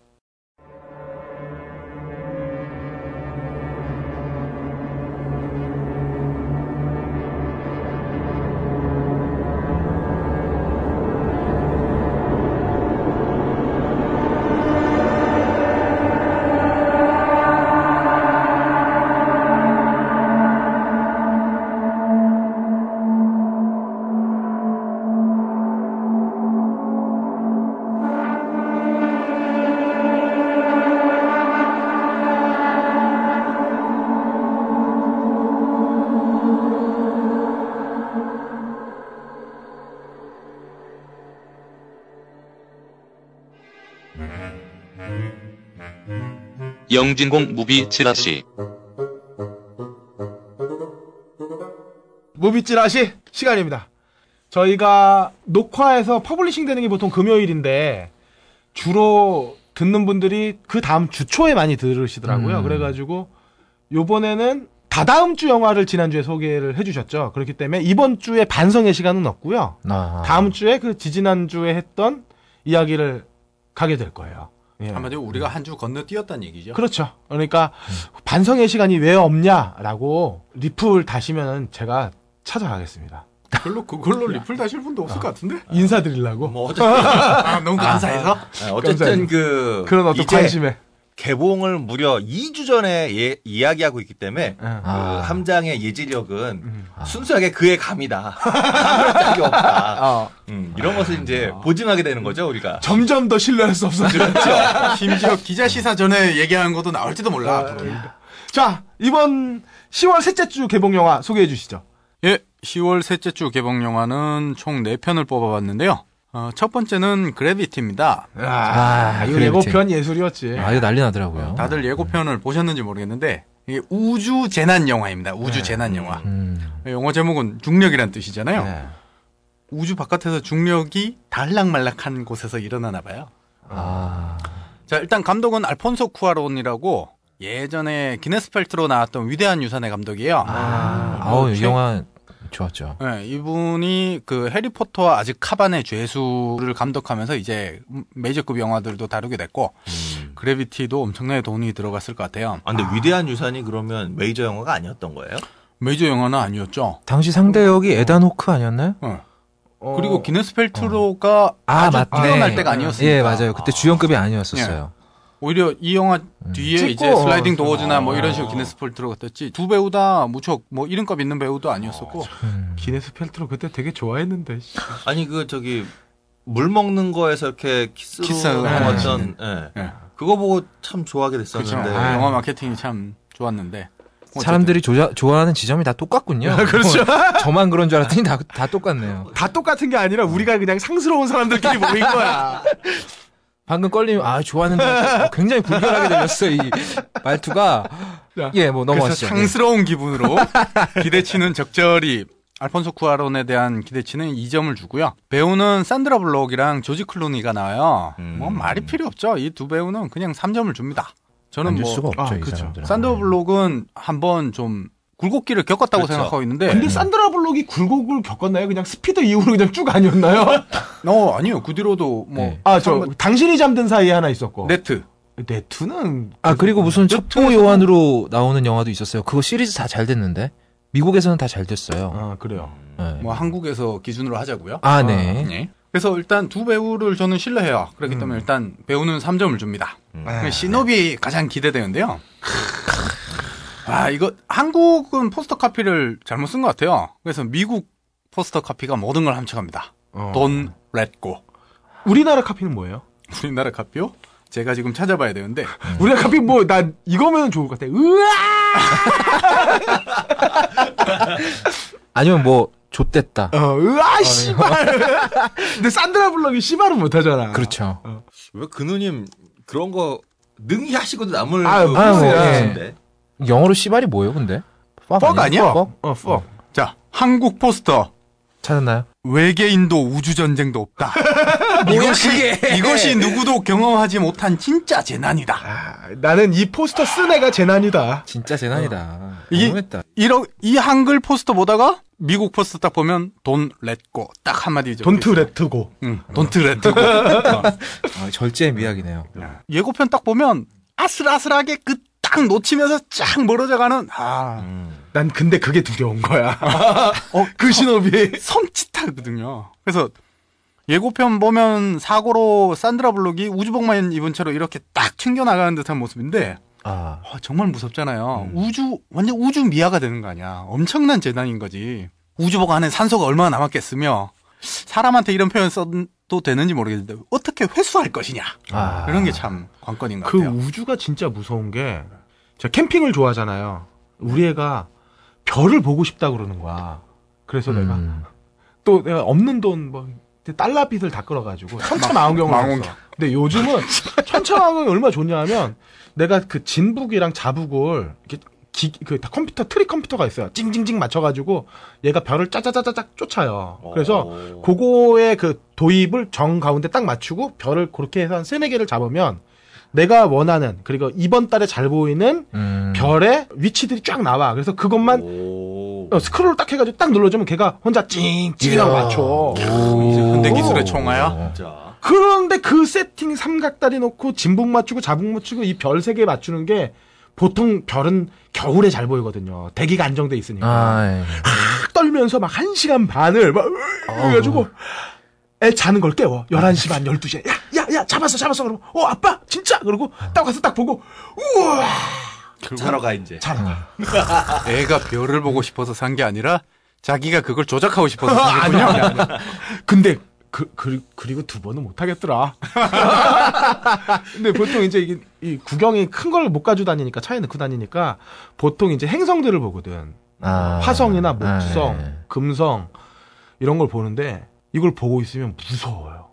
S7: 영진공 무비 찌라시
S1: 무비찌라시 시간입니다. 저희가 녹화해서 퍼블리싱 되는 게 보통 금요일인데 주로 듣는 분들이 그 다음 주 초에 많이 들으시더라고요. 그래가지고 요번에는 다다음 주 영화를 지난주에 소개를 해주셨죠. 그렇기 때문에 이번 주에 반성의 시간은 없고요.
S3: 아,
S1: 다음 주에 그 지지난 주에 했던 이야기를 가게 될 거예요.
S6: 예.
S4: 한마디로 우리가 한 주 건너뛰었다는 얘기죠.
S1: 그렇죠. 그러니까 반성의 시간이 왜 없냐라고 리플 다시면은 제가 찾아가겠습니다.
S4: 별로 그걸로 리플 다실 분도 없을 것 같은데.
S1: 인사드리려고.
S2: 뭐 어쨌든
S4: 아, 너무 감사해서.
S2: 네, 어쨌든
S1: 감사합니다.
S2: 그
S1: 그런 어떤
S2: 이제
S1: 관심에.
S2: 개봉을 무려 2주 전에 예- 이야기하고 있기 때문에
S1: 예.
S2: 그
S3: 아.
S2: 함장의 예지력은 순수하게 그의 감이다. [LAUGHS] 감을 짝이 없다.
S1: 어.
S2: 음, 이런 것을 이제 보증하게 되는 거죠 우리가. 그렇죠.
S1: 점점 더 신뢰할 수 없어지는.
S4: 심지어 기자 시사 전에 얘기한 것도 나올지도 몰라. 앞으로.
S1: [LAUGHS] 자, 이번 10월 셋째 주 개봉 영화 소개해 주시죠.
S4: 예, 10월 셋째 주 개봉 영화는 총 4편을 뽑아봤는데요. 어, 첫 번째는 그래비티입니다.
S3: 아,
S1: 이거
S3: 그래,
S1: 예고편 예술이었지.
S3: 아, 이거 난리 나더라고요.
S4: 다들 예고편을 보셨는지 모르겠는데 이게 우주 재난 영화입니다. 우주 재난 영화. 예,
S3: 음.
S4: 영화 제목은 중력이란 뜻이잖아요.
S1: 네.
S4: 우주 바깥에서 중력이 달락말락한 곳에서 일어나나 봐요.
S3: 아.
S4: 자, 일단 감독은 알폰소 쿠아론이라고 예전에 기네스 펠트로 나왔던 위대한 유산의 감독이에요.
S3: 아우, 이 영화 좋았죠.
S4: 네, 이분이 그 해리포터와 아직 카반의 죄수를 감독하면서 이제 메이저급 영화들도 다루게 됐고
S3: 음.
S4: 그래비티도 엄청나게 돈이 들어갔을 것 같아요.
S2: 아, 근데 위대한 유산이 그러면 메이저 영화가 아니었던 거예요?
S4: 메이저 영화는 아니었죠.
S3: 당시 상대 역이 에단 호크 아니었나요?
S4: 어.
S1: 어,
S4: 그리고 기네스 펠트로가
S3: 어.
S4: 아주 뛰어날 때가 아니었으니까.
S3: 예, 맞아요. 그때 음. 주연급이 아니었었어요.
S4: 오히려 이 영화 뒤에
S1: 찍고,
S4: 이제 슬라이딩
S1: 어,
S4: 도어즈나 뭐
S3: 아.
S4: 이런 식으로 기네스 펠트로가 떴지 두 배우 다 무척 뭐 이름값 있는 배우도 아니었었고
S3: 음.
S1: 기네스 펠트로 그때 되게 좋아했는데. 씨.
S2: 아니 그 저기 물 먹는 거에서 이렇게 키스로
S4: 키스하고
S2: 하는
S4: 하는
S2: 어떤 예.
S4: 예.
S2: 그거 보고 참 좋아하게
S4: 그렇죠.
S2: 됐었는데
S4: 아, 영화 마케팅이 참 좋았는데 뭐 어쨌든.
S3: 네. 사람들이 조자, 좋아하는 지점이 다 똑같군요. [LAUGHS] 그렇죠. 저만 그런 줄 알았더니 다, 다 똑같네요.
S1: 다 똑같은 게 아니라 우리가 그냥 상스러운 사람들끼리
S4: 그
S1: 모인 거야.
S3: 방금 껄림, 아, 좋아하는데 굉장히 불편하게 들렸어요, 이 말투가.
S1: 자,
S3: 예, 뭐
S4: 그래서
S3: 넘어가시죠. 예.
S4: 상스러운 기분으로 [LAUGHS] 기대치는 적절히 알폰소 쿠아론에 대한 기대치는 2점을 주고요. 배우는 산드라 블록이랑 조지 클루니가 나와요.
S2: 음.
S4: 뭐 말이 필요 없죠. 이 두 배우는 그냥 3점을 줍니다. 저는
S3: 만질
S4: 뭐
S3: 수가 없죠,
S1: 아,
S3: 이
S1: 그렇죠.
S3: 사람들은.
S4: 산드라 블록은 한번 좀 굴곡기를 겪었다고
S2: 그렇죠.
S4: 생각하고 있는데
S1: [LAUGHS] 근데 산드라 블록이 굴곡을 겪었나요? 그냥 스피드 이후로 그냥 쭉 [LAUGHS] 아니었나요?
S4: 어, 아니요. 그 뒤로도 뭐
S3: 네.
S1: 아, 저 당신이 잠든 사이에 하나 있었고.
S4: 네트.
S1: 네트는
S3: 아, 그리고 무슨 첩보 요한으로 나오는 영화도 있었어요. 그거 시리즈 다 잘 됐는데. 미국에서는 다 잘 됐어요.
S1: 아, 그래요.
S3: 예.
S4: 뭐 한국에서 기준으로 하자고요.
S3: 아, 네. 음.
S4: 네. 그래서 일단 두 배우를 저는 신뢰해요. 그렇기 때문에 일단 배우는 3점을 줍니다.
S1: 아,
S4: 그 신업이 가장 기대되는데요. 아, 이거 한국은 포스터 카피를 잘못 쓴 것 같아요. 그래서 미국 포스터 카피가 모든 걸 함축합니다.
S1: 어.
S4: 돈 렛고.
S1: 우리나라 카피는 뭐예요?
S4: 우리나라 카피요? 제가 지금 찾아봐야 되는데
S1: 우리나라 카피 뭐 나 이거면 좋을 것 같아. 으아!
S3: 아니면 뭐, 좆됐다.
S1: 어, 으아 [LAUGHS] 씨발. 근데 산드라 블록이 씨발은 못 하잖아.
S3: 그렇죠.
S2: 왜 그누님 그런 거 능히 하시고 남을
S1: 아유,
S2: 그
S3: 아유,
S2: 무슨
S3: 예.
S2: 하시는데?
S3: 영어로 씨발이 뭐예요, 근데? 뻑
S4: 뻑 아니야?
S3: 뻑?
S1: 어, fuck.
S4: 자, 한국 포스터
S3: 찾았나요?
S4: 외계인도
S1: [LAUGHS]
S4: 우주전쟁도 없다. 이것이, 이것이 누구도 경험하지 못한 진짜 재난이다.
S1: 아, 나는 이 포스터 쓴 애가 재난이다.
S3: 진짜 재난이다.
S4: 이게-
S3: 너무했다.
S4: 이러, 이 한글 포스터 보다가 미국 포스터 딱 보면 돈 렛고 딱 한마디 적혀
S1: 돈트
S4: 있어요.
S1: 레트고.
S4: 응,
S1: [LAUGHS]
S4: 돈트 렛고.
S3: 아, 절제의 미학이네요.
S4: 예고편 딱 보면 아슬아슬하게 그 딱 놓치면서 쫙 멀어져가는 아,
S1: 난 근데 그게 두려운 거야. 어, 그 신업이.
S4: 섬찟하거든요. 그래서 예고편 보면 사고로 산드라 블록이 우주복만 입은 채로 이렇게 딱 튕겨 나가는 듯한 모습인데
S3: 아,
S4: 아, 정말
S1: 음.
S4: 무섭잖아요. 우주 완전 우주 미아가 되는 거 아니야. 엄청난 재난인 거지. 우주복 안에 산소가 얼마나 남았겠으며 사람한테 이런 표현 써도 되는지 모르겠는데 어떻게 회수할 것이냐.
S3: 아.
S4: 이런 게 참 관건인 것
S1: 그
S4: 같아요.
S1: 우주가 진짜 무서운 게, 제가 캠핑을 좋아하잖아요. 우리 애가 별을 보고 싶다 그러는 거야. 그래서 내가
S3: 음.
S1: 또 내가 없는 돈 뭐. 달러빚을 다 끌어가지고 천차만원경을
S4: 망원경.
S1: 샀어.
S4: 아,
S1: 근데 요즘은 천차만원경이 얼마 좋냐면 내가 그 진북이랑 자북을 이렇게 기, 그 컴퓨터 트릭 컴퓨터가 있어요. 찡찡찡 맞춰가지고 얘가 별을 짜자자자작 쫓아요. 그래서
S2: 오.
S1: 그거의 그 도입을 정 가운데 딱 맞추고 별을 그렇게 해서 한 세네 개를 잡으면 내가 원하는 그리고 이번 달에 잘 보이는
S3: 음.
S1: 별의 위치들이 쫙 나와. 그래서 그것만
S2: 오.
S1: 어, 스크롤 딱 해가지고 딱 눌러주면 걔가 혼자 찡찡하고 맞춰.
S4: 이제 현대 기술의 총아야.
S3: 네.
S2: 진짜.
S1: 그런데 그 세팅 삼각다리 놓고 진북 맞추고 자북 맞추고 이 별 세 개 맞추는 게 보통 별은 겨울에 잘 보이거든요. 대기가 안정돼 있으니까.
S3: 아, 예.
S1: 탁 떨면서 막 1시간 반을 막 해가지고 애 자는 걸 깨워. 11시 반, 12시에. 야, 야, 야, 잡았어, 잡았어. 그러고, 어, 아빠? 진짜? 그러고, 딱 가서 딱 보고, 우와!
S2: 자러 가 이제.
S1: 자라.
S4: 애가 별을 보고 싶어서 산 게 아니라 자기가 그걸 조작하고 싶어서 산
S1: [LAUGHS] 아니야,
S4: 거군요.
S1: 아니야, 아니야. 근데, 그, 그, 그리고 두 번은 못 하겠더라. [LAUGHS] 근데 보통 이제 이게, 이 구경이 큰 걸 못 가지고 다니니까, 차에 넣고 다니니까, 보통 이제 행성들을 보거든.
S3: 아.
S1: 화성이나 목성,
S3: 아, 예.
S1: 금성 이런 걸 보는데 이걸 보고 있으면 무서워요.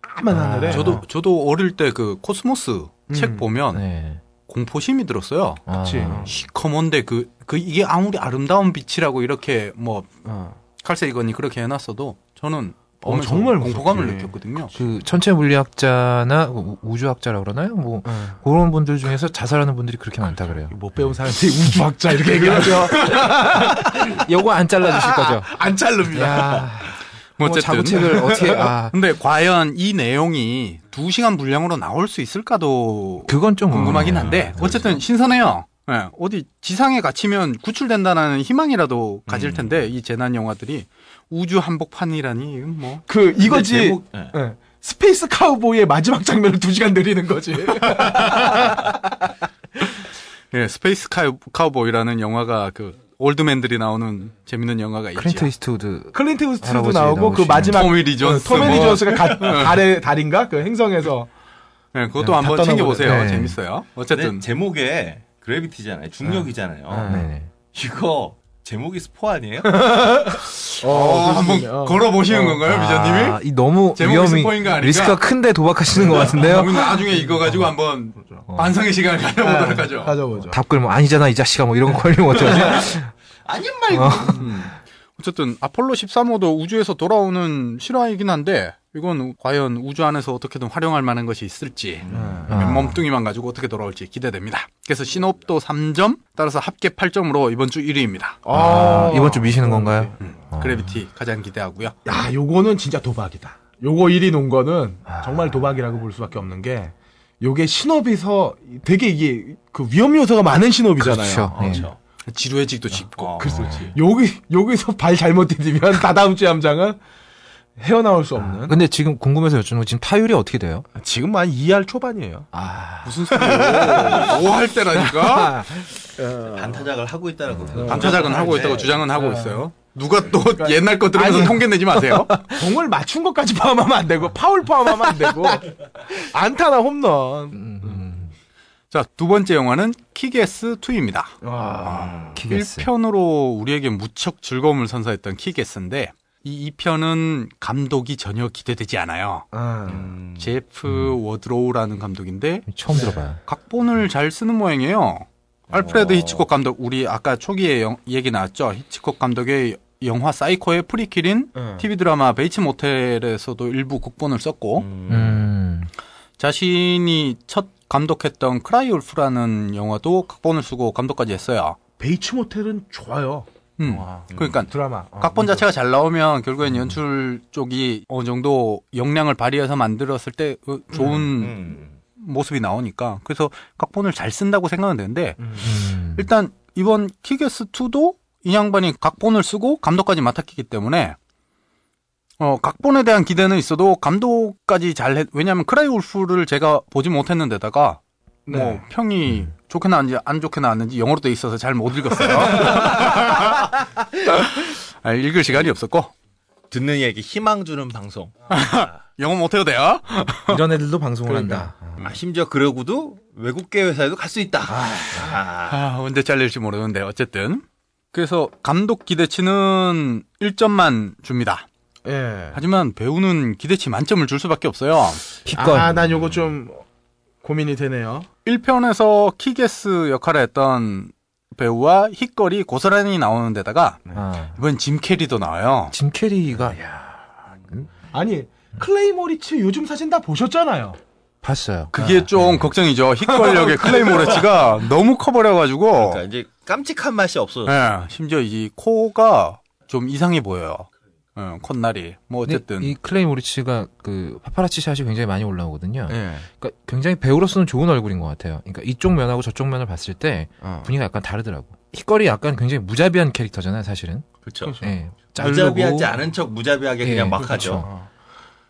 S1: 까만
S3: 아,
S1: 하늘에.
S4: 저도 저도 어릴 때 그 코스모스
S1: 음.
S4: 책 보면
S3: 네.
S4: 공포심이 들었어요.
S3: 아.
S1: 그치.
S4: 시커먼데 그, 그 이게 아무리 아름다운 빛이라고 이렇게 뭐
S1: 어.
S4: 칼세이건이 그렇게 해놨어도 저는
S1: 어,
S4: 보면서
S1: 정말 무섭지.
S4: 공포감을 느꼈거든요.
S3: 그 천체 물리학자나 우- 우주학자라 그러나요? 뭐
S1: 어.
S3: 그런 분들 중에서 자살하는 분들이 그렇게 많다 그래요.
S1: 못 배운 사람들이 [LAUGHS] 우주학자 이렇게 얘기하죠.
S3: 요거 안 잘라주실 거죠?
S1: 안 자릅니다.
S3: 야,
S4: 뭐
S3: 뭐 자구책을 어떻게? 아,
S4: 근데 과연 이 내용이 두 시간 분량으로 나올 수 있을까도
S3: 네, 그건 좀 음,
S4: 궁금하긴
S3: 의문이에요.
S4: 한데 어쨌든 신선해요. 예, 어디 지상에 갇히면 구출된다는 희망이라도
S3: 음.
S4: 가질 텐데 이 재난 영화들이 우주 한복판이라니 이건 뭐
S1: 그 이거지.
S2: 근데 제목- 예.
S1: 예. 스페이스 카우보이의 마지막 장면을 두 시간 내리는 거지. [LAUGHS]
S4: 예, 스페이스 카우, 카우보이라는 영화가 그 올드맨들이 나오는 재밌는 영화가 있죠.
S3: 클린트 이스트우드.
S1: 클린트 우스트도
S3: 할아버지
S1: 나오고 그
S3: 나오시는.
S1: 마지막 어,
S4: 토미 리 존스.
S1: 토메리
S4: 뭐.
S1: 존스가 가- 달의 달인가 그 행성에서
S4: 예,
S3: 네,
S4: 그것도 한번
S1: 다
S4: 챙겨 보세요.
S3: 떠나버려. 네.
S4: 재밌어요.
S2: 근데
S4: 어쨌든
S2: 네, 제목에 그래비티잖아요. 중력이잖아요.
S3: 네네.
S2: 이거 제목이 스포 아니에요?
S4: 어,
S1: 어,
S4: 한번
S1: 그렇군요.
S4: 걸어 보시는
S1: 어.
S4: 건가요,
S3: 네. 아,
S4: 미자님이?
S3: 이 너무
S4: 제목이
S3: 위험이
S4: 스포인 거 아닌가?
S3: 리스크가 큰데 도박하시는 것 같은데요.
S4: 우리 나중에 이거 가지고 한번
S3: 어.
S4: 반성의 시간을
S3: 네.
S4: 가져보도록 하죠.
S1: 네. 가져보죠.
S3: 답글 뭐 아니잖아 이 자식아 뭐 이런 거 걸리면 어쩌지?
S2: 아닌 말고.
S1: 어.
S4: 음. 어쨌든 아폴로 13호도 우주에서 돌아오는 실화이긴 한데 이건 과연 우주 안에서 어떻게든 활용할 만한 것이
S1: 네.
S4: 있을지
S1: 아.
S4: 맨몸뚱이만 가지고 어떻게 돌아올지 기대됩니다. 그래서 신업도 3점 따라서 합계 8점으로 이번 주 1위입니다.
S1: 어?
S4: 음.
S3: 아, 이번 주 미시는 건가요?
S4: 그래비티 가장 기대하고요.
S1: 야, 요거는 진짜 도박이다. 요거 1위 놓은 거는 정말 도박이라고 볼 수밖에 없는 게 요게 신업에서 되게 이게 그 위험 요소가 많은 신업이잖아요. 어.
S3: 그렇죠. 네.
S4: 지루해지기도 쉽고
S2: 어.
S1: 아, 그렇지. 여기 여기서 [LAUGHS] 발 잘못 디디면 다다음 주 함장은 헤어나올 수
S4: 음.
S1: 없는.
S3: 근데 지금 궁금해서 여쭈는 거 지금 타율이 어떻게 돼요?
S1: 지금 만 2할 초반이에요.
S4: 무슨 소리예요? 뭐 할 때라니까
S1: 아.
S2: 반타작을 하고 있다라고. 네.
S4: 반타작은 하고 있다고 주장은 하고 있어요. 누가 또 옛날
S1: 네. 아.
S4: 것 들으면서
S1: 그러니까 아니.
S4: 통계 내지 마세요.
S1: 공을 맞춘 것까지 [LAUGHS] 포함하면 안 되고 파울 포함하면 안 되고 안타나 홈런.
S4: 자 두 번째 영화는 키게스 2입니다. 아. 음.
S3: 키겠어요.
S4: 1편으로 우리에게 무척 즐거움을 선사했던 키게스인데 이 2편은 감독이 전혀 기대되지 않아요.
S1: 아,
S4: 음. 제프 워드로우라는 감독인데
S3: 처음 들어봐요.
S4: 각본을 잘 쓰는 모양이에요. 알프레드 히치콕 감독 우리 아까 초기에 영- 얘기 나왔죠. 히치콕 감독의 영화 사이코의 프리킬인
S1: 음.
S4: TV 드라마 베이츠 모텔에서도 일부 극본을 썼고
S3: 음.
S4: 자신이 첫 감독했던 크라이 울프라는 영화도 극본을 쓰고 감독까지 했어요.
S1: 베이츠 모텔은 좋아요.
S4: 음. 그러니까
S1: 드라마. 어,
S4: 각본 자체가 잘 나오면 결국엔
S2: 음.
S4: 연출 쪽이 어느 정도 역량을 발휘해서 만들었을 때 어, 좋은
S2: 음.
S4: 모습이 나오니까 그래서 각본을 잘 쓴다고 생각은 되는데
S3: 음.
S4: 일단 이번 키게스 2도 인양반이 각본을 쓰고 감독까지 맡았기 때문에 어 각본에 대한 기대는 있어도 감독까지 잘 했, 왜냐하면 크라이 울프를 제가 보지 못했는데다가 뭐
S1: 네.
S4: 평이 좋게 나왔는지 안 좋게 나왔는지 영어로 돼 있어서 잘 못 읽었어요. 아, 읽을 시간이 없었고
S2: 듣는 이에게 희망 주는 방송.
S4: 영어 못해도 돼요.
S3: 이런 애들도 방송을
S4: 그러니까.
S3: 한다.
S2: 아, 심지어 그러고도 외국계 회사에도 갈 수 있다. 아.
S4: 아, 언제 잘릴지 모르는데 어쨌든 그래서 감독 기대치는 1점만 줍니다.
S1: 예.
S4: 하지만 배우는 기대치 만점을 줄 수밖에 없어요.
S3: 기권.
S1: 아, 난 요거 좀 고민이 되네요.
S4: 1편에서 키게스 역할을 했던 배우와 희걸이 고스란히 나오는 데다가
S3: 아.
S4: 이번 짐 캐리도 나와요.
S3: 짐 캐리가 야,
S1: 아니 클레이모리츠 요즘 사진 다 보셨잖아요.
S3: 봤어요.
S4: 그게 좀 걱정이죠. 희걸 역의 클레이 모레츠가 너무 커버려가지고
S3: 아,
S2: 그러니까 이제 깜찍한 맛이 없어졌어.
S4: 예, 심지어 이 코가 좀 이상해 보여요. 어, 콧날이 뭐
S3: 근데
S4: 어쨌든
S3: 이 클레이 모리츠가 그 파파라치 샷이 굉장히 많이 올라오거든요.
S1: 예.
S3: 그러니까 굉장히 배우로서는 좋은 얼굴인 것 같아요. 그러니까 이쪽 면하고 저쪽 면을 봤을 때
S1: 어.
S3: 분위기가 약간 다르더라고. 히걸이 약간 굉장히 무자비한 캐릭터잖아요, 사실은.
S2: 그렇죠.
S3: 예. 자르고.
S2: 무자비하지 않은 척 무자비하게 그냥
S3: 예,
S2: 막
S3: 그렇죠.
S2: 하죠.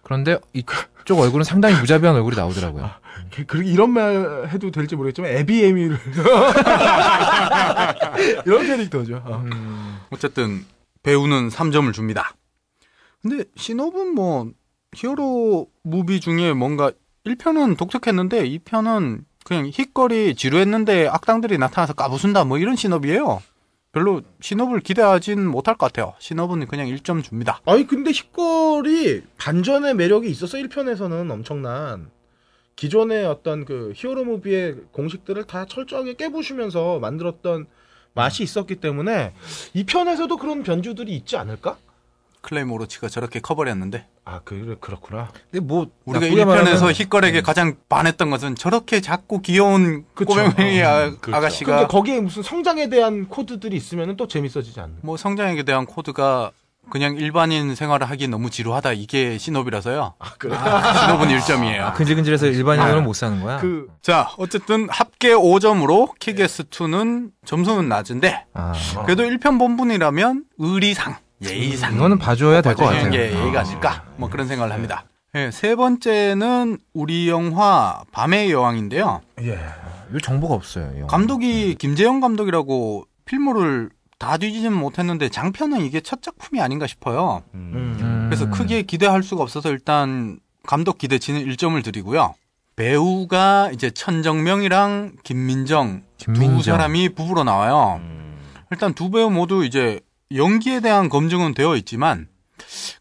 S3: 그런데 이쪽 얼굴은 상당히 무자비한 얼굴이 나오더라고요.
S1: 그- 그렇게 이런 말 해도 될지 모르겠지만 에비에미를 [LAUGHS] 이런 캐릭터죠. 어.
S4: 어쨌든 배우는 3점을 줍니다. 근데 신업은 뭐 히어로 무비 중에 뭔가 1편은 독특했는데 2편은 그냥 힛거리 지루했는데 악당들이 나타나서 까부순다 뭐 이런 신업이에요. 별로 신업을 기대하진 못할 것 같아요. 신업은 그냥 1점 줍니다.
S1: 아니 근데 히걸이 반전의 매력이 있었어 1편에서는 엄청난 기존의 어떤 그 히어로 무비의 공식들을 다 철저하게 깨부수면서 만들었던 맛이 있었기 때문에 2편에서도 그런 변주들이 있지 않을까?
S4: 클레이모로치가 저렇게 커버렸는데
S1: 아 그, 그렇구나
S3: 근데 뭐
S4: 우리가
S3: 나쁘게
S4: 1편에서
S3: 말하면-
S4: 힛걸에게
S3: 음.
S4: 가장 반했던 것은 저렇게 작고 귀여운
S1: 그쵸.
S4: 꼬맹이
S1: 어,
S4: 아,
S2: 그렇죠.
S4: 가씨가
S1: 근데 거기에 무슨 성장에 대한 코드들이 있으면 또 재밌어지지 않나
S4: 뭐 성장에 대한 코드가 그냥 일반인 생활을 하기 너무 지루하다 이게 신업이라서요. 아, 그- 신업은 1점이에요.
S3: 근질근질해서 일반인으로는 못 사는 거야.
S1: 그
S4: 자, 어쨌든 합계 5점으로 키게스2는 점수는 낮은데
S3: 아,
S4: 그래도 1편 본분이라면 의리상, 예의상
S3: 이거는 봐줘야 될 것 같아요.
S4: 게 예의가 아닐까 뭐 그런 생각을 합니다. 예, 세 번째는 우리 영화 밤의 여왕인데요.
S3: 아, 요 정보가 없어요. 이 영화.
S4: 감독이 김재영 감독이라고 필모를 다 뒤지진 못했는데 장편은 이게 첫 작품이 아닌가 싶어요.
S1: 음.
S3: 음.
S4: 그래서 크게 기대할 수가 없어서 일단 감독 기대치는 1점을 드리고요. 배우가 이제 천정명이랑 김민정,
S3: 김민정. 음.
S4: 두 사람이 부부로 나와요. 일단 두 배우 모두 이제 연기에 대한 검증은 되어 있지만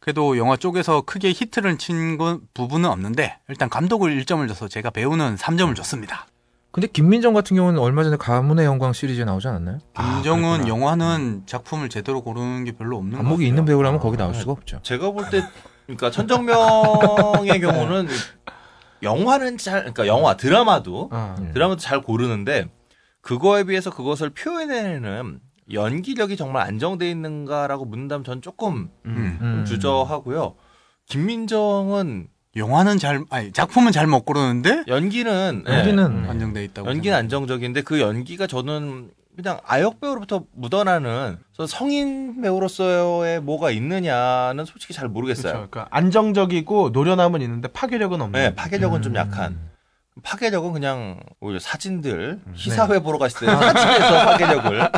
S4: 그래도 영화 쪽에서 크게 히트를 친 건 부분은 없는데 일단 감독을 1점을 줘서 제가 배우는 3점을 줬습니다.
S3: 근데 김민정 같은 경우는 얼마 전에 가문의 영광 시리즈에 나오지 않았나요?
S4: 음, 김정은 영화는 작품을 제대로 고르는 게 별로 없는 것
S3: 안목이
S4: 같아요.
S3: 있는 배우라면 거기 나올 수가 없죠.
S2: 제가 볼 때
S3: [LAUGHS]
S2: 그러니까 천정명의 경우는 영화는 잘 그러니까 영화 드라마도
S1: 아.
S3: 음.
S2: 드라마도 잘 고르는데 그거에 비해서 그것을 표현해내는 연기력이 정말 안정돼 있는가라고 묻는다면 전 조금
S4: 음.
S2: 좀
S3: 음.
S2: 주저하고요. 김민정은
S4: 영화는 잘 아니 작품은 잘 못 고르는데
S2: 연기는
S3: 네.
S2: 예,
S3: 여기는
S4: 안정돼 있다고.
S2: 연기는 안정적인데 그 연기가 저는 그냥 아역 배우로부터 묻어나는 저 성인 배우로서의 뭐가 있느냐는 솔직히 잘
S1: 그렇죠.
S2: 모르겠어요.
S1: 그러니까 안정적이고 노련함은 있는데 파괴력은 없는
S2: 네, 파괴력은 좀 약한. 파괴력은 그냥 오히려 사진들 희사회 보러 갔을 때 사진에서 파괴력을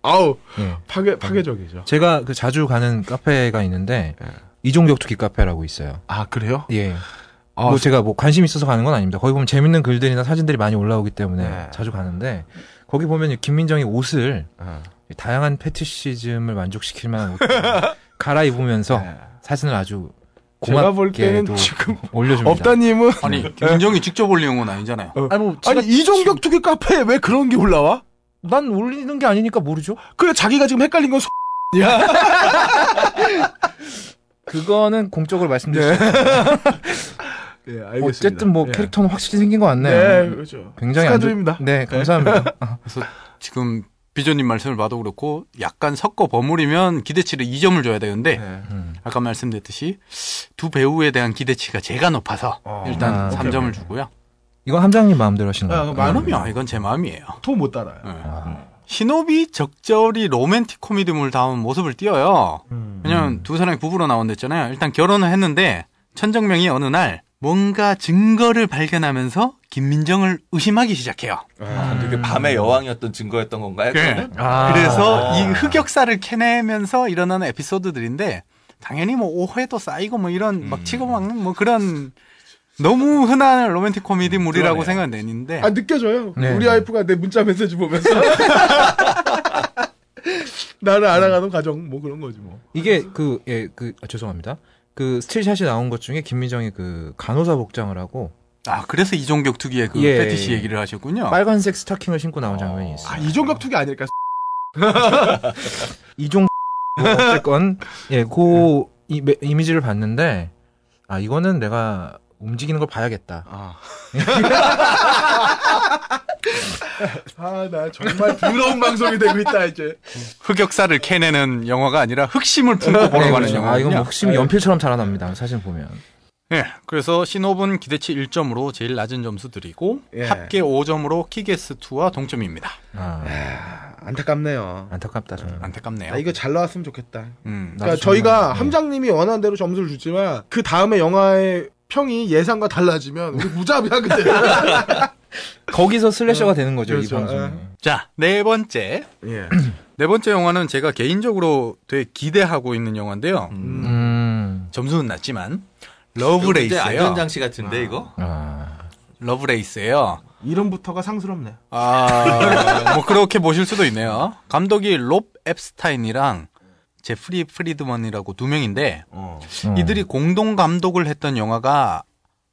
S1: 아우
S3: 예.
S1: 파괴 파괴적이죠.
S3: 제가 그 자주 가는 카페가 있는데 이종격 투기 카페라고 있어요.
S1: 아 그래요?
S3: 예. 뭐 제가 뭐 관심 있어서 가는 건 아닙니다. 거기 보면 재밌는 글들이나 사진들이 많이 올라오기 때문에
S1: 네.
S3: 자주 가는데 거기 보면 이 김민정이 옷을
S1: 어.
S3: 다양한 패티시즘을 만족시킬 만한 옷 을 [LAUGHS] 갈아입으면서
S1: 네.
S3: 사진을 아주
S1: 제가 볼 때는
S3: 고맙게도
S1: 지금
S3: 올려줍니다.
S1: 업다님은
S4: 아니 김정이 직접 올리는 건 아니잖아요.
S3: 아니, 뭐 제가
S1: 아니 이종격 투기 카페에 왜 그런 게 올라와?
S3: 난 올리는 게 아니니까 모르죠.
S1: 그래 자기가 지금 헷갈린 건
S3: 그거는 공적으로 말씀드릴 수
S1: 예,
S3: 있어요.
S1: 네, 알겠습니다.
S3: 어쨌든 뭐
S1: 예.
S3: 캐릭터는 확실히 생긴 것 같네요. 음,
S1: 네, 그렇죠.
S3: 굉장히 안 좋-
S1: 축하드립니다.
S3: 네, 감사합니다.
S1: [LAUGHS]
S4: 지금 비조님 말씀을 봐도 그렇고 약간 섞어 버무리면 기대치를 2점을 줘야 되는데
S1: 네.
S3: 음.
S4: 아까 말씀드렸듯이 두 배우에 대한 기대치가 제가 높아서
S1: 어.
S4: 일단
S3: 아,
S4: 3점을 주고요.
S3: 이건 함장님 마음대로 하신
S1: 아,
S3: 거예요.
S1: 만 원?
S4: 그럼요. 이건 제 마음이에요.
S1: 토못 따라요.
S4: 예.
S3: 아,
S4: 신업이 적절히 로맨틱 코미디물 다운 모습을 띄어요.
S1: 음.
S4: 왜냐면 두 사람이 부부로 나온댔잖아요. 일단 결혼을 했는데 천정명이 어느 날 뭔가 증거를 발견하면서 김민정을 의심하기 시작해요. 음.
S2: 되게 아, 밤의 여왕이었던 증거였던 건가요?
S4: 예.
S2: 그거는?
S3: 아.
S4: 그래서
S2: 아.
S4: 이 흑역사를 캐내면서 일어나는 에피소드들인데 당연히 뭐 오해도 쌓이고 뭐 이런 막 치고막는 뭐 그런 너무 흔한 로맨틱 코미디물이라고 생각은 되는데
S1: 아 느껴져요.
S3: 네.
S1: 우리 와이프가 내 문자 메시지 [LAUGHS] 보면서 나를 알아가는 과정 뭐 그런 거지 뭐.
S3: 이게 그, 예, 그, 아, 죄송합니다. 그 스틸샷이 나온 것 중에 김민정이 그 간호사 복장을 하고
S4: 아 그래서 이종격 특유의 그
S3: 예.
S4: 패티시 얘기를 하셨군요.
S3: 빨간색 스타킹을 신고 나온 장면이 있어요.
S1: 아 이종격 투기 아닐까?
S3: 이종 [LAUGHS] 뭐 어쨌건 예, 그
S1: 네.
S3: 이, 메- 이미지를 봤는데 아 이거는 내가 움직이는 걸 봐야겠다.
S1: 아 나 정말 부러운 방송이 되고 있다 이제.
S4: 흑역사를 캐내는 영화가 아니라 흑심을
S1: 네,
S4: 품고 보러
S1: 그렇죠.
S4: 가는 네. 영화.
S3: 아, 이건 뭐 혹시 연필처럼 자라납니다. 사진 보면.
S4: 예, 그래서 신호분 기대치 1점으로 제일 낮은 점수 드리고
S6: 예.
S4: 합계 5점으로 키게스2와 동점입니다.
S3: 아,
S1: 안타깝네요.
S3: 안타깝다 정말.
S4: 네. 안타깝네요.
S1: 아, 이거 잘 나왔으면 좋겠다.
S4: 음.
S1: 그러니까
S3: 나도 정말,
S1: 저희가
S3: 예.
S1: 함장님이 원하는 대로 점수를 줬지만 그 다음에 영화의 평이 예상과 달라지면 우리 무자비야 그때. [LAUGHS]
S3: 거기서 슬래셔가 되는 거죠
S1: 그렇죠.
S3: 이 방송.
S1: 예.
S4: 자, 네 번째.
S1: 예.
S4: 네 번째 영화는 제가 개인적으로 되게 기대하고 있는 영화인데요.
S1: 음.
S3: 음.
S4: 점수는 낮지만
S2: 근데
S4: 러브레이스예요.
S2: 안전장치 같은데 이거?
S3: 아.
S4: 러브레이스예요.
S1: [CLEARS THROAT] 이름부터가 상스럽네.
S4: 아, [LAUGHS] 뭐 그렇게 보실 수도 있네요. 감독이 롭 앱스타인이랑 제프리 프리드먼이라고 두 명인데
S3: 어.
S4: 이들이 공동 감독을 했던 영화가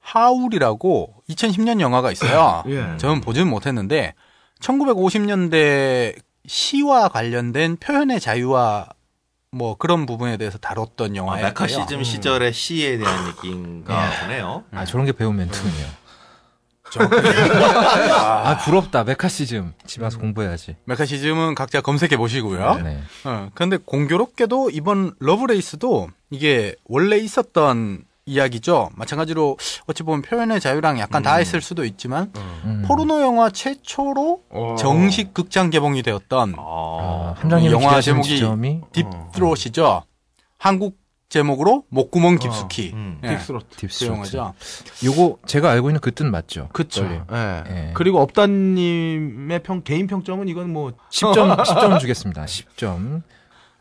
S4: 하울이라고 2010년 영화가 있어요.
S1: 예.
S4: 저는 보지는 못했는데 1950년대 시와 관련된 표현의 자유와 뭐 그런 부분에 대해서 다뤘던
S2: 아, 음.
S4: 영화예요.
S2: 마카시즘 시절의 시에 대한 얘기인가 보네요.
S3: 아 저런 게 배운
S1: 네.
S3: 멘트군요. 아 부럽다 메카시즘 집 와서 공부해야지.
S4: 메카시즘은 각자 검색해 보시고요.
S3: 네.
S4: 어, 그런데 공교롭게도 이번 러브레이스도 이게 원래 있었던 이야기죠. 마찬가지로 어찌 보면 표현의 자유랑 약간 다 닿아있을 수도 있지만
S1: 어.
S3: 음.
S4: 포르노 영화 최초로 정식 극장 개봉이 되었던
S3: 아,
S2: 아,
S3: 함장님
S4: 영화
S3: 영화
S4: 제목이-
S3: 제목이 점이
S4: 딥트롯이죠. 한국 제목으로 목구멍 깊숙이
S2: 음.
S4: 예,
S1: 빅스로트.
S4: 그
S3: 딥스로트.
S4: 영화죠.
S3: 요거 제가 알고 있는 그 뜻 맞죠?
S4: 그쵸.
S1: 예.
S3: 예.
S1: 그리고 업다님의 평 개인 평점은 이건 뭐
S3: 10점
S4: [LAUGHS]
S3: 10점 주겠습니다. 10점.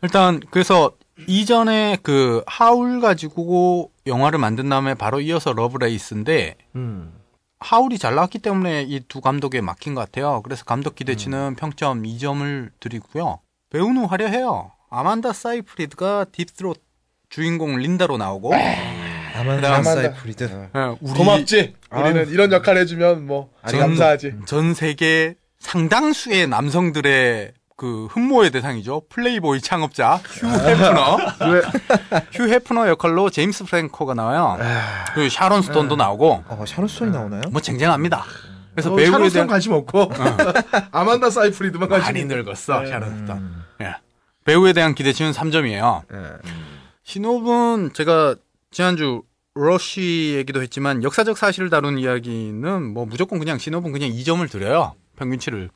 S4: 일단 그래서 이전에 그 하울 가지고 영화를 만든 다음에 바로 이어서 러브레이스인데
S1: 음.
S4: 하울이 잘 나왔기 때문에 이 두 감독에 맡긴 것 같아요. 그래서 감독 기대치는
S3: 음.
S4: 평점 2점을 드리고요. 배우는 화려해요. 아만다 사이프리드가 딥스롯 주인공 린다로 나오고
S3: 아, 아만다 사이프리드.
S4: 예, 우리 아.
S1: 우리는 이런 역할 해주면 뭐
S4: 전- 전 세계 상당수의 남성들의 그 흠모의 대상이죠. 플레이보이 창업자
S1: 아.
S4: 휴 헤프너. 휴 헤프너 역할로 제임스 프랭코가 나와요. 그리고 샤론 스톤도 나오고
S3: 아 샤론스톤이 나오나요?
S4: 뭐 쟁쟁합니다. 그래서
S1: 어,
S4: 배우에
S1: 샤론
S4: 대한
S1: 스톤 관심 없고 [LAUGHS] 아만다 사이프리드만 관심.
S4: 많이
S1: 있고.
S4: 늙었어 샤론 스톤.
S3: 음.
S4: 예. 배우에 대한 기대치는 3점이에요.
S1: 예.
S4: 신호분 제가 지난주 러쉬 얘기도 했지만 역사적 사실을 다룬 이야기는 뭐 무조건 그냥 신호분 그냥 2점을 드려요. 평균치를.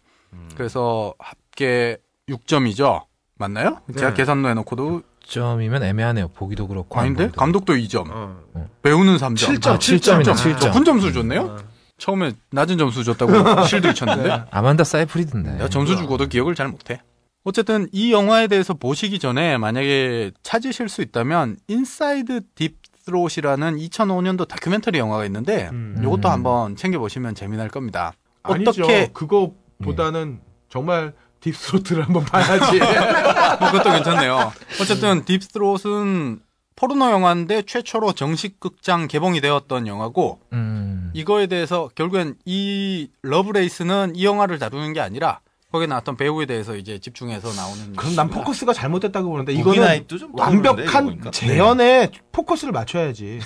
S4: 그래서 합계 6점이죠. 맞나요? 제가
S1: 네.
S4: 계산로 해놓고도
S3: 점이면 애매하네요. 보기도 그렇고. 안
S4: 아닌데
S3: 보기도
S4: 감독도 2점,
S1: 어.
S4: 배우는 3점.
S1: 칠점,
S3: 아, 음. 칠점이네, 칠점.
S4: 높은 점수 줬네요? 처음에 낮은 점수 줬다고 실드 쳤는데
S3: 그렇고. 아만다 사이프리드인데.
S4: 내가 네, 점수 주고도 기억을 잘 못해. 어쨌든 이 영화에 대해서 보시기 전에 만약에 찾으실 수 있다면 인사이드 딥스롯이라는 2005년도 다큐멘터리 영화가 있는데
S1: 음.
S4: 이것도 한번 챙겨보시면 재미날 겁니다.
S1: 아니죠.
S4: 어떻게
S1: 그거보다는
S3: 예.
S1: 정말 딥스로트를 한번 [LAUGHS] 봐야지.
S4: 뭐 그것도 괜찮네요. 어쨌든 딥스롯은 포르노 영화인데 최초로 정식 극장 개봉이 되었던 영화고
S3: 음.
S4: 이거에 대해서 결국엔 이 러브레이스는 이 영화를 다루는 게 아니라 거기에 나왔던 배우에 대해서 이제 집중해서 나오는
S1: 그럼 난
S4: 영화입니다.
S1: 포커스가 잘못됐다고
S4: 네,
S1: 보는데
S2: 이거는
S1: 이거는
S2: 나이도 좀 떠오르는데, 이거 보니까.
S1: 완벽한 재현에 포커스를 맞춰야지.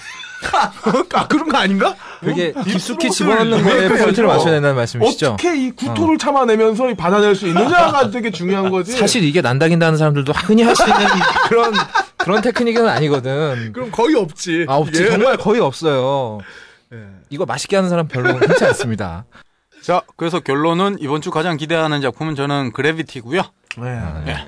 S1: [LAUGHS] 아 그런 거 아닌가?
S3: 그게
S1: 어?
S3: 깊숙이
S1: 딥스로트를
S3: 집어넣는 거에
S1: 리메이크해서
S3: 포인트를 맞춰야 된다는 말씀이시죠?
S1: 어떻게 이 구토를 참아내면서 이 받아낼 수 있느냐가 되게 중요한 거지.
S3: 사실 이게 난다긴다는 사람들도 흔히 할 수 있는 그런 그런 테크닉은 아니거든.
S1: 그럼 거의 없지.
S3: 아 없지
S1: 예.
S3: 정말 거의 없어요.
S1: 예.
S3: 이거 맛있게 하는 사람 별로 흔치 않습니다.
S4: 자, 그래서 결론은 이번 주 가장 기대하는 작품은 저는 그래비티고요.
S3: 아, 네.
S1: 예.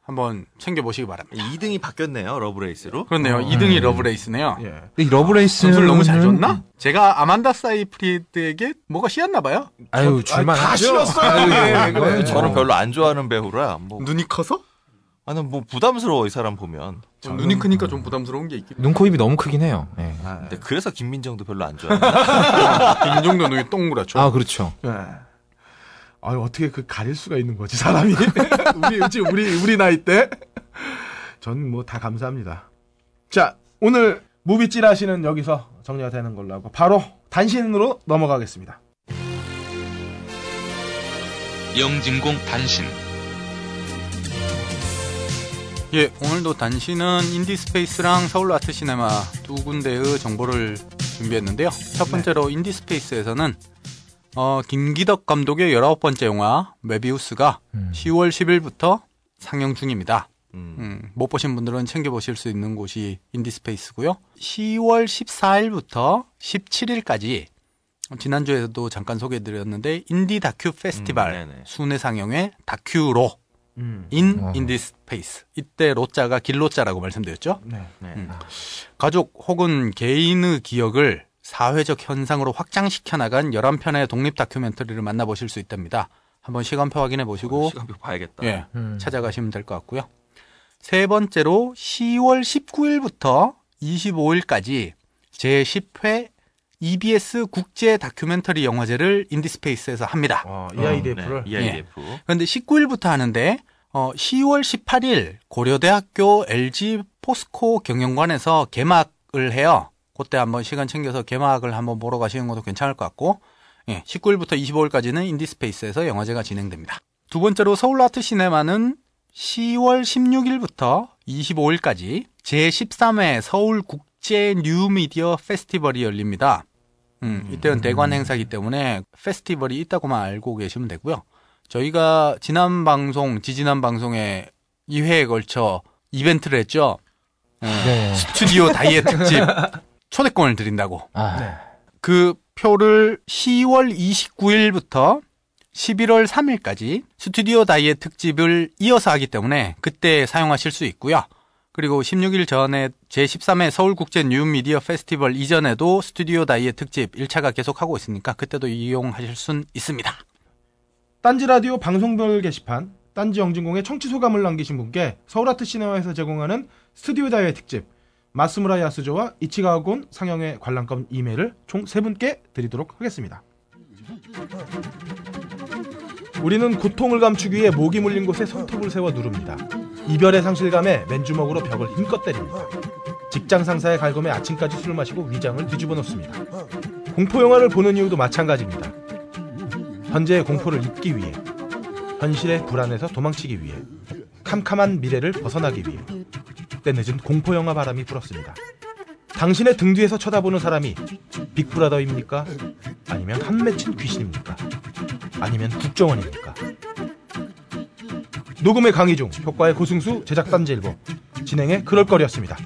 S4: 한번 챙겨보시기 바랍니다.
S2: 2등이 바뀌었네요 러브레이스로.
S4: 아, 그렇네요. 음. 2등이 러브레이스네요.
S1: 예.
S3: 근데 이 러브레이스는
S4: 점수를 너무 잘 줬나? 제가 아만다 사이프리드에게 뭐가 씌었나 봐요.
S3: 아유 그 줄만
S1: 다 싫었어요. 예, 그래.
S2: 네, 저는 별로 안 좋아하는 배우라 뭐
S4: 눈이 커서?
S2: 나는 뭐 부담스러워 이 사람 보면.
S4: 좀 어, 눈이 크니까 좀 부담스러운 게 있긴
S3: 눈코입이 너무 크긴 해요. 예.
S1: 아, 네.
S2: 근데 그래서 김민정도 별로 안 좋아해.
S4: 해요. 이 정도 눈이 동그랗죠.
S3: 아 그렇죠.
S1: 예. 아유 어떻게 그 가릴 수가 있는 거지 사람이 [LAUGHS] 우리 지금 우리 우리 나이 때. 전 뭐 다 감사합니다. 자 오늘 무비질 하시는 여기서 정리가 되는 걸로 하고 바로 단신으로 넘어가겠습니다.
S7: 영진공 단신
S4: 예, 오늘도 단신은 인디스페이스랑 서울 아트시네마 두 군데의 정보를 준비했는데요. 첫 번째로 인디스페이스에서는 어, 김기덕 감독의 19번째 영화 메비우스가 10월 10일부터 상영 중입니다.
S2: 음.
S4: 음, 못 보신 분들은 챙겨보실 수 있는 곳이 인디스페이스고요. 10월 14일부터 17일까지 지난주에도 잠깐 소개해드렸는데 인디 다큐 페스티벌
S2: 음, [LAUGHS] 네네.
S4: 순회 상영의 다큐로
S2: 음.
S4: 인
S3: 와.
S4: 인디스페이스 이때 로자가 길로자라고 말씀드렸죠.
S1: 네.
S2: 네.
S4: 음. 가족 혹은 개인의 기억을 사회적 현상으로 확장시켜 나간 11편의 독립 다큐멘터리를 만나보실 수 있답니다. 한번 시간표 확인해 보시고
S2: 아, 시간표 봐야겠다.
S4: 예,
S3: 음.
S4: 찾아가시면 될 것 같고요. 세 번째로 10월 19일부터 25일까지 제10회 EBS 국제 다큐멘터리 영화제를 인디스페이스에서 합니다.
S1: 어,
S2: 어,
S1: EIDF를.
S2: 네. EIDF.
S4: 그런데 19일부터 하는데 어, 10월 18일 고려대학교 LG 포스코 경영관에서 개막을 해요. 그때 한번 시간 챙겨서 개막을 한번 보러 가시는 것도 괜찮을 것 같고 예, 19일부터 25일까지는 인디스페이스에서 영화제가 진행됩니다. 두 번째로 서울아트 시네마는 10월 16일부터 25일까지 제13회 서울국제 뉴미디어 페스티벌이 열립니다. 음, 이때는 대관 행사이기 때문에 페스티벌이 있다고만 알고 계시면 되고요. 저희가 지난 방송, 지지난 방송에 2회에 걸쳐 이벤트를 했죠.
S3: 네.
S4: 스튜디오 다이어트 특집 초대권을 드린다고.
S3: 아,
S4: 그 표를 10월 29일부터 11월 3일까지 스튜디오 다이의 특집을 이어서 하기 때문에 그때 사용하실 수 있고요. 그리고 16일 전에 제13회 서울국제 뉴미디어 페스티벌 이전에도 스튜디오 다이의 특집 1차가 계속하고 있으니까 그때도 이용하실 순 있습니다.
S1: 딴지 라디오 방송별 게시판 딴지 영진공에 청취 소감을 남기신 분께 서울아트 시네마에서 제공하는 스튜디오 다이의 특집 마스무라 야스조와 이치가와곤 상영의 관람권 이메일을 총 세분께 드리도록 하겠습니다. 우리는 고통을 감추기 위해 모기 물린 곳에 손톱을 세워 누릅니다. 이별의 상실감에 맨주먹으로 벽을 힘껏 때립니다. 직장 상사의 갈굼에 아침까지 술 마시고 위장을 뒤집어 놓습니다. 공포 영화를 보는 이유도 마찬가지입니다. 현재의 공포를 잊기 위해 현실의 불안에서 도망치기 위해 캄캄한 미래를 벗어나기 위해 때늦은 공포 영화 바람이 불었습니다. 당신의 등 뒤에서 쳐다보는 사람이 빅브라더입니까? 아니면 한 맺힌 귀신입니까? 아니면 국정원입니까? 녹음의 강의 중 효과의 고승수 제작단 일보 진행의 그럴거리였습니다.